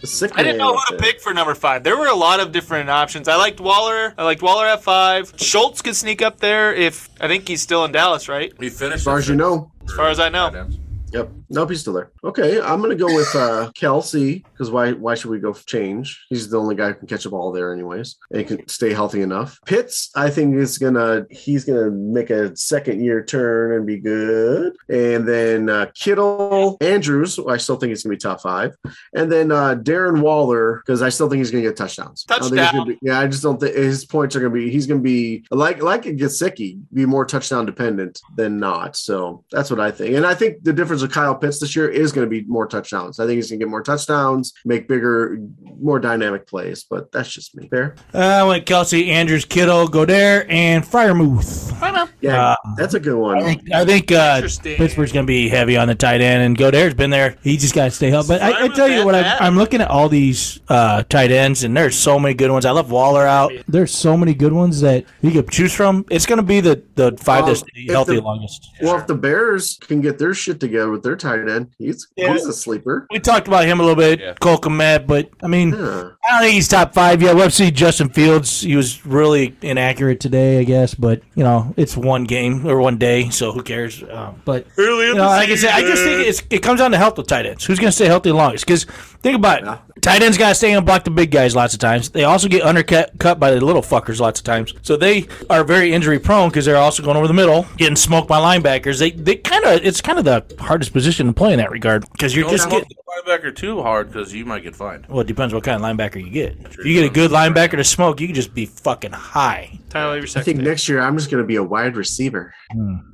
Speaker 2: The sick
Speaker 5: I didn't
Speaker 2: man
Speaker 5: know
Speaker 2: right
Speaker 5: who to
Speaker 2: there.
Speaker 5: pick for number five. There were a lot of different options. I liked Waller. I liked Waller at five. Schultz could sneak up there if I think he's still in Dallas, right?
Speaker 6: We finished.
Speaker 2: As far as you know.
Speaker 5: As far as I know.
Speaker 6: Well,
Speaker 2: Yep. Nope, he's still there. Okay, I'm gonna go with uh Kelsey because why why should we go change? He's the only guy who can catch a ball there anyways and can stay healthy enough. Pitts, I think is gonna he's gonna make a second year turn and be good. And then uh Kittle, Andrews, who I still think he's gonna be top five. And then uh Darren Waller, because I still think he's gonna get touchdowns. I don't think he's gonna
Speaker 5: Touchdown.
Speaker 2: be- yeah, I just don't think his points are gonna be he's gonna be like like a Gesicki, be more touchdown dependent than not. So that's what I think. And I think the difference with Kyle Pitts this year is gonna be more touchdowns. I think he's gonna get more touchdowns, make bigger, more dynamic plays, but that's just me. Fair.
Speaker 3: I went Kelsey, Andrews, Kittle, Godare, and Fryermuth.
Speaker 2: Yeah, that's a good
Speaker 3: Uh, I
Speaker 2: one.
Speaker 3: think, I think uh,
Speaker 5: Interesting.
Speaker 3: Pittsburgh's going to be heavy on the tight end, and Godare's been there. He just got to stay healthy. But I, I
Speaker 5: Fryermuth
Speaker 3: tell you
Speaker 5: that
Speaker 3: what, I,
Speaker 5: bad?
Speaker 3: I'm looking at all these uh, tight ends, and there's so many good ones. I love Waller out. There's so many good ones that you could choose from. It's going to be the, the five
Speaker 2: Um,
Speaker 3: that's
Speaker 2: if
Speaker 3: healthy
Speaker 2: the-
Speaker 3: longest.
Speaker 2: Well, if the Bears can get their shit together with their tight end, he's he's a sleeper.
Speaker 3: We talked about him a little bit,
Speaker 6: Yeah.
Speaker 3: Cole Komet, but I mean,
Speaker 2: Yeah.
Speaker 3: I don't think he's top five yet. We'll see Justin Fields. He was really inaccurate today, I guess, but you know, it's one game or one day, so who cares? Um, but
Speaker 5: Early in
Speaker 3: you know,
Speaker 5: the
Speaker 3: like I said, I just think it's, it comes down to health with tight ends. Who's going to stay healthy the longest? Because think about it. Tight ends got to stay and block the big guys lots of times. They also get undercut cut by the little fuckers lots of times. So they are very injury prone because they're also going over the middle, getting smoked by linebackers. They they kind of it's kind of the hardest position to play in that regard because you're just
Speaker 6: just
Speaker 3: getting.
Speaker 6: get linebacker too hard because you might get fined.
Speaker 3: Well, it depends what kind of linebacker you get. If you get a good linebacker to smoke, you can just be fucking high.
Speaker 5: Tyler, your
Speaker 2: I think
Speaker 5: second.
Speaker 3: Hmm.
Speaker 2: next year I'm just gonna be a wide receiver.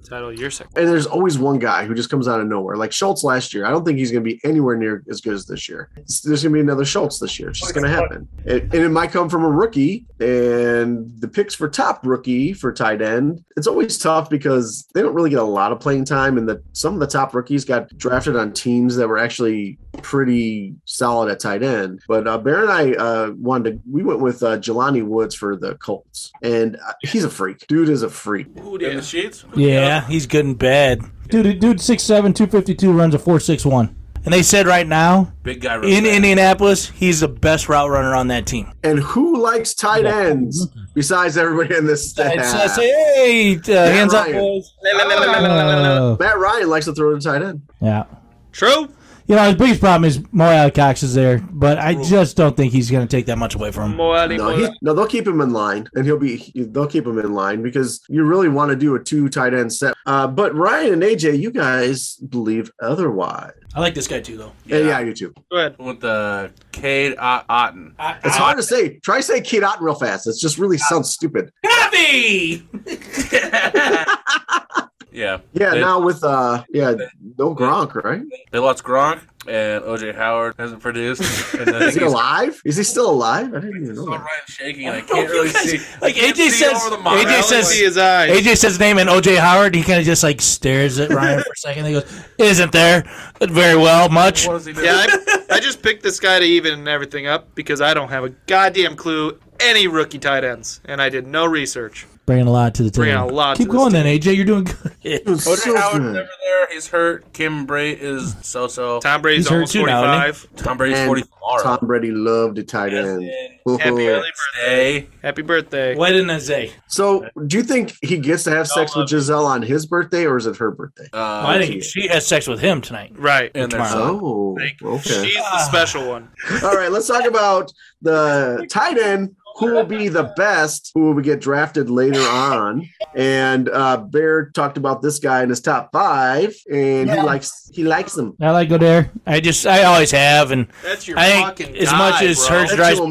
Speaker 5: title. You're second.
Speaker 2: And there's always one guy who just comes out of nowhere. Like Schultz last year, I don't think he's going to be anywhere near as good as this year. It's- There's going to be another Schultz this year. It's just going to happen. And, and it might come from a rookie. And the picks for top rookie for tight end, it's always tough because they don't really get a lot of playing time. And the, some of the top rookies got drafted on teams that were actually pretty solid at tight end. But uh, Bear and I uh, wanted to, we went with uh, Jelani Woods for the Colts. And uh, he's a freak. Dude is a freak.
Speaker 6: In the sheets?
Speaker 3: Yeah, he's good and bad. Dude, dude, six seven, two fifty two runs a four six one. And they said right now
Speaker 6: Big guy. runs
Speaker 3: in
Speaker 6: fast.
Speaker 3: Indianapolis, he's the best route runner on that team.
Speaker 2: And who likes tight ends besides everybody in this staff?
Speaker 3: It's, uh, say, hey, uh, hands
Speaker 2: Ryan.
Speaker 3: up, boys.
Speaker 9: Uh,
Speaker 2: Matt Ryan likes to throw to tight end.
Speaker 3: yeah.
Speaker 5: True.
Speaker 3: You know, his biggest problem is Moyle Cox is there, but I just don't think he's going to take that much away from him.
Speaker 5: Oh,
Speaker 2: No, he, no, they'll keep him in line, and he'll be. They'll keep him in line because you really want to do a two tight end set. Uh, but Ryan and AJ, you guys believe otherwise.
Speaker 3: I like this guy too, though.
Speaker 2: Yeah, yeah you too.
Speaker 5: Go ahead.
Speaker 6: with the Cade Ot- Otten.
Speaker 2: It's hard to say. Try to say Kate Otten real fast. It just really sounds stupid.
Speaker 6: <laughs> Yeah.
Speaker 2: Yeah,
Speaker 6: They-
Speaker 2: now with uh, yeah, no Gronk, right?
Speaker 6: They lost Gronk and OJ Howard hasn't produced. And then
Speaker 2: Is he
Speaker 6: he's-
Speaker 2: alive? Is he still alive? I didn't even know.
Speaker 6: Ryan
Speaker 2: that.
Speaker 6: shaking and I can't really see.
Speaker 3: Like
Speaker 6: I can't
Speaker 3: AJ
Speaker 6: see
Speaker 3: says,
Speaker 6: over the monitor.
Speaker 3: AJ
Speaker 5: See
Speaker 3: says,
Speaker 5: his eyes.
Speaker 3: AJ says his name and OJ Howard. He kind of just like stares at Ryan
Speaker 5: <laughs>
Speaker 3: for a second. He goes, "Isn't there very well much?"
Speaker 6: What does he do?
Speaker 5: Yeah, I, I just picked this guy to even everything up because I don't have a goddamn clue any rookie tight ends, and I did no research.
Speaker 3: Bringing a lot to the team.
Speaker 5: Bringing a lot
Speaker 3: Keep
Speaker 5: to this
Speaker 3: going then, AJ. You're doing good. <laughs>
Speaker 2: Dude,
Speaker 6: OJ
Speaker 2: so
Speaker 6: Howard's
Speaker 2: good.
Speaker 6: never there. He's hurt. Kim Bray is so-so.
Speaker 5: Tom Brady's
Speaker 3: He's hurt
Speaker 5: almost
Speaker 3: too now, isn't
Speaker 5: 45.
Speaker 6: Tom Brady's
Speaker 2: And
Speaker 6: 40 tomorrow.
Speaker 2: Tom Brady loved the tight
Speaker 6: Yes,
Speaker 2: end.
Speaker 6: and
Speaker 5: Happy early birthday.
Speaker 6: Stay.
Speaker 5: Happy birthday.
Speaker 3: Why didn't I say?
Speaker 2: So, do you think he gets to have sex with Giselle on his birthday or is it her birthday?
Speaker 6: Uh,
Speaker 3: I think she has sex with him tonight.
Speaker 5: Right.
Speaker 6: and their
Speaker 3: tomorrow.
Speaker 6: son.
Speaker 2: Oh, okay.
Speaker 5: She's the special one.
Speaker 2: <laughs> All right, let's talk about the tight end who will be the best, who will get drafted later on. And uh, Bear talked about this guy in his top five, and he likes he likes him.
Speaker 3: I like Godair. I just, I always have, and
Speaker 5: That's your
Speaker 3: I
Speaker 5: fucking
Speaker 3: think as
Speaker 5: guy,
Speaker 3: much as
Speaker 5: bro.
Speaker 3: hers
Speaker 2: That's
Speaker 3: drives
Speaker 2: your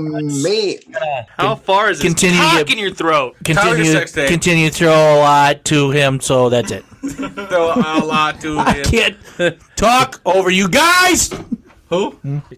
Speaker 2: man.
Speaker 5: How far is this
Speaker 3: continue to
Speaker 5: cock
Speaker 3: get-
Speaker 5: in your throat?
Speaker 6: Tyler
Speaker 3: continue,
Speaker 6: Sexton.
Speaker 3: continue to throw a lot to him. So that's it.
Speaker 2: <laughs>
Speaker 6: Throw a lot to
Speaker 3: I
Speaker 6: him.
Speaker 3: can't talk over you guys.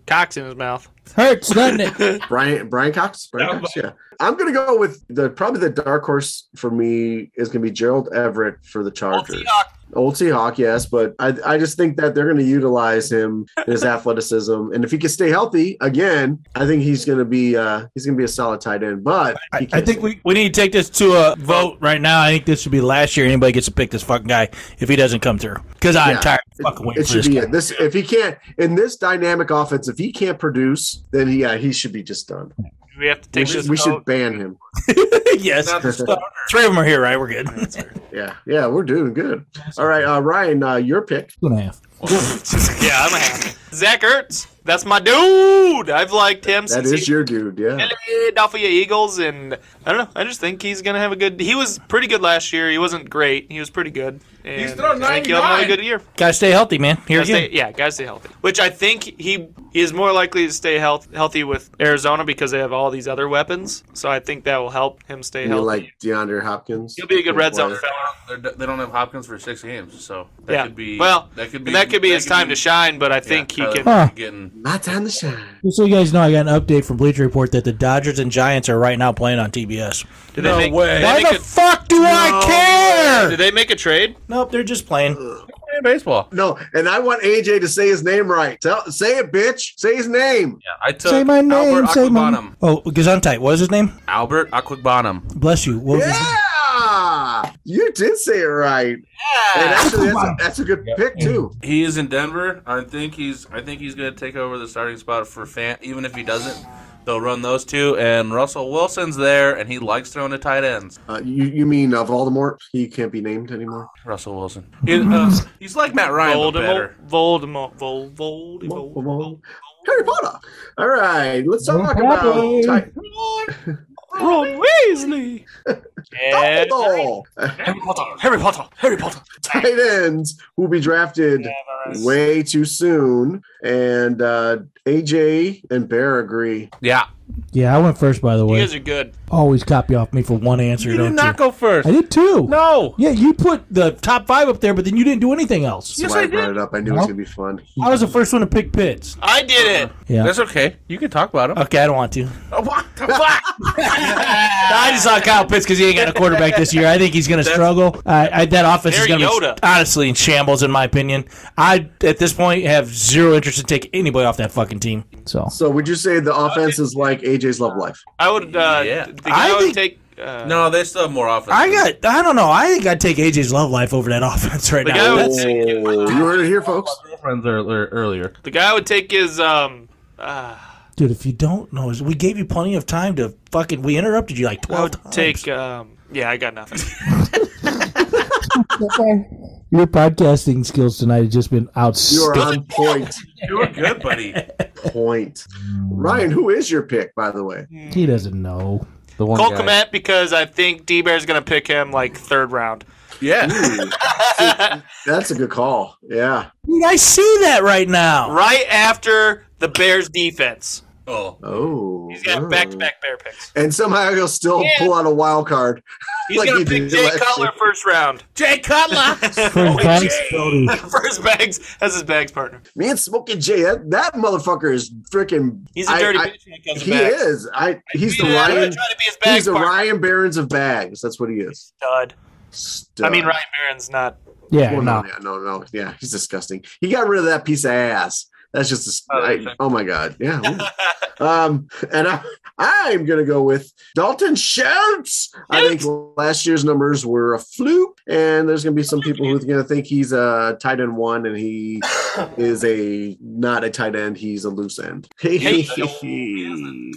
Speaker 5: Cock's in his mouth.
Speaker 3: Hurts, doesn't it?
Speaker 2: Brian Brian Cox. Brian Cox. Yeah, I'm gonna go with the probably the dark horse for me is gonna be Gerald Everett for the Chargers. Old Seahawk, yes, but I, I just think that they're going to utilize him and
Speaker 3: <laughs>
Speaker 2: his athleticism, and if he can stay healthy again, I think he's going to be uh, he's going to be a solid tight end. But he
Speaker 3: <laughs> I, I
Speaker 2: can't
Speaker 3: think
Speaker 2: stay.
Speaker 3: we, we need to take this to a vote right now. I think this should be last year. Anybody gets to pick this fucking guy if he doesn't come through. Because I'm
Speaker 2: Yeah.
Speaker 3: tired of fucking waiting
Speaker 2: it
Speaker 3: for
Speaker 2: should
Speaker 3: this
Speaker 2: be
Speaker 3: guy.
Speaker 2: it. this if he can't in this dynamic offense if he can't produce then he yeah, he should be just done.
Speaker 5: We have to
Speaker 2: We
Speaker 5: take
Speaker 2: should,
Speaker 5: this.
Speaker 2: we should
Speaker 5: out.
Speaker 2: ban him.
Speaker 3: <laughs> yes.
Speaker 6: Not the starter.
Speaker 3: Three of them are here, right? We're <laughs> good.
Speaker 2: Yeah, yeah, we're doing good. All right, uh, Ryan, uh, your pick.
Speaker 3: Two and a half.
Speaker 5: Yeah, I'm happy. Zach Ertz. That's my dude. I've liked him
Speaker 2: That
Speaker 5: since he
Speaker 2: is your dude. Yeah,
Speaker 5: Philadelphia Eagles, and I don't know. I just think he's gonna have a good. He was pretty good last year. He wasn't great. He was pretty good. And
Speaker 10: He's thrown
Speaker 5: I think he'll have another
Speaker 10: 99.
Speaker 5: good year.
Speaker 3: Gotta stay healthy, man. Here
Speaker 5: Gotta
Speaker 3: you
Speaker 5: stay, yeah, gotta stay healthy. Which I think he, he is more likely to stay health, healthy with Arizona because they have all these other weapons. So I think that will help him stay
Speaker 2: you
Speaker 5: healthy.
Speaker 2: like DeAndre Hopkins.
Speaker 5: He'll be a good red zone
Speaker 2: player.
Speaker 5: fella.
Speaker 6: They're, they don't have Hopkins for six games, so that
Speaker 5: yeah.
Speaker 6: could be.
Speaker 5: well,
Speaker 6: that could be.
Speaker 5: and that could be his time to shine, but I
Speaker 6: yeah,
Speaker 5: think
Speaker 6: Tyler
Speaker 5: he can.
Speaker 3: Huh.
Speaker 6: Boyd Getting
Speaker 2: My time to shine.
Speaker 3: Just so you guys know, I got an update from Bleacher Report that the Dodgers and Giants are right now playing on TBS.
Speaker 5: Did they make, did they
Speaker 3: Why
Speaker 5: make
Speaker 3: the fuck do I
Speaker 5: a,
Speaker 3: care?
Speaker 5: did they make a trade?
Speaker 3: Nope, they're just playing.
Speaker 6: playing baseball.
Speaker 2: No, and I want AJ to say his name right. Tell, say it, bitch. Say his name.
Speaker 6: Yeah, I took
Speaker 3: Say my name.
Speaker 6: Albert
Speaker 3: say my
Speaker 6: Aquabonham.
Speaker 3: Oh, Gesundheit. What is his name?
Speaker 6: Albert Aquabonham.
Speaker 3: Bless you. What was his name?
Speaker 2: Yeah, you did say it right. And actually, that's a, that's a good pick too.
Speaker 6: He is in Denver. I think he's. I think he's going to take over the starting spot for Fan. Even if he doesn't, they'll run those two. And Russell Wilson's there, and he likes throwing to tight ends.
Speaker 2: Uh, you you mean uh, Voldemort? He can't be named anymore.
Speaker 6: Russell Wilson. He-
Speaker 5: <laughs>
Speaker 6: uh, he's like Matt Ryan, but
Speaker 5: Voldemort.
Speaker 6: better.
Speaker 5: Voldemort. Vol, Voldemort. Voldemort.
Speaker 2: Harry Potter. All right, let's talk about. Ti-
Speaker 5: Ron Weasley. And
Speaker 2: Dumbledore.
Speaker 5: Harry Potter. Harry Potter. Harry Potter.
Speaker 2: Tight ends who will be drafted way too soon. And uh, AJ and Bear agree.
Speaker 6: Yeah.
Speaker 3: Yeah, I went first, by the
Speaker 5: You
Speaker 3: way.
Speaker 5: guys are good.
Speaker 3: Always copy off me for one answer,
Speaker 6: You
Speaker 3: don't
Speaker 6: did not
Speaker 3: you?
Speaker 6: go first.
Speaker 3: I did too.
Speaker 6: No.
Speaker 3: Yeah, you put the top five up there, but then you didn't do anything else.
Speaker 2: That's
Speaker 6: Yes,
Speaker 2: why I,
Speaker 6: I
Speaker 2: brought
Speaker 6: did.
Speaker 2: it up. I knew it was gonna be fun.
Speaker 3: I was the first one to pick Pitts.
Speaker 5: I did it.
Speaker 3: Yeah.
Speaker 6: That's okay. You can talk about him.
Speaker 3: okay, I don't want to.
Speaker 6: Oh, <laughs> what the fuck?
Speaker 3: I just saw Kyle Pitts because he ain't got a quarterback this year. I think he's going to struggle. I, I, that offense is
Speaker 5: They're
Speaker 3: going to
Speaker 5: Yoda.
Speaker 3: be honestly in shambles, in my opinion. I at this point have zero interest in taking anybody off that fucking team. So
Speaker 2: So would you say the offense is like AJ's love life?
Speaker 5: <laughs> I would. Uh,
Speaker 6: Yeah.
Speaker 5: th- think I,
Speaker 3: I think-
Speaker 5: would take. Uh,
Speaker 6: no, they still have more offense.
Speaker 3: I got. I don't know. I think I'd take AJ's love life over that <laughs> offense right
Speaker 5: The guy,
Speaker 3: now.
Speaker 5: would
Speaker 2: Oh,
Speaker 5: take,
Speaker 2: you heard it here, folks.
Speaker 6: friends earlier. earlier.
Speaker 5: the guy would take his. Um, uh,
Speaker 3: Dude, if you don't know, we gave you plenty of time to fucking. We interrupted you like
Speaker 5: I
Speaker 3: twelve
Speaker 5: would
Speaker 3: times.
Speaker 5: take. Um, yeah, I got nothing.
Speaker 3: Your podcasting skills tonight have just been
Speaker 2: You are
Speaker 3: outstanding.
Speaker 2: on point.
Speaker 6: <laughs> You were good, buddy.
Speaker 2: Point. Ryan, who is your pick, by the way?
Speaker 3: He doesn't know.
Speaker 6: The one
Speaker 5: Cole
Speaker 6: guy.
Speaker 5: Komet because I think D Bear's gonna pick him like third round.
Speaker 6: Yeah.
Speaker 2: Ooh, that's a good call. Yeah.
Speaker 3: Dude, I see that right now.
Speaker 5: <laughs> Right after the Bears defense.
Speaker 6: oh.
Speaker 2: Oh.
Speaker 5: He's got back to back bear picks.
Speaker 2: And somehow he'll still
Speaker 5: Yeah.
Speaker 2: pull out a wild card.
Speaker 5: He's
Speaker 2: Like
Speaker 5: gonna
Speaker 2: he
Speaker 5: pick
Speaker 2: did
Speaker 5: Jay
Speaker 2: last
Speaker 5: Cutler
Speaker 2: year.
Speaker 5: first round.
Speaker 6: Jay
Speaker 5: <laughs>
Speaker 6: Cutler.
Speaker 3: First bags,
Speaker 5: Oh,
Speaker 3: Brody.
Speaker 5: First bags as his bags partner.
Speaker 2: Me and Smokey J, that, that motherfucker is freaking.
Speaker 5: He's a
Speaker 2: I-
Speaker 5: dirty
Speaker 2: I-
Speaker 5: bitch when it comes to
Speaker 2: He
Speaker 5: bags.
Speaker 2: is. I. He's the
Speaker 5: Yeah, I'm
Speaker 2: Ryan.
Speaker 5: trying to be his
Speaker 2: He's
Speaker 5: bags
Speaker 2: the
Speaker 5: partner.
Speaker 2: Ryan Barons of bags. That's what he is.
Speaker 5: Stud. I
Speaker 2: Stud.
Speaker 5: mean Ryan Barron's not.
Speaker 3: Yeah,
Speaker 2: Well, no,
Speaker 3: no.
Speaker 2: yeah, no, no, yeah, <laughs> he's disgusting. He got rid of that piece of ass. That's just, a s
Speaker 5: Oh,
Speaker 2: I-
Speaker 5: okay.
Speaker 2: oh my god, <laughs> yeah. ooh. um, and I, I'm gonna go with Dalton Schultz. I think last year's numbers were a fluke, and there's gonna be some people who's gonna think he's a tight end one, and <laughs> he is a not a tight end. He's a loose end.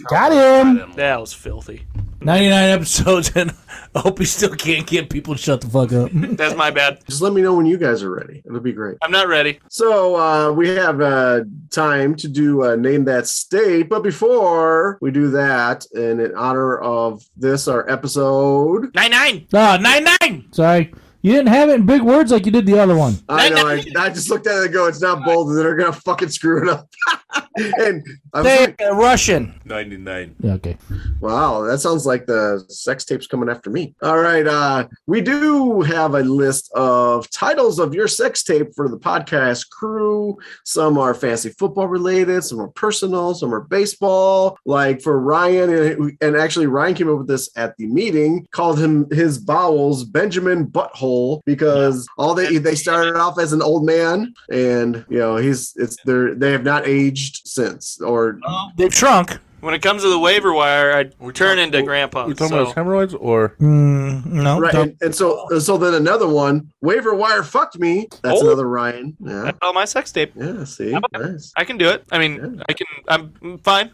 Speaker 3: Got
Speaker 6: Um,
Speaker 3: him.
Speaker 5: That was filthy.
Speaker 3: 99 episodes, and <laughs> I hope he still can't get people to shut the fuck <laughs> up.
Speaker 5: That's my bad.
Speaker 2: Just let me know when you guys are ready. It'll be great.
Speaker 5: I'm not ready.
Speaker 2: So uh, we have uh, time to do uh, name that state, but before we do that, and in honor of this, our episode.
Speaker 5: Nine nine.
Speaker 3: No, 99. Sorry. You didn't have it in big words like you did the other one.
Speaker 2: I know I, I just looked at it and go, it's not bold, and they're gonna fucking screw it up. <laughs> and I'm
Speaker 3: They Russian.
Speaker 6: 99.
Speaker 3: Yeah, okay.
Speaker 2: Wow, that sounds like the sex tape's coming after me. All right, uh, we do have a list of titles of your sex tape for the podcast crew. Some are fancy football related, some are personal, some are baseball. Like for Ryan, and, and actually Ryan came up with this at the meeting, called him his bowels Benjamin Butthole because all they they started off as an old man, and you know he's it's they're they have not aged since or
Speaker 3: They've shrunk.
Speaker 5: When it comes to the waiver wire, I
Speaker 6: We're
Speaker 5: turn
Speaker 6: talking-
Speaker 5: into
Speaker 6: we're-
Speaker 5: grandpa.
Speaker 6: You talking
Speaker 5: so-
Speaker 6: about his hemorrhoids or
Speaker 3: Mm, no.
Speaker 2: right
Speaker 3: don't-
Speaker 2: and, and so so then another one waiver wire fucked me that's another ryan yeah
Speaker 5: That's all my sex tape.
Speaker 2: yeah see nice
Speaker 5: I can do it. I mean, I can. I'm I'm fine.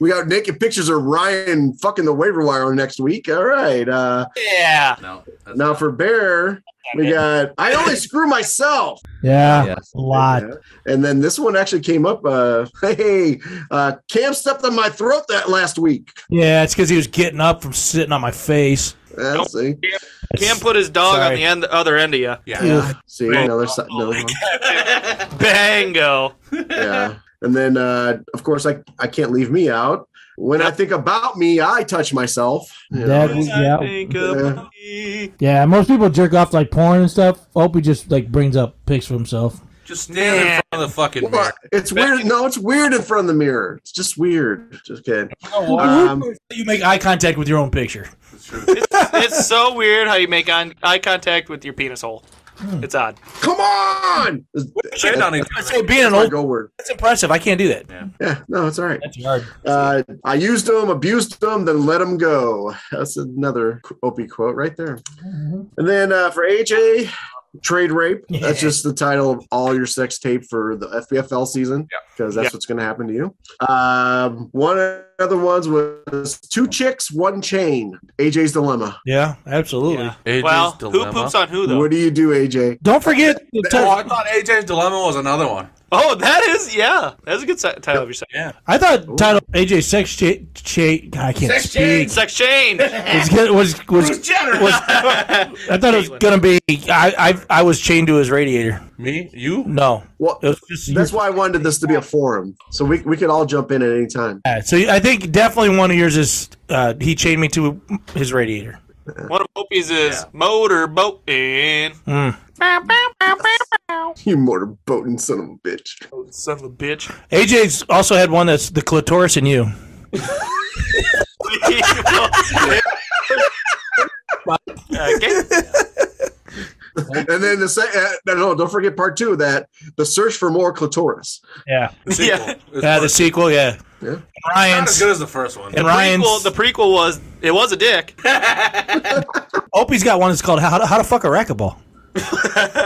Speaker 2: we got naked pictures of ryan fucking the waiver wire next week all right uh
Speaker 5: Yeah.
Speaker 6: no? That's
Speaker 2: now for bear we got i only screw myself
Speaker 3: yeah,
Speaker 6: Yeah.
Speaker 3: A lot.
Speaker 2: Yeah. and then this one actually came up uh <laughs> hey uh cam stepped on my throat that last week
Speaker 3: Yeah, it's because he was getting up from sitting on my face.
Speaker 2: Uh,
Speaker 5: Nope.
Speaker 2: see
Speaker 5: Can't put his dog on
Speaker 3: Sorry.
Speaker 5: the end, other end of <laughs> you.
Speaker 6: yeah.
Speaker 2: see another, si- another one
Speaker 5: Bango.
Speaker 2: yeah. And then, uh, of course, I, I can't leave me out. When I think about me, I touch myself. You know,
Speaker 3: That is- yeah.
Speaker 5: Think
Speaker 2: Yeah.
Speaker 5: of me.
Speaker 3: Yeah, most people jerk off like porn and stuff. Opie just like brings up pics for himself.
Speaker 6: Just stand in front of the fucking mirror.
Speaker 2: Look, it's weird. No, it's weird in front of the mirror. It's just weird. Just kidding. Um,
Speaker 3: you make eye contact with your own picture.
Speaker 5: It's so weird how you make on, eye contact with your penis hole.
Speaker 6: Hmm.
Speaker 5: It's odd.
Speaker 2: come on.
Speaker 6: Shit on each
Speaker 3: I
Speaker 6: other.
Speaker 3: say being an
Speaker 2: That's my
Speaker 3: old
Speaker 2: go word.
Speaker 3: that's impressive. I can't do that.
Speaker 2: Yeah, no, it's all right.
Speaker 3: That's hard.
Speaker 2: Uh, I used them, abused them, then let them go. That's another qu- Opie quote right there. And then uh, for AJ, trade rape. That's just the title of all your sex tape for the FBFL season because that's what's going to happen to you. Um, one of the other ones was two chicks, one chain. AJ's dilemma.
Speaker 3: Yeah, absolutely.
Speaker 5: Yeah.
Speaker 6: AJ's
Speaker 5: well, who
Speaker 6: dilemma.
Speaker 5: poops on who though?
Speaker 2: What do you do, AJ?
Speaker 3: Don't forget the
Speaker 6: uh, Oh, I thought AJ's dilemma was another one.
Speaker 5: Oh, that is yeah. That's a good si- title of your segment.
Speaker 3: I thought title AJ Sex Cha- Cha- God, I can't
Speaker 11: Sex
Speaker 3: speak.
Speaker 11: change.
Speaker 5: Sex
Speaker 6: <laughs>
Speaker 5: change.
Speaker 3: Was get- was was,
Speaker 11: Bruce Jenner.
Speaker 3: I thought it was gonna be I, I I was chained to his radiator.
Speaker 6: Me? <laughs> You?
Speaker 3: No,
Speaker 2: Well,
Speaker 3: it was just
Speaker 2: that's why I wanted this to be a forum, so we we could all jump in at any time. <laughs>
Speaker 3: Yeah, so I think definitely one of yours is uh, he chained me to his radiator.
Speaker 5: One of Opie's is motor boating.
Speaker 2: You motorboating son of a bitch.
Speaker 5: Oh, son of a bitch.
Speaker 3: AJ's also had one that's the clitoris in you.
Speaker 5: <laughs> okay.
Speaker 2: And then the second, uh, no, no, don't forget part two of that. The search for more clitoris.
Speaker 3: Yeah,
Speaker 5: Yeah.
Speaker 3: yeah, the sequel. Yeah,
Speaker 2: Yeah.
Speaker 3: And
Speaker 6: Not as
Speaker 3: Ryan's
Speaker 6: good as the first <laughs> one.
Speaker 3: and Ryan's.
Speaker 5: Prequel, the prequel was it was a dick.
Speaker 3: Opie's got one that's called "How to, How to Fuck a Racquetball."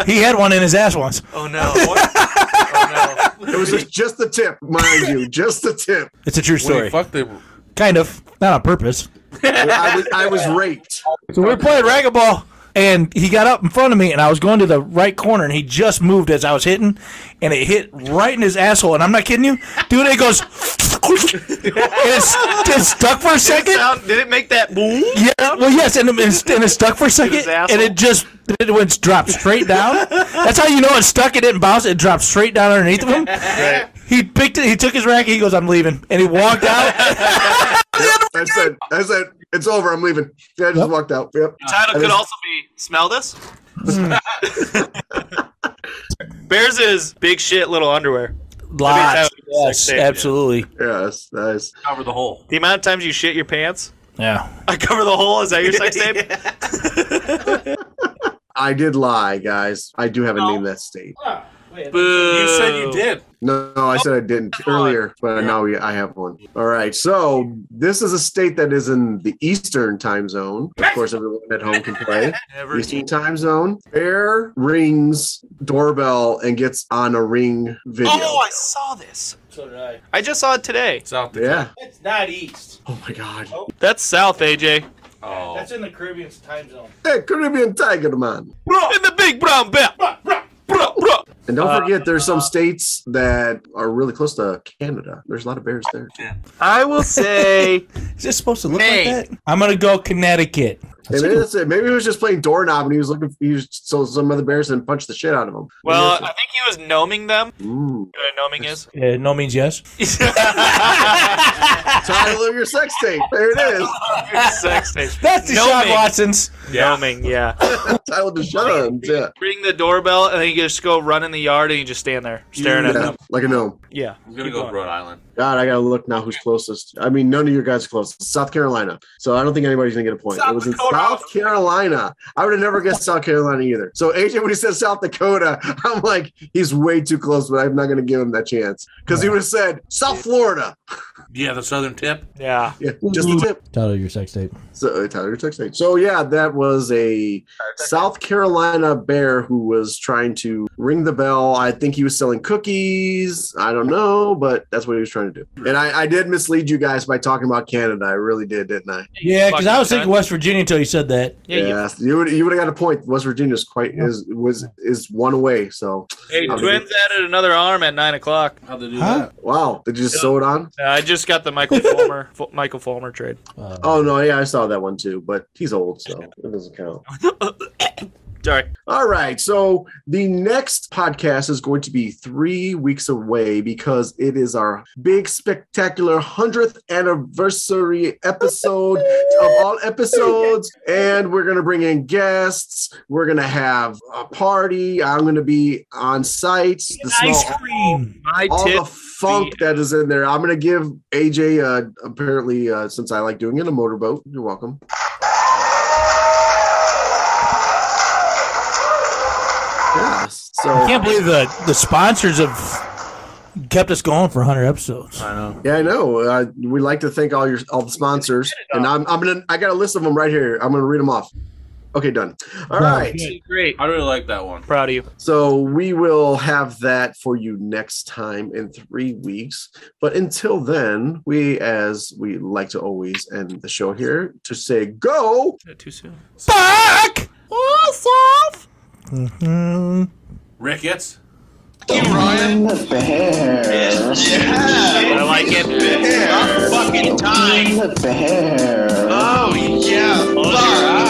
Speaker 3: he had one in his ass once.
Speaker 5: Oh no. oh no.
Speaker 2: It was just, just the tip, mind you, just the tip.
Speaker 3: It's a true
Speaker 6: When he
Speaker 3: story,
Speaker 6: fucked the
Speaker 3: kind of, not on purpose.
Speaker 2: I was, I was raped.
Speaker 3: So we were playing racquetball, and he got up in front of me, and I was going to the right corner, and he just moved as I was hitting, and it hit right in his asshole. And I'm not kidding you, dude. It goes, and it's, it stuck for a second.
Speaker 5: Sound, did it make that boom?
Speaker 3: Yeah, well, yes, and it, and it stuck for a second,
Speaker 5: his asshole.
Speaker 3: and it just it went dropped straight down. That's how you know it stuck. It didn't bounce. It dropped straight down underneath of him. Right. He picked it. He took his racket. He goes, "I'm leaving," and he walked out.
Speaker 2: I said, I said, it's over. I'm leaving. Yeah, I just walked out. Yep.
Speaker 5: Title
Speaker 2: I
Speaker 5: could
Speaker 2: just-
Speaker 5: also be smell this.
Speaker 3: Hmm.
Speaker 5: <laughs> Bears is big shit, little underwear.
Speaker 3: Lots. <laughs> Yes,
Speaker 5: Sexy.
Speaker 3: absolutely.
Speaker 2: Yeah, that's nice.
Speaker 6: cover the hole.
Speaker 5: The amount of times you shit your pants.
Speaker 3: Yeah.
Speaker 5: I cover the hole. Is that your <laughs> sex tape?
Speaker 2: I did lie, guys. I do have a name that state.
Speaker 5: Boo.
Speaker 6: You said you did.
Speaker 2: No, no, I said I didn't earlier, but now we, I have one. All right. So this is a state that is in the Eastern time zone. Of course, everyone at home can play.
Speaker 5: Never
Speaker 2: Eastern time zone. Bear rings doorbell and gets on a ring video.
Speaker 5: Oh, I saw this. I just saw it today.
Speaker 6: South Dakota.
Speaker 2: yeah.
Speaker 1: It's not east.
Speaker 2: Oh my God.
Speaker 5: That's South, AJ.
Speaker 6: Oh.
Speaker 1: That's in the Caribbean's time zone.
Speaker 2: Hey, Caribbean Tiger Man.
Speaker 5: In the big brown bear. Uh, Bruh, bruh.
Speaker 2: And don't forget, there's some states that are really close to Canada. There's a lot of bears there.
Speaker 5: I will say
Speaker 3: Is this supposed to look
Speaker 5: Maine.
Speaker 3: like that? I'm gonna go Connecticut.
Speaker 2: And maybe that's it. Maybe he was just playing doorknob and he was looking. He was, so some other bears and punched the shit out of him.
Speaker 5: <laughs> Well, uh, I
Speaker 2: Maybe
Speaker 5: think he was gnoming them.
Speaker 2: that's it. Ooh.
Speaker 5: You know what a gnoming is?
Speaker 3: Yeah, Uh, no means yes.
Speaker 2: title of your sex tape. There it is.
Speaker 5: <laughs>
Speaker 2: <laughs>
Speaker 5: Sex tape.
Speaker 3: That's Deshaun
Speaker 5: Gnoming.
Speaker 3: Watson's.
Speaker 5: Gnoming, yeah.
Speaker 2: Title to Sean. Yeah.
Speaker 5: Ring the doorbell, and then you just go run in the yard, and you just stand there staring at
Speaker 2: yeah,
Speaker 5: them.
Speaker 2: like a gnome.
Speaker 5: Yeah.
Speaker 6: I'm gonna go with Rhode Island.
Speaker 2: God, I gotta look now. Who's closest? I mean, none of your guys are closest. South Carolina. So I don't think anybody's gonna get a point. it was in South Carolina. I would have never guessed South Carolina either. So AJ, when he said South Dakota, <laughs> I'm like, he's way too close, but I'm not gonna give him that chance because he would have said South Florida.
Speaker 6: Yeah, the southern tip.
Speaker 5: Yeah.
Speaker 2: Yeah, just a tip.
Speaker 3: Title your sex tape.
Speaker 2: So uh, Tyler Texas. So yeah, that was a South Carolina bear who was trying to ring the bell. I think he was selling cookies. I don't know, but that's what he was trying to do. And I, I did mislead you guys by talking about Canada. I really did, didn't I?
Speaker 3: Yeah, because I was
Speaker 5: Fucking
Speaker 3: thinking West Virginia until you said that.
Speaker 5: Yeah, you-
Speaker 2: Yes. you would you would have got a point. West Virginia's quite is was is one away. So
Speaker 5: Hey,
Speaker 2: How'd
Speaker 5: twins added another arm at nine o'clock.
Speaker 6: How'd they do
Speaker 3: Huh?
Speaker 2: wow, did you just sew it on?
Speaker 5: Uh, I just got the <laughs> Michael Fulmer F- Michael Fulmer trade.
Speaker 3: Uh,
Speaker 2: Oh no, yeah, I saw that one too, but he's old, so it doesn't count.
Speaker 5: Sorry.
Speaker 2: All right. So the next podcast is going to be three weeks away because it is our big, spectacular 100th anniversary episode of all episodes. And we're going to bring in guests. We're going to have a party. I'm going to be on site. The
Speaker 3: Ice
Speaker 2: smell-
Speaker 3: cream.
Speaker 5: My
Speaker 2: all
Speaker 5: tit.
Speaker 2: the funk that is in there. I'm gonna give AJ uh, apparently uh, since I like doing it a motorboat. You're welcome. Yeah.
Speaker 3: I
Speaker 2: So
Speaker 3: can't believe the the sponsors have kept us going for 100 episodes.
Speaker 6: I know.
Speaker 2: yeah, I know. Uh, we like to thank all your all the sponsors, and I'm I'm gonna I got a list of them right here. I'm gonna read them off. Okay, done.
Speaker 3: Oh,
Speaker 2: All right.
Speaker 5: Great.
Speaker 6: I really like that one.
Speaker 5: Proud of you.
Speaker 2: So we will have that for you next time in three weeks. But until then, we, as we like to always end the show here, to say go.
Speaker 5: Too soon.
Speaker 3: Ah! Fuck!
Speaker 6: Ricketts.
Speaker 1: you, Ryan.
Speaker 2: I like it.
Speaker 1: Yeah. About fucking time. Oh yeah. Fuck. Oh, Oh,